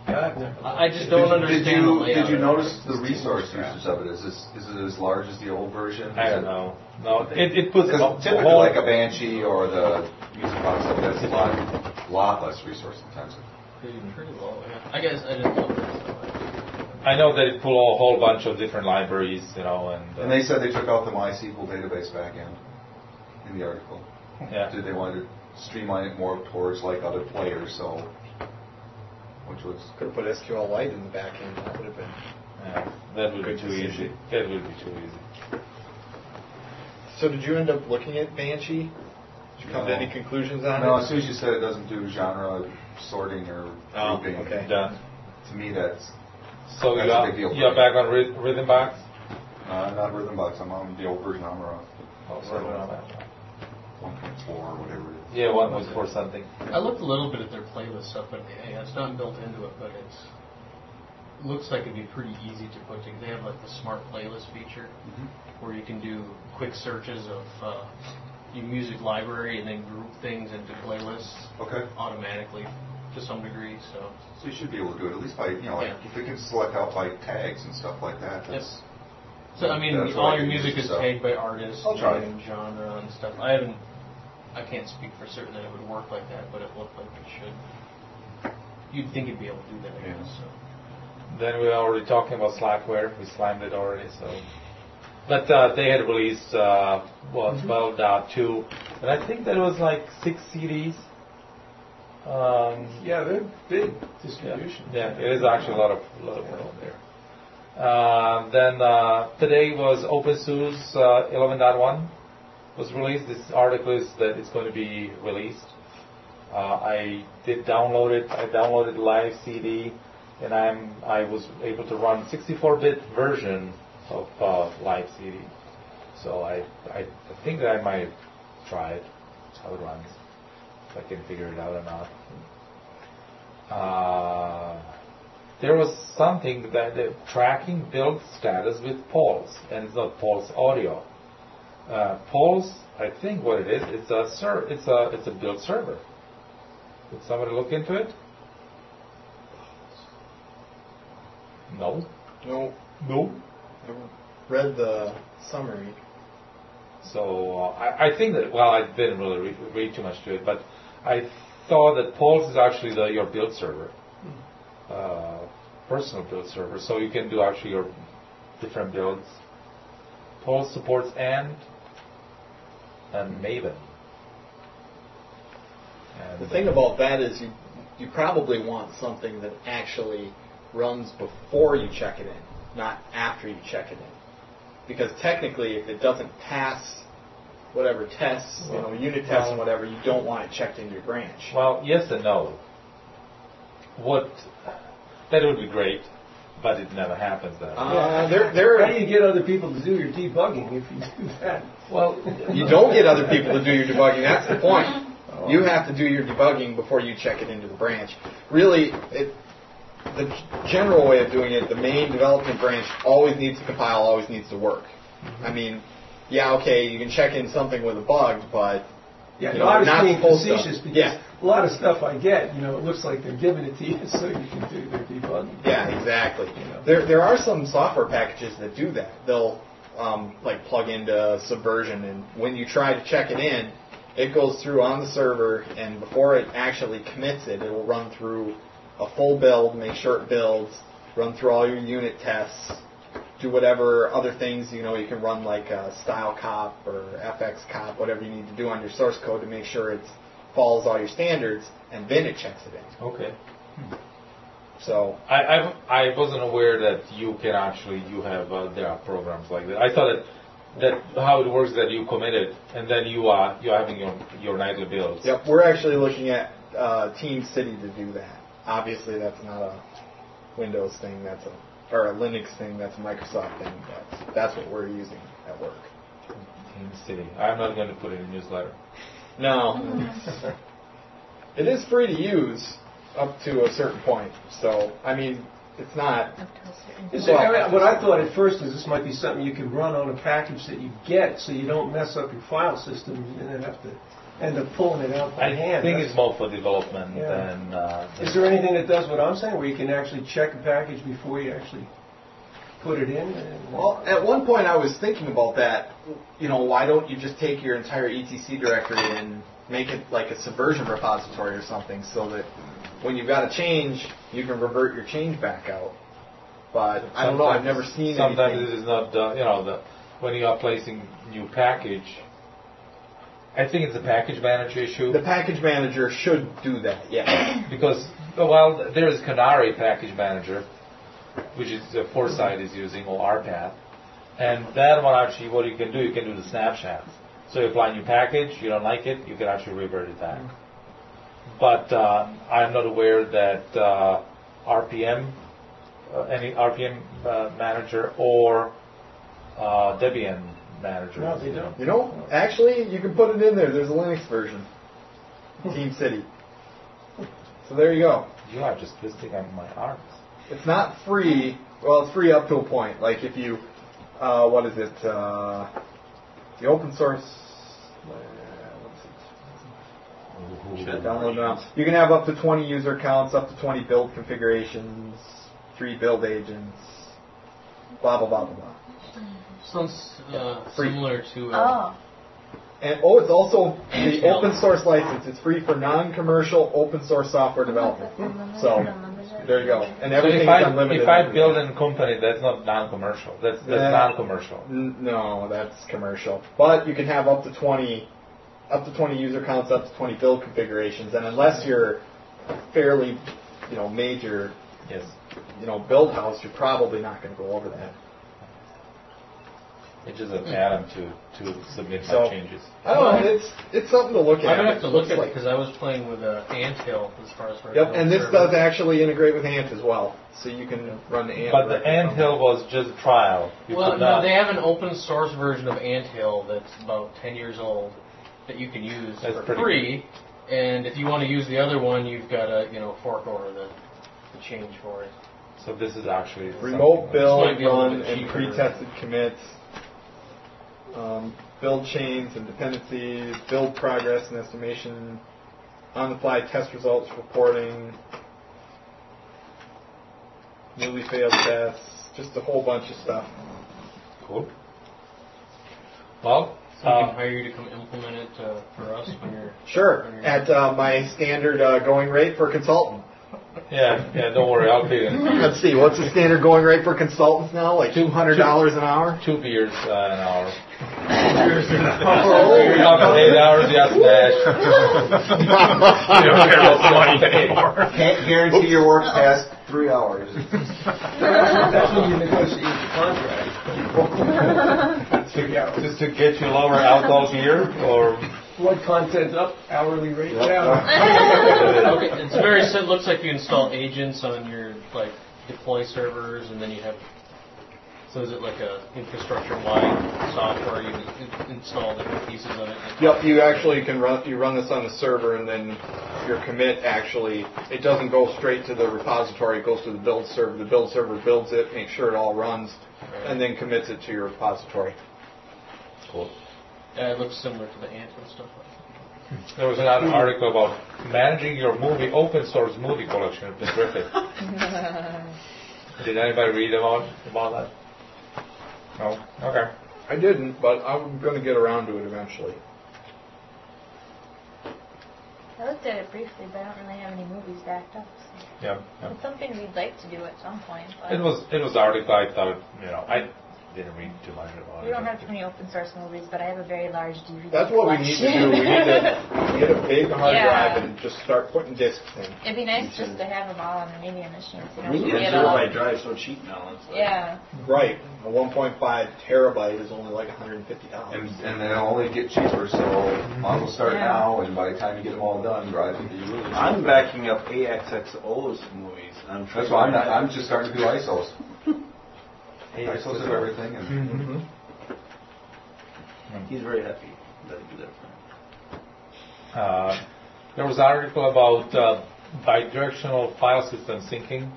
S5: I, I just don't
S15: did,
S5: understand
S15: Did
S5: the
S15: you,
S5: layout.
S15: did you
S5: of it.
S15: notice the resource usage of it? Is this is it as large as the old version?
S1: I don't know. No, it, it puts a
S15: Because typically,
S1: whole-
S15: like a Banshee or the music box, like that's a lot, lot less resource intensive.
S5: Pretty- pretty low, yeah. I guess I didn't know.
S1: I know that it pull a whole bunch of different libraries, you know, and, uh,
S15: And they said they took out the MySQL database backend in the article.
S1: yeah.
S15: Did they want to streamline it more towards like other players? So, which was
S3: Could have put SQL Lite in the back end. That would have been.
S1: yeah. That would be too easy. That would be too easy.
S3: So did you end up looking at Banshee? Did you come to
S15: No.
S3: any conclusions on
S15: no.
S3: it?
S15: As soon as you said it doesn't do genre sorting or
S3: Oh,
S15: grouping,
S3: okay.
S1: Done.
S15: to me that's
S1: So
S15: That's
S1: you
S15: a
S1: are,
S15: big deal.
S1: you are back on ryth- Rhythm Box?
S15: uh, not rhythm box. I'm on the old version. I'm on
S3: Oh,
S15: one point four or whatever. it is.
S1: Yeah, one was for something.
S5: I looked a little bit at their playlist stuff, but yeah, it's not built into it, but it's looks like it'd be pretty easy to put together. They have like the smart playlist feature
S15: Mm-hmm.
S5: where you can do quick searches of uh, your music library and then group things into playlists
S15: Okay.
S5: automatically to some degree. So
S15: So you should be able to do it at least by you know like
S5: Yeah.
S15: if we can select out by tags and stuff like that. That's
S5: So I mean,
S15: That's
S5: all
S15: what I
S5: your
S15: do,
S5: music is
S15: so.
S5: tagged by artist
S15: I'll try it.
S5: and genre and stuff. I haven't, I can't speak for certain that it would work like that, but it looked like it should. You'd think it'd be able to do that, I
S15: Yeah.
S5: guess. So.
S1: Then we were already talking about Slackware. We slimed it already, so. But uh, they had released uh, well, 12.2, and I think that was like six CDs. Um,
S6: yeah, they're big distribution.
S1: Yeah, it is actually a lot of, lot of work there. Uh, then uh, today was OpenSUSE uh, 11.1 was released. This article is that it's going to be released. Uh, I did download it. I downloaded live CD, and I'm I was able to run 64-bit version of uh, live CD. So I, I I think that I might try it how it runs if I can figure it out or not. Uh, there was something that the tracking build status with Pulse, and it's not Pulse Audio. Uh, Pulse, I think what it is, it's a ser- it's a it's a build server. Did somebody look into it? No.
S3: No.
S1: No.
S3: I read the summary.
S1: So uh, I, I think that well, I didn't really read, read too much to it, but I thought that Pulse is actually the, your build server,
S3: Hmm.
S1: uh, personal build server. So you can do actually your different builds. Pulse supports and and Maven. And
S3: The thing about that is you you probably want something that actually runs before you check it in, not after you check it in. Because technically, if it doesn't pass whatever tests, you know, unit tests and whatever, you don't want it checked into your branch.
S1: Well, yes and no. What that would be great, but it never happens that way.
S3: Uh,
S6: they're, they're, How do you get other people to do your debugging if you do that?
S1: Well,
S3: You don't get other people to do your debugging. That's the point.
S6: Oh.
S3: You have to do your debugging before you check it into the branch. Really, it, the g- general way of doing it, the main development branch always needs to compile, always needs to work.
S6: Mm-hmm.
S3: I mean, yeah, okay, you can check in something with a bug, but
S6: Yeah,
S3: you
S6: no,
S3: know,
S6: I was
S3: not
S6: being
S3: supposed to-
S6: facetious because
S3: Yeah,
S6: a lot of stuff I get, you know, it looks like they're giving it to you so you can do their debugging.
S3: yeah, exactly. There, there are some software packages that do that. They'll um, like plug into Subversion, and when you try to check it in, it goes through on the server, and before it actually commits it, it will run through a full build, make sure it builds, run through all your unit tests, do whatever other things you know you can run like uh, style cop or FX cop, whatever you need to do on your source code to make sure it follows all your standards, and then it checks it in.
S1: Okay. Hmm.
S3: So
S1: I, I I wasn't aware that you can actually you have uh, there are programs like that. I thought that that how it works that you commit it and then you are you are having your your nightly builds.
S3: Yep, we're actually looking at uh, Team City to do that. Obviously, that's not a Windows thing. That's a or a Linux thing. That's a Microsoft thing. That's that's what we're using at work.
S1: Team City. I'm not going to put it in newsletter.
S3: No, it is free to use up to a certain point. So I mean, it's not.
S6: Is
S3: Well,
S6: it- I mean, what I thought at first is this might be something you could run on a package that you get so you don't mess up your file system and then have to end up pulling it out by
S1: I
S6: hand.
S1: think
S6: That's-
S1: it's more for development
S6: Yeah.
S1: than. Uh,
S6: Is there anything that does what I'm saying where you can actually check a package before you actually put it in? And,
S3: Well, at one point I was thinking about that. You know, why don't you just take your entire etc directory and make it like a subversion repository or something, so that when you've got a change, you can revert your change back out. But I don't know. I've never seen
S1: Sometimes
S3: anything.
S1: it is not done. You know, the, when you are placing new package, I think it's a package manager issue. The
S3: package manager should do that, yeah.
S1: because oh, well, there is Canary package manager, which is uh, Foresight is using or RPath, and that one actually what you can do, you can do the snapshots. So you apply new package, you don't like it, you can actually revert it back. But uh, I'm not aware that uh, RPM, uh, any RPM uh, manager or uh, Debian manager.
S6: No, they don't.
S3: You know, actually, you can put it in there. There's a Linux version. Team City. So there you go.
S1: You are just twisting on my arms.
S3: It's not free. Well, it's free up to a point. Like if you, uh, what is it? Uh, the open source. uh, what's it? Should I download it now? You can have up to 20 user accounts, up to 20 build configurations, three build agents, blah blah blah blah blah.
S5: Sounds uh,
S3: free.
S5: similar to.
S8: Oh.
S5: Uh,
S3: And oh, it's also the
S5: Intel.
S3: open source license. It's free for non-commercial open source software development. So there you go. And everything's
S1: so if I,
S3: unlimited.
S1: If I build a company, that's not non-commercial. That's that's
S3: Yeah.
S1: non-commercial.
S3: N- No, that's commercial. But you can have up to 20, up to 20 user counts, up to 20 build configurations, and unless you're fairly, you know, major,
S12: yes.
S3: you know, build house, you're probably not going to go over that.
S1: It just an add-on to, to submit my
S3: So-
S1: changes.
S3: I don't know. It's it's something to look at.
S5: I'm gonna have
S3: It
S5: to
S3: looks
S5: look at it
S3: like-
S5: because I was playing with uh, Anthill as far as. where
S3: Yep,
S5: I
S3: and this
S5: observed.
S3: does actually integrate with Ant as well, so you can run the Ant.
S1: But the
S3: directly from
S1: anthill was just trial. You
S5: Well,
S1: could
S5: no,
S1: not-
S5: they have an open source version of Anthill that's about 10 years old that you can use
S1: That's
S5: for
S1: pretty
S5: free. And if you want to use the other one, you've got to you know fork over the, the change for it.
S1: So this is actually
S3: Remote
S5: This
S3: build,
S5: might be a little
S3: run,
S5: bit
S3: and
S5: cheaper.
S3: pre-tested commits. Um, build chains and dependencies, build progress and estimation, on-the-fly test results reporting, newly failed tests, just a whole bunch of stuff.
S1: Cool. Well,
S5: So we
S3: Um,
S5: can hire you to come implement it uh, for us when you're.
S3: Sure,
S5: when you're-
S3: at uh, my standard uh, going rate for consultant.
S1: yeah, yeah, don't worry, I'll pay them.
S3: Let's see, what's the standard going rate for consultants now? Like two hundred dollars an hour?
S1: Two beers uh, an hour.
S3: Oh,
S1: You're not for eight hours, yes, slash. You don't care about money anymore.
S2: Can't guarantee your work past three hours.
S6: That's when you negotiate the contract.
S1: To- Just to get you lower alcohol beer or
S6: Blood content up, hourly rate
S1: Yep.
S6: down.
S5: okay, it's very. sim- looks like you install agents on your like deploy servers, and then you have. So is it like a infrastructure-wide software? You in- install different pieces of it.
S3: Yep, you actually can run you run this on the server and then your commit actually it doesn't go straight to the repository, it goes to the build server. The build server builds it, makes sure it all runs, and then commits it to your repository.
S1: Cool.
S5: Yeah, it looks similar to the ant and stuff.
S1: There was an article about managing your movie, open source movie collection. It's terrific. Did anybody read about about that? No. Okay.
S3: I didn't, but I'm gonna get around to it eventually.
S4: I looked at it briefly, but I don't really have any movies backed up. So.
S1: Yeah. yeah.
S4: It's something we'd like to do at some point, but
S1: It was it was an article I thought you know I didn't read too much about
S4: we don't
S1: it.
S4: have too many open source movies. But I have a very large DVD.
S3: That's what we need to do. We need to get a big hard
S4: Yeah.
S3: drive and just start putting discs in.
S4: It'd be nice just to have them all on the media machine. So you don't
S2: Media
S4: have to
S2: and
S4: get all-
S2: terabyte drive so cheap now. It's like,
S4: Yeah.
S3: Right. A 1.5 terabyte is only like 150
S15: And,
S3: dollars.
S15: and they'll only get cheaper, so mine will start
S4: Yeah.
S15: now, and by the time you get them all done, drive will be really cheap.
S2: I'm backing up AXXO's movies. I'm sure
S15: That's why I'm not, I'm just starting to do ISOs. ISOs of everything, and
S5: Hmm.
S9: Mm-hmm.
S2: He's very happy that I do that for him.
S1: Uh, there was an article about uh, bidirectional file system syncing.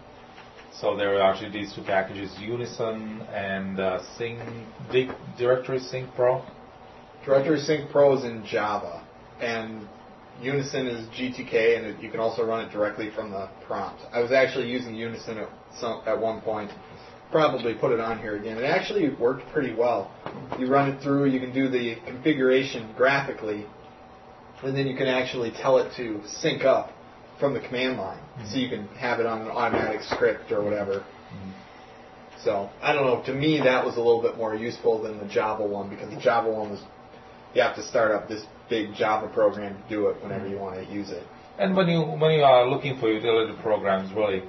S1: So there were actually these two packages, Unison and uh, Sync Di- Directory Sync Pro.
S3: Directory Sync Pro is in Java, and Unison is GTK, and it, you can also run it directly from the prompt. I was actually using Unison at some at one point. Probably put it on here again. It actually worked pretty well. You run it through, you can do the configuration graphically, and then you can actually tell it to sync up from the command line, so you can have it on an automatic script or whatever. So I don't know. To me, that was a little bit more useful than the Java one because the Java one was you have to start up this big Java program to do it whenever you want to use it.
S1: And when you when you are looking for utility programs, really,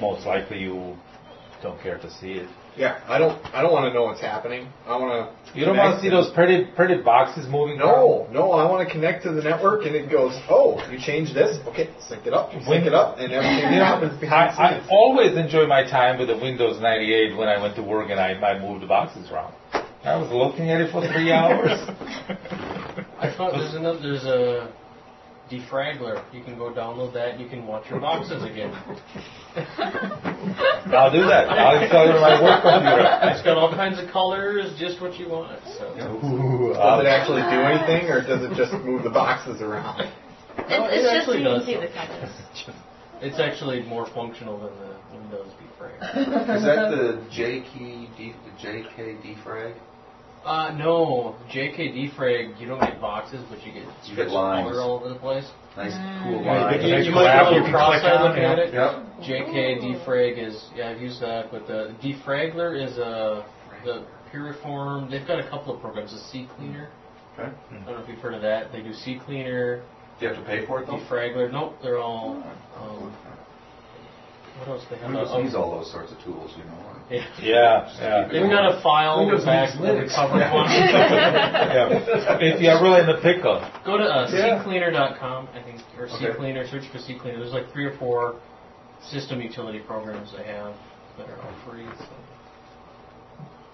S1: most likely you don't care to see it.
S3: Yeah, I don't. I don't want to know what's happening. I want to.
S1: You don't want to see those pretty pretty boxes moving. around.
S3: No, no. I want to connect to the network, and it goes. Oh, you changed this. Okay, sync it up. Sync it up, and everything
S1: You know,
S3: happens behind the
S1: I, I
S3: scenes.
S1: always enjoy my time with the Windows 98 when I went to work and I, I moved the boxes around. I was looking at it for three hours.
S5: I thought there's another. There's a defragler. You can go download that. and You can watch your boxes again.
S1: I'll do that. I'll install it on my work
S5: It's
S1: computer.
S5: got all kinds of colors, just what you want. So.
S1: Ooh,
S3: Does it
S1: I'll-
S3: actually do anything, or does it just move the boxes around?
S5: No,
S4: It's, it's
S5: Oh, it
S4: just so
S5: actually
S4: you can
S5: does.
S4: see the colors.
S5: It's actually more functional than the Windows defrag.
S15: is that the JK D, the JK defrag?
S5: Uh, no, JK defrag. You don't get boxes, but you get
S15: You
S5: strips
S15: get
S5: of
S15: lines.
S5: color all over the place.
S15: Nice cool
S5: Yeah,
S15: line.
S5: you,
S1: Nice
S5: you might
S1: graph
S5: go
S1: you can
S5: cross
S1: click
S5: eye
S1: on,
S5: look at it.
S15: Yep.
S5: JK
S4: Ooh.
S5: defrag is yeah I've used that, but the defragler is a the Puriform. They've got a couple of programs. A C cleaner.
S15: Okay. Hmm.
S5: I don't know if you've heard of that. They do C cleaner.
S15: Do you have to pay for it though? Oh,
S5: Defragler. Nope, they're all. Um, what else they have?
S15: We just
S5: Uh,
S15: use all those sorts of tools, you know.
S5: Yeah.
S15: Just
S1: yeah.
S15: keep it
S5: They've got
S15: going.
S5: a file in the back that we covered one.
S1: yeah. If you're really in the pickle.
S5: Go to uh,
S1: Yeah.
S5: ccleaner.com, I think, or
S1: Okay.
S5: ccleaner. Search for ccleaner. There's like three or four system utility programs they have that are all free. So.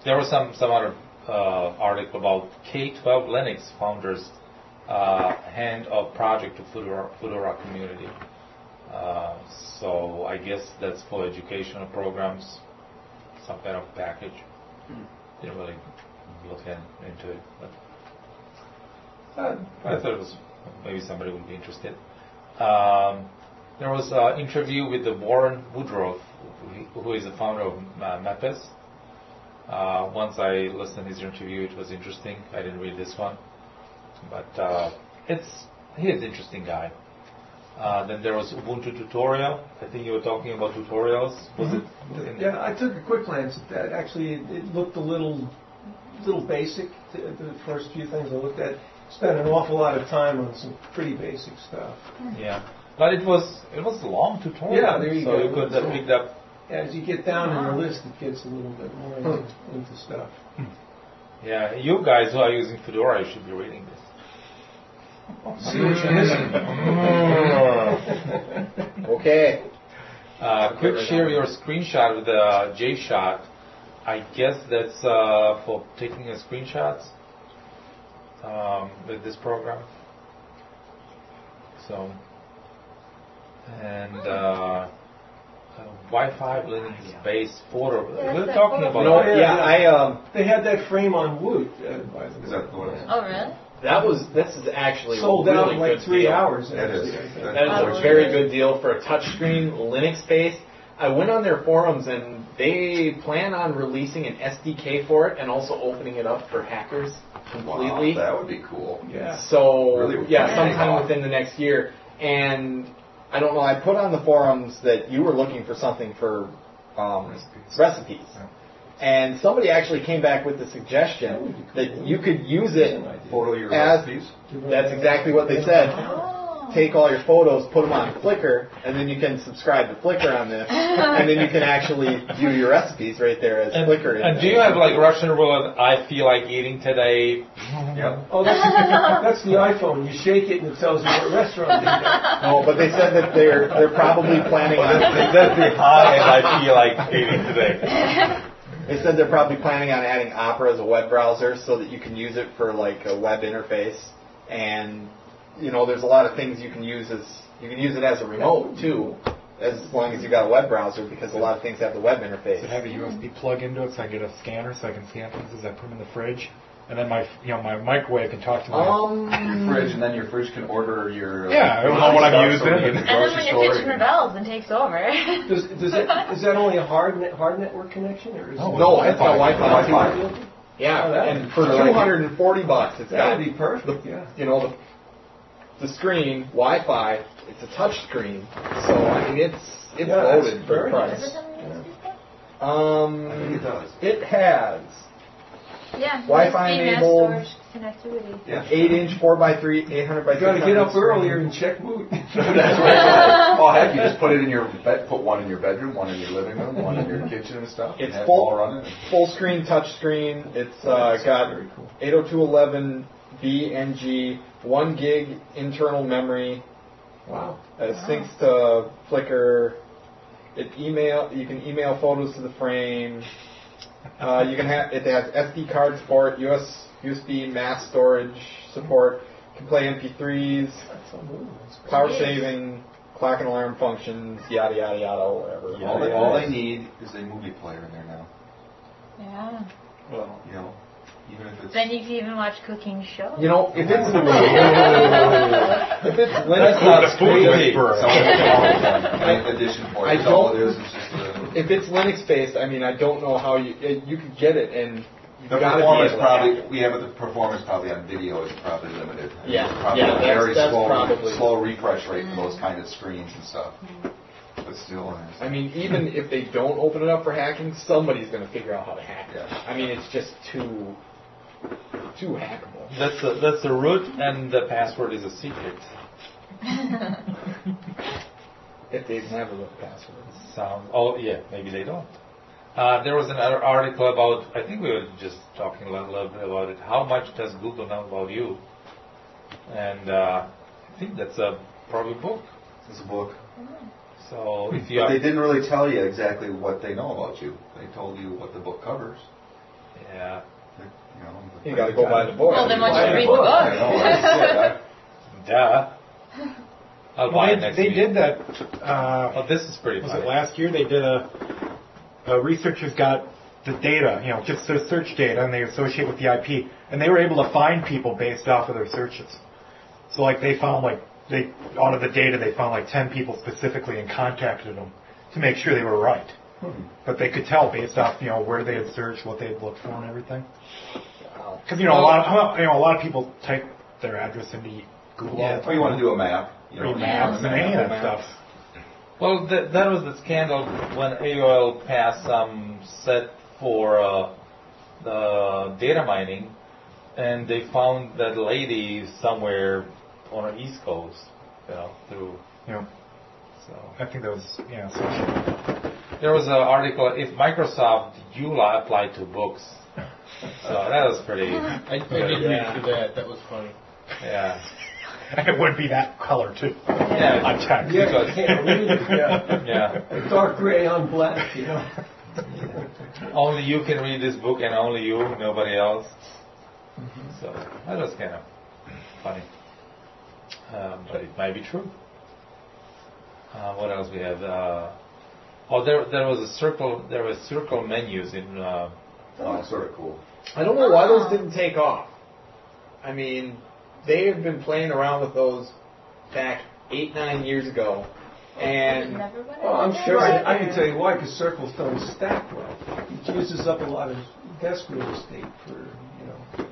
S1: There was some some other uh, article about K-12 Linux founders' uh, hand of project to Fedora, Fedora community. Uh, so I guess that's for educational programs, some kind of package. Didn't really look in, into it, but uh, I thought it was maybe somebody would be interested. Um, there was an interview with the Warren Woodruff, who- who is the founder of uh, Mapes. Uh, once I listened to his interview, it was interesting. I didn't read this one, but uh, it's he is an interesting guy. Uh, then there was Ubuntu tutorial. I think you were talking about tutorials. Was
S6: Mm-hmm.
S1: it? in-
S6: Yeah, I took a quick glance at that. Actually, it, it looked a little, little basic. The, the first few things I looked at spent an awful lot of time on some pretty basic stuff.
S1: Yeah, but it was it was a long tutorial.
S6: Yeah, there you
S1: so
S6: go.
S1: you could have picked up. Ah.
S6: As you get down in the list, it gets a little bit more into, into stuff.
S1: Yeah, you guys who are using Fedora, you should be reading this.
S6: See what you're missing.
S1: okay. Uh, quick share your screenshot with the J shot. I guess that's uh, for taking a screenshots um, with this program. So, and uh, uh, Wi-Fi Linux-based photo.
S6: Yeah,
S1: We're
S6: that's
S1: talking
S6: that
S1: about.
S6: photo.
S1: that.
S6: Yeah, I, uh,
S1: um,
S6: They had that frame on wood. Uh, by the way.
S4: Oh, really?
S3: That was this is actually
S6: Sold
S3: a
S6: out
S3: really
S6: in like
S3: good
S6: three
S3: deal.
S6: hours,
S3: That is
S6: actually, I think.
S3: that is a very good deal for a touchscreen Linux based. I went on their forums and they plan on releasing an SDK for it and also opening it up for hackers
S15: Wow,
S3: completely.
S15: that would be cool.
S3: So
S15: Really would
S3: yeah,
S15: take
S3: sometime
S15: off.
S3: within the next year. And I don't know. I put on the forums that you were looking for something for um, recipes. And somebody actually came back with the suggestion that you could use it
S15: Photo your
S3: as
S15: recipes.
S3: that's exactly what they said.
S15: Oh.
S3: Take all your photos, put them on Flickr, and then you can subscribe to Flickr on this, and then you can actually view your recipes right there as Flickr. is.
S1: And do you have like Russian roulette? I feel like eating today.
S15: Yep.
S6: Oh, that's, that's the iPhone. You shake it and it tells you what restaurant you got.
S3: No, but they said that they're they're probably planning on
S1: that's the high end I feel like eating today.
S3: They said they're probably planning on adding Opera as a web browser so that you can use it for like a web interface and you know there's a lot of things you can use as you can use it as a remote too as long as you got a web browser because a lot of things have the web interface.
S9: Does it have a USB plug into it so I can get a scanner so I can scan things as I put them in the fridge? And then my, you know, my microwave can talk to my.
S2: Um,
S15: Your fridge, and then your fridge can order your.
S9: Yeah, I don't know what I'm
S15: stuff
S9: using.
S15: from the
S4: And then when your
S15: grocery
S4: kitchen
S15: store.
S4: rebels and takes over.
S6: Does, does it, is that only a hard net, hard network connection, or is it
S3: no, it's got Wi-Fi.
S15: Wi-Fi.
S3: too. Yeah,
S6: Oh, that-
S3: and for
S6: I like it.
S3: 240 bucks, it's got
S6: That'd be perfect. Yeah.
S3: you know the, the screen Wi-Fi. It's a touch screen, so I mean it's it's
S6: Yeah, that's
S3: loaded for
S6: very
S3: price.
S6: nice.
S3: Um,
S15: I think it does.
S3: It has
S4: Yeah.
S3: Wi-Fi
S4: USB mass
S3: enabled.
S4: storage Connectivity.
S15: Yeah.
S3: eight inch, four by three, eight hundred by
S6: You
S3: three
S6: got to
S3: hundred.
S6: get up earlier and check mood.
S15: That's right. Oh, heck, you just put it in your bed, put one in your bedroom, one in your living room, one in your kitchen and stuff. and
S3: It's
S15: have it
S3: full-
S15: all running.
S3: Full screen touch screen. It's uh, got eight hundred two eleven B and G, one gig internal memory.
S6: Wow.
S3: Uh, It syncs to Flickr. It email. You can email photos to the frame. Uh, you can have it has SD card support, US USB mass storage support. Can play MP3s.
S6: That's unbelievable.
S3: Power saving, clock and alarm functions, yada yada yada, whatever.
S15: All they, all they need is a movie player in there now.
S4: Yeah.
S15: Well, you know, even if it's
S4: Then you can even watch cooking shows.
S3: You know, if it's if it's Linux,
S15: that's not a
S3: based,
S15: food whisperer.
S3: based,
S15: addition for
S3: I
S15: it. All it
S3: don't-
S15: is is just a,
S3: if it's Linux based, I mean, I don't know how you it, you could get it, and you
S15: the
S3: gotta be
S15: performance
S3: able to hack
S15: probably
S3: it.
S15: we have the performance probably on video is probably limited. I mean,
S3: Yeah,
S15: it's probably
S3: yeah,
S15: a
S3: that's-
S15: very
S3: that's
S15: slow
S3: probably-
S15: slow refresh rate for those kind of screens and stuff. But still, it's-
S3: I mean, even if they don't open it up for hacking, somebody's gonna figure out how to hack it.
S15: Yeah.
S3: I mean, it's just too too hackable.
S1: That's the that's the root, and the password is a secret.
S3: If they even have a look password.
S1: Sounds. Oh yeah, maybe they don't. Uh, there was another article about. I think we were just talking a little, little bit about it. How much does Google know about you? And uh, I think that's a probably book.
S15: It's a book.
S1: So if you
S15: But
S1: are,
S15: they didn't really tell you exactly what they know about you. They told you what the book covers.
S1: Yeah.
S15: You, know,
S3: You gotta go by the book.
S4: Well, then why don't you read
S15: Buy
S4: the book?
S15: I know, I said, I-
S1: duh. I'll
S9: Well,
S1: buy
S9: they,
S1: it next
S9: they
S1: week.
S9: did that. Uh,
S1: oh, this is pretty.
S9: Was
S1: funny.
S9: it last year? They did a, a researchers got the data, you know, just their search data, and they associate with the IP, and they were able to find people based off of their searches. So like they found like they out of the data they found like ten people specifically and contacted them to make sure they were right. But they could tell based off you know where they had searched, what they had looked for, and everything. Because you know a lot of you know a lot of people type their address into Google. all the
S15: Yeah, or you wanna
S9: time.
S15: do a map, you
S9: Or
S15: know.
S9: maps and
S15: Yeah.
S9: any of that stuff.
S1: Well, th- that was the scandal when AOL passed some set for uh, the data mining, and they found that lady somewhere on the East Coast, you know, through.
S9: Yeah.
S1: So
S9: I think that was yeah. So
S1: there was an article if Microsoft EULA applied to books. So that was pretty.
S5: I, I did read through that. That was funny.
S1: Yeah.
S9: And it would be that color too.
S1: Yeah.
S9: On text.
S1: Yeah, you can't read it,
S9: yeah.
S1: Yeah.
S6: Dark gray on black, you know.
S1: Only you can read this book, and only you, nobody else. So that was kind of funny, um, but it might be true. Uh, what else we have? Uh, oh, there there was a circle. There were circle menus in. Uh,
S15: Oh, that's sort of cool.
S3: I don't know why those didn't take off. I mean, they have been playing around with those back eight, nine years ago. And
S6: Well, I'm sure I, I can tell you why, because circles don't stack well. It uses up a lot of desk real estate for, you know.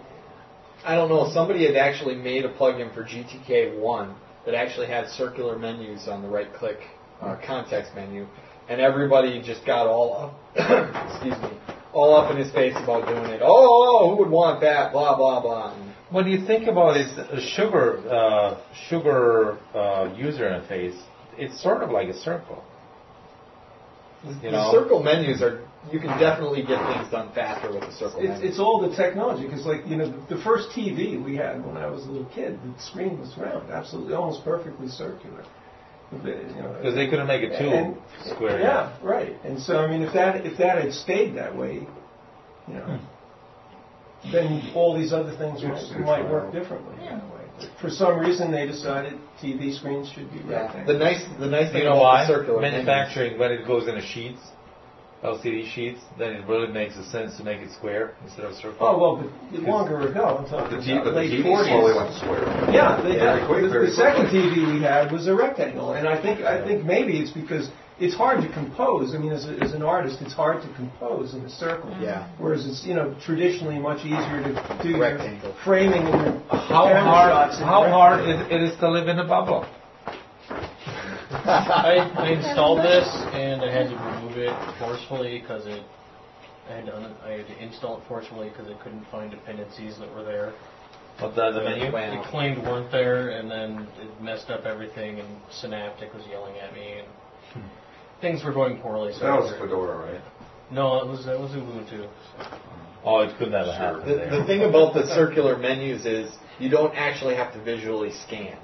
S3: I don't know, somebody had actually made a plugin for GTK 1 that actually had circular menus on the right click uh, context menu, and everybody just got all up, excuse me, all up in his face about doing it. Oh, who would want that? Blah, blah, blah. And
S1: What do you think about is a sugar uh, sugar uh, user interface? It's sort of like a circle.
S3: the,
S1: You
S3: the
S1: know.
S3: circle menus are, you can definitely get things done faster with the circle
S6: It's,
S3: menu.
S6: it's all the technology, because like, you know, the, the first TV we had when I was a little kid, the screen was round, absolutely, almost perfectly circular. Because you know,
S1: Because they couldn't make it too
S6: And-
S1: square.
S6: Yeah, right. And so, I mean, if that if that had stayed that way, you know,
S3: Hmm.
S6: then all these other things might, might work differently that way. But for some reason, they decided TV screens should be right
S3: Yeah. The nice, the nice thing
S1: you know
S3: about
S1: why?
S3: the circular menus.
S1: Manufacturing when it goes into sheets, LCD sheets, then it really makes a sense to make it square instead of circle.
S6: Oh well, but longer ago, I'm talking
S15: The T-
S6: about
S15: but the
S6: late
S15: TV
S6: 40s.
S15: slowly went square.
S6: Yeah, they,
S15: Very
S6: yeah,
S15: quick,
S6: the,
S15: very
S6: the second TV we had was a rectangle, and I think I think maybe it's because it's hard to compose. I mean, as, a, as an artist, it's hard to compose in a circle.
S3: Yeah.
S6: Whereas it's you know traditionally much easier to do your
S3: Rectangle.
S6: framing and your
S1: how
S6: camera
S1: hard
S6: shots in
S1: how
S6: rectangle.
S1: hard it, it is to live in a bubble.
S5: I, I installed this and I had to remove it forcefully because it. I had to un- I had to install it forcefully because I couldn't find dependencies that were there.
S1: But the, the menu.
S5: It claimed weren't there, and then it messed up everything. And Synaptic was yelling at me, and things were going poorly. So
S15: That was Fedora, right?
S5: no, it was that was Ubuntu.
S1: Oh, it could never happen.
S3: The,
S1: there.
S3: the thing about the circular menus is you don't actually have to visually scan.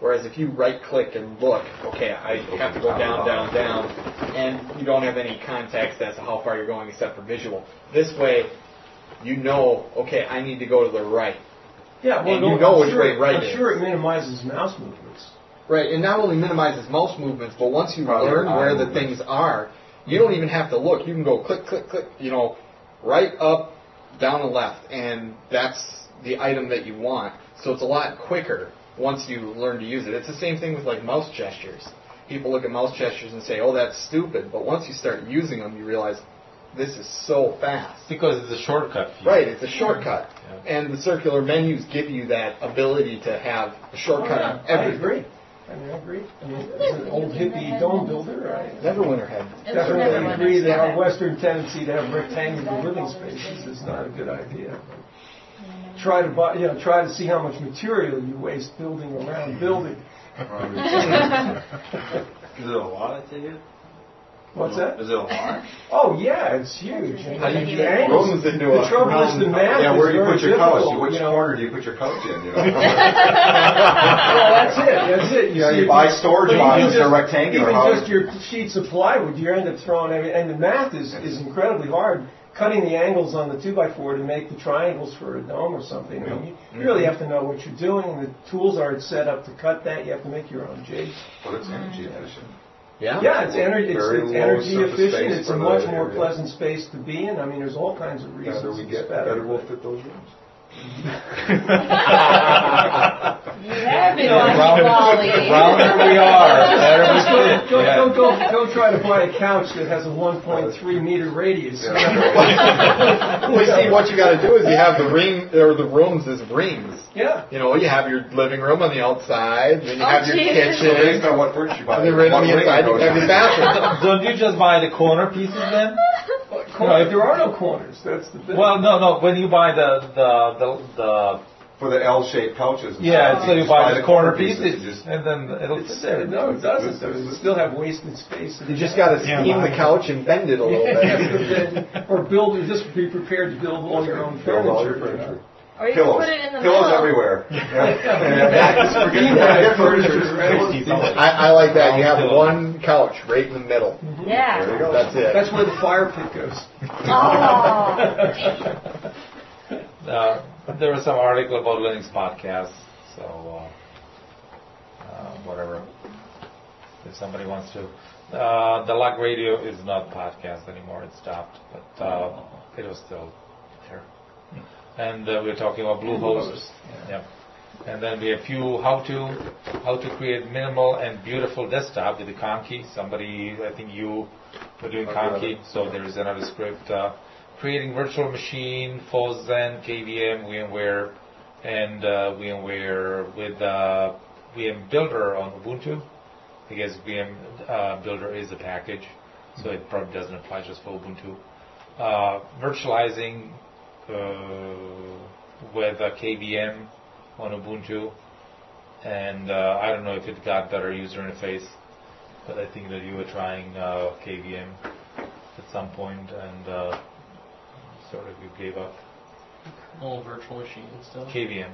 S3: Whereas if you right click and look, okay, I have to go down, down, down, and you don't have any context as to how far you're going except for visual. This way, you know, okay, I need to go to the right.
S6: Yeah, well,
S3: And
S6: no,
S3: you know
S6: I'm
S3: which
S6: sure,
S3: way right
S6: I'm
S3: is.
S6: sure it minimizes mouse movements.
S3: Right, and not only minimizes mouse movements, but once you
S15: Probably
S3: learn
S15: eye
S3: where the
S15: movements.
S3: things are, you don't even have to look. You can go click, click, click, you know, right up, down and left, and that's the item that you want. So it's a lot quicker once you learn to use it. It's the same thing with like mouse gestures. People look at mouse gestures and say, oh, that's stupid, but once you start using them, you realize this is so fast.
S1: because it's a shortcut. for you.
S3: Right, it's a shortcut. And the circular menus give you that ability to have a shortcut on
S6: Oh, I
S3: everything.
S6: agree. I mean, I agree. I mean, as an old hippie dome builder, I
S3: Neverwinter had
S6: definitely agree that our
S4: Neverwinter.
S6: Western tendency to have rectangular living spaces is not a good idea. Try to buy, you know, try to see how much material you waste building around building.
S2: Is it a lot I take it?
S6: What's that?
S2: Is it a lot?
S6: Oh yeah, it's huge.
S2: How do you do
S6: And
S2: that? Roman's into
S6: the
S2: a
S6: trouble is
S2: round-
S6: the math
S15: Yeah,
S6: is
S15: where do you
S6: very
S15: put your couch?
S6: difficult,
S15: Which
S6: you know?
S15: corner do you put your couch in? You know?
S6: well, that's it. That's it.
S15: You know, you
S6: see,
S15: buy storage
S6: but even
S15: boxes, they're
S6: just-
S15: rectangular.
S6: Even
S15: How-
S6: just your sheets of plywood, you end up throwing. Every, and the math is is incredibly hard. Cutting the angles on the two by four to make the triangles for a dome or something. I mean, you you really have to know what you're doing. The tools aren't set up to cut that. You have to make your own jigs.
S15: But it's energy efficient.
S12: Yeah.
S6: Yeah, it's energy. It's,
S15: Very
S6: it's
S15: low
S6: energy
S15: surface
S6: efficient.
S15: space
S6: It's
S15: for
S6: a
S15: the
S6: much more
S15: area.
S6: pleasant space to be in. I mean, there's all kinds of reasons.
S15: better we
S6: it's
S15: get, the
S6: better.
S15: better we'll fit those rooms.
S4: have been
S6: Yeah,
S4: watching
S6: round-
S4: Wally.
S6: rounder we
S1: are. There we
S6: Don't-
S1: sit.
S6: don't-
S1: Yeah.
S6: Don't go- don't try to buy a couch that has a 1.3 meter radius.
S3: well, you see, what you got to do is you have the ring or the rooms as rings.
S6: Yeah.
S3: You know, you have your living room on the outside, then you
S4: Oh,
S3: have your
S4: Jesus.
S3: kitchen.
S15: Based on what furniture you buy.
S3: And then right on
S15: what
S3: the
S15: ring
S3: inside,
S15: goes
S3: you have
S15: in.
S3: your bathroom.
S1: Don't you just buy the corner pieces then?
S6: Corner- There are no corners. That's the thing.
S1: Well, no, no. When you buy the the the, the
S15: For the L-shaped couches. and
S1: yeah,
S15: stuff,
S1: so you
S15: just
S1: buy the corner
S15: pieces and
S1: pieces,
S15: just-
S1: and then it'll
S6: It's-
S1: sit there.
S6: no, it doesn't. though. You still have wasted space.
S3: You just got to
S9: Yeah,
S3: steam
S9: mine.
S3: the couch and bend it a little bit.
S6: or build. or Just be prepared to build all your own
S15: Build all your
S6: furniture. you know.
S15: furniture.
S4: Or you can
S15: Pillows.
S4: put it in the
S15: Pillows
S4: middle.
S15: everywhere. Yeah. Just forget that. Furniture.
S3: I, I like that. You have one couch right in the middle.
S4: Mm-hmm. Yeah.
S15: There you go.
S3: That's it.
S6: That's where the fire pit goes.
S4: Oh.
S1: Uh, there was some article about Linux podcasts, so uh, uh, whatever. If somebody wants to, uh, the Lug Radio is not podcast anymore. It stopped, but uh, it was still there. And uh, we were talking about Bluehost. Yeah. And then we have few how to how to create minimal and beautiful desktop with the Conky. Somebody, I think you were doing Conky, so there is another script. Uh, creating virtual machine, Zen, KVM, VMware, and uh, VMware with uh, VM Builder on Ubuntu. I guess VM uh, Builder is a package, so it probably doesn't apply just for Ubuntu. Uh, virtualizing uh, with uh, KVM on Ubuntu, and uh, I don't know if it got better user interface, but I think that you were trying uh, KVM at some point and uh, sort of you gave up
S5: Old virtual machine and stuff.
S1: KVM.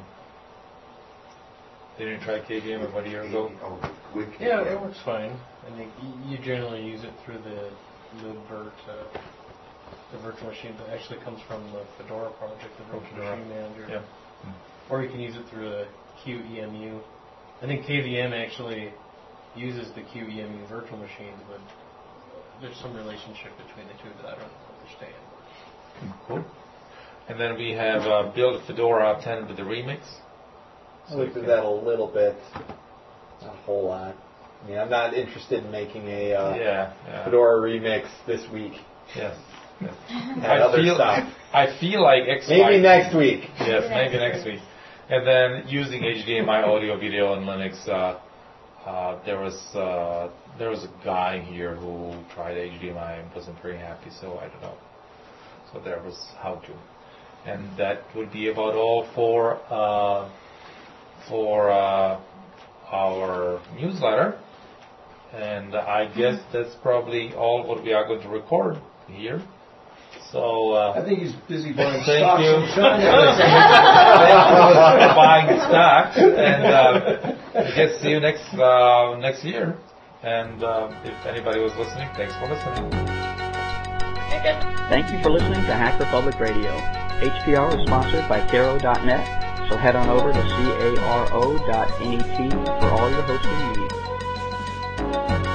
S1: Didn't you try KVM about a year ago?
S15: Oh, wicked.
S5: Yeah, it works fine. I think y- you generally use it through the the vert, uh, the virtual machine that actually comes from the Fedora project, the virtual
S1: Fedora.
S5: machine manager. Mm-hmm.
S1: Yeah.
S5: Or you can use it through the QEMU. I think KVM actually uses the QEMU virtual machines, but there's some relationship between the two that I don't understand.
S1: Cool. And then we have uh, Build Fedora 10 with the remix.
S3: I looked at that a little bit, not a whole lot. I mean, I'm not interested in making a uh,
S1: yeah. yeah.
S3: Fedora remix this week.
S1: Yes. yes.
S3: That
S1: I
S3: other
S1: feel,
S3: stuff.
S1: I feel like X.
S3: Maybe next week.
S1: Yes, maybe next week. And then using HDMI audio video and Linux, uh, uh, there was uh, there was a guy here who tried HDMI and wasn't very happy, so I don't know. So there was how to, and that would be about all for uh, for uh, our newsletter. And I guess that's probably all what we are going to record here. So. Uh,
S6: I think he's busy buying
S1: Thank
S6: stocks
S1: you.
S6: in China.
S1: for buying stocks, and uh, I guess see you next uh, next year. And uh, if anybody was listening, thanks for listening.
S17: Thank you for listening to Hack Republic Radio. HPR is sponsored by Caro.net, so head on over E to caro.net for all your hosting needs.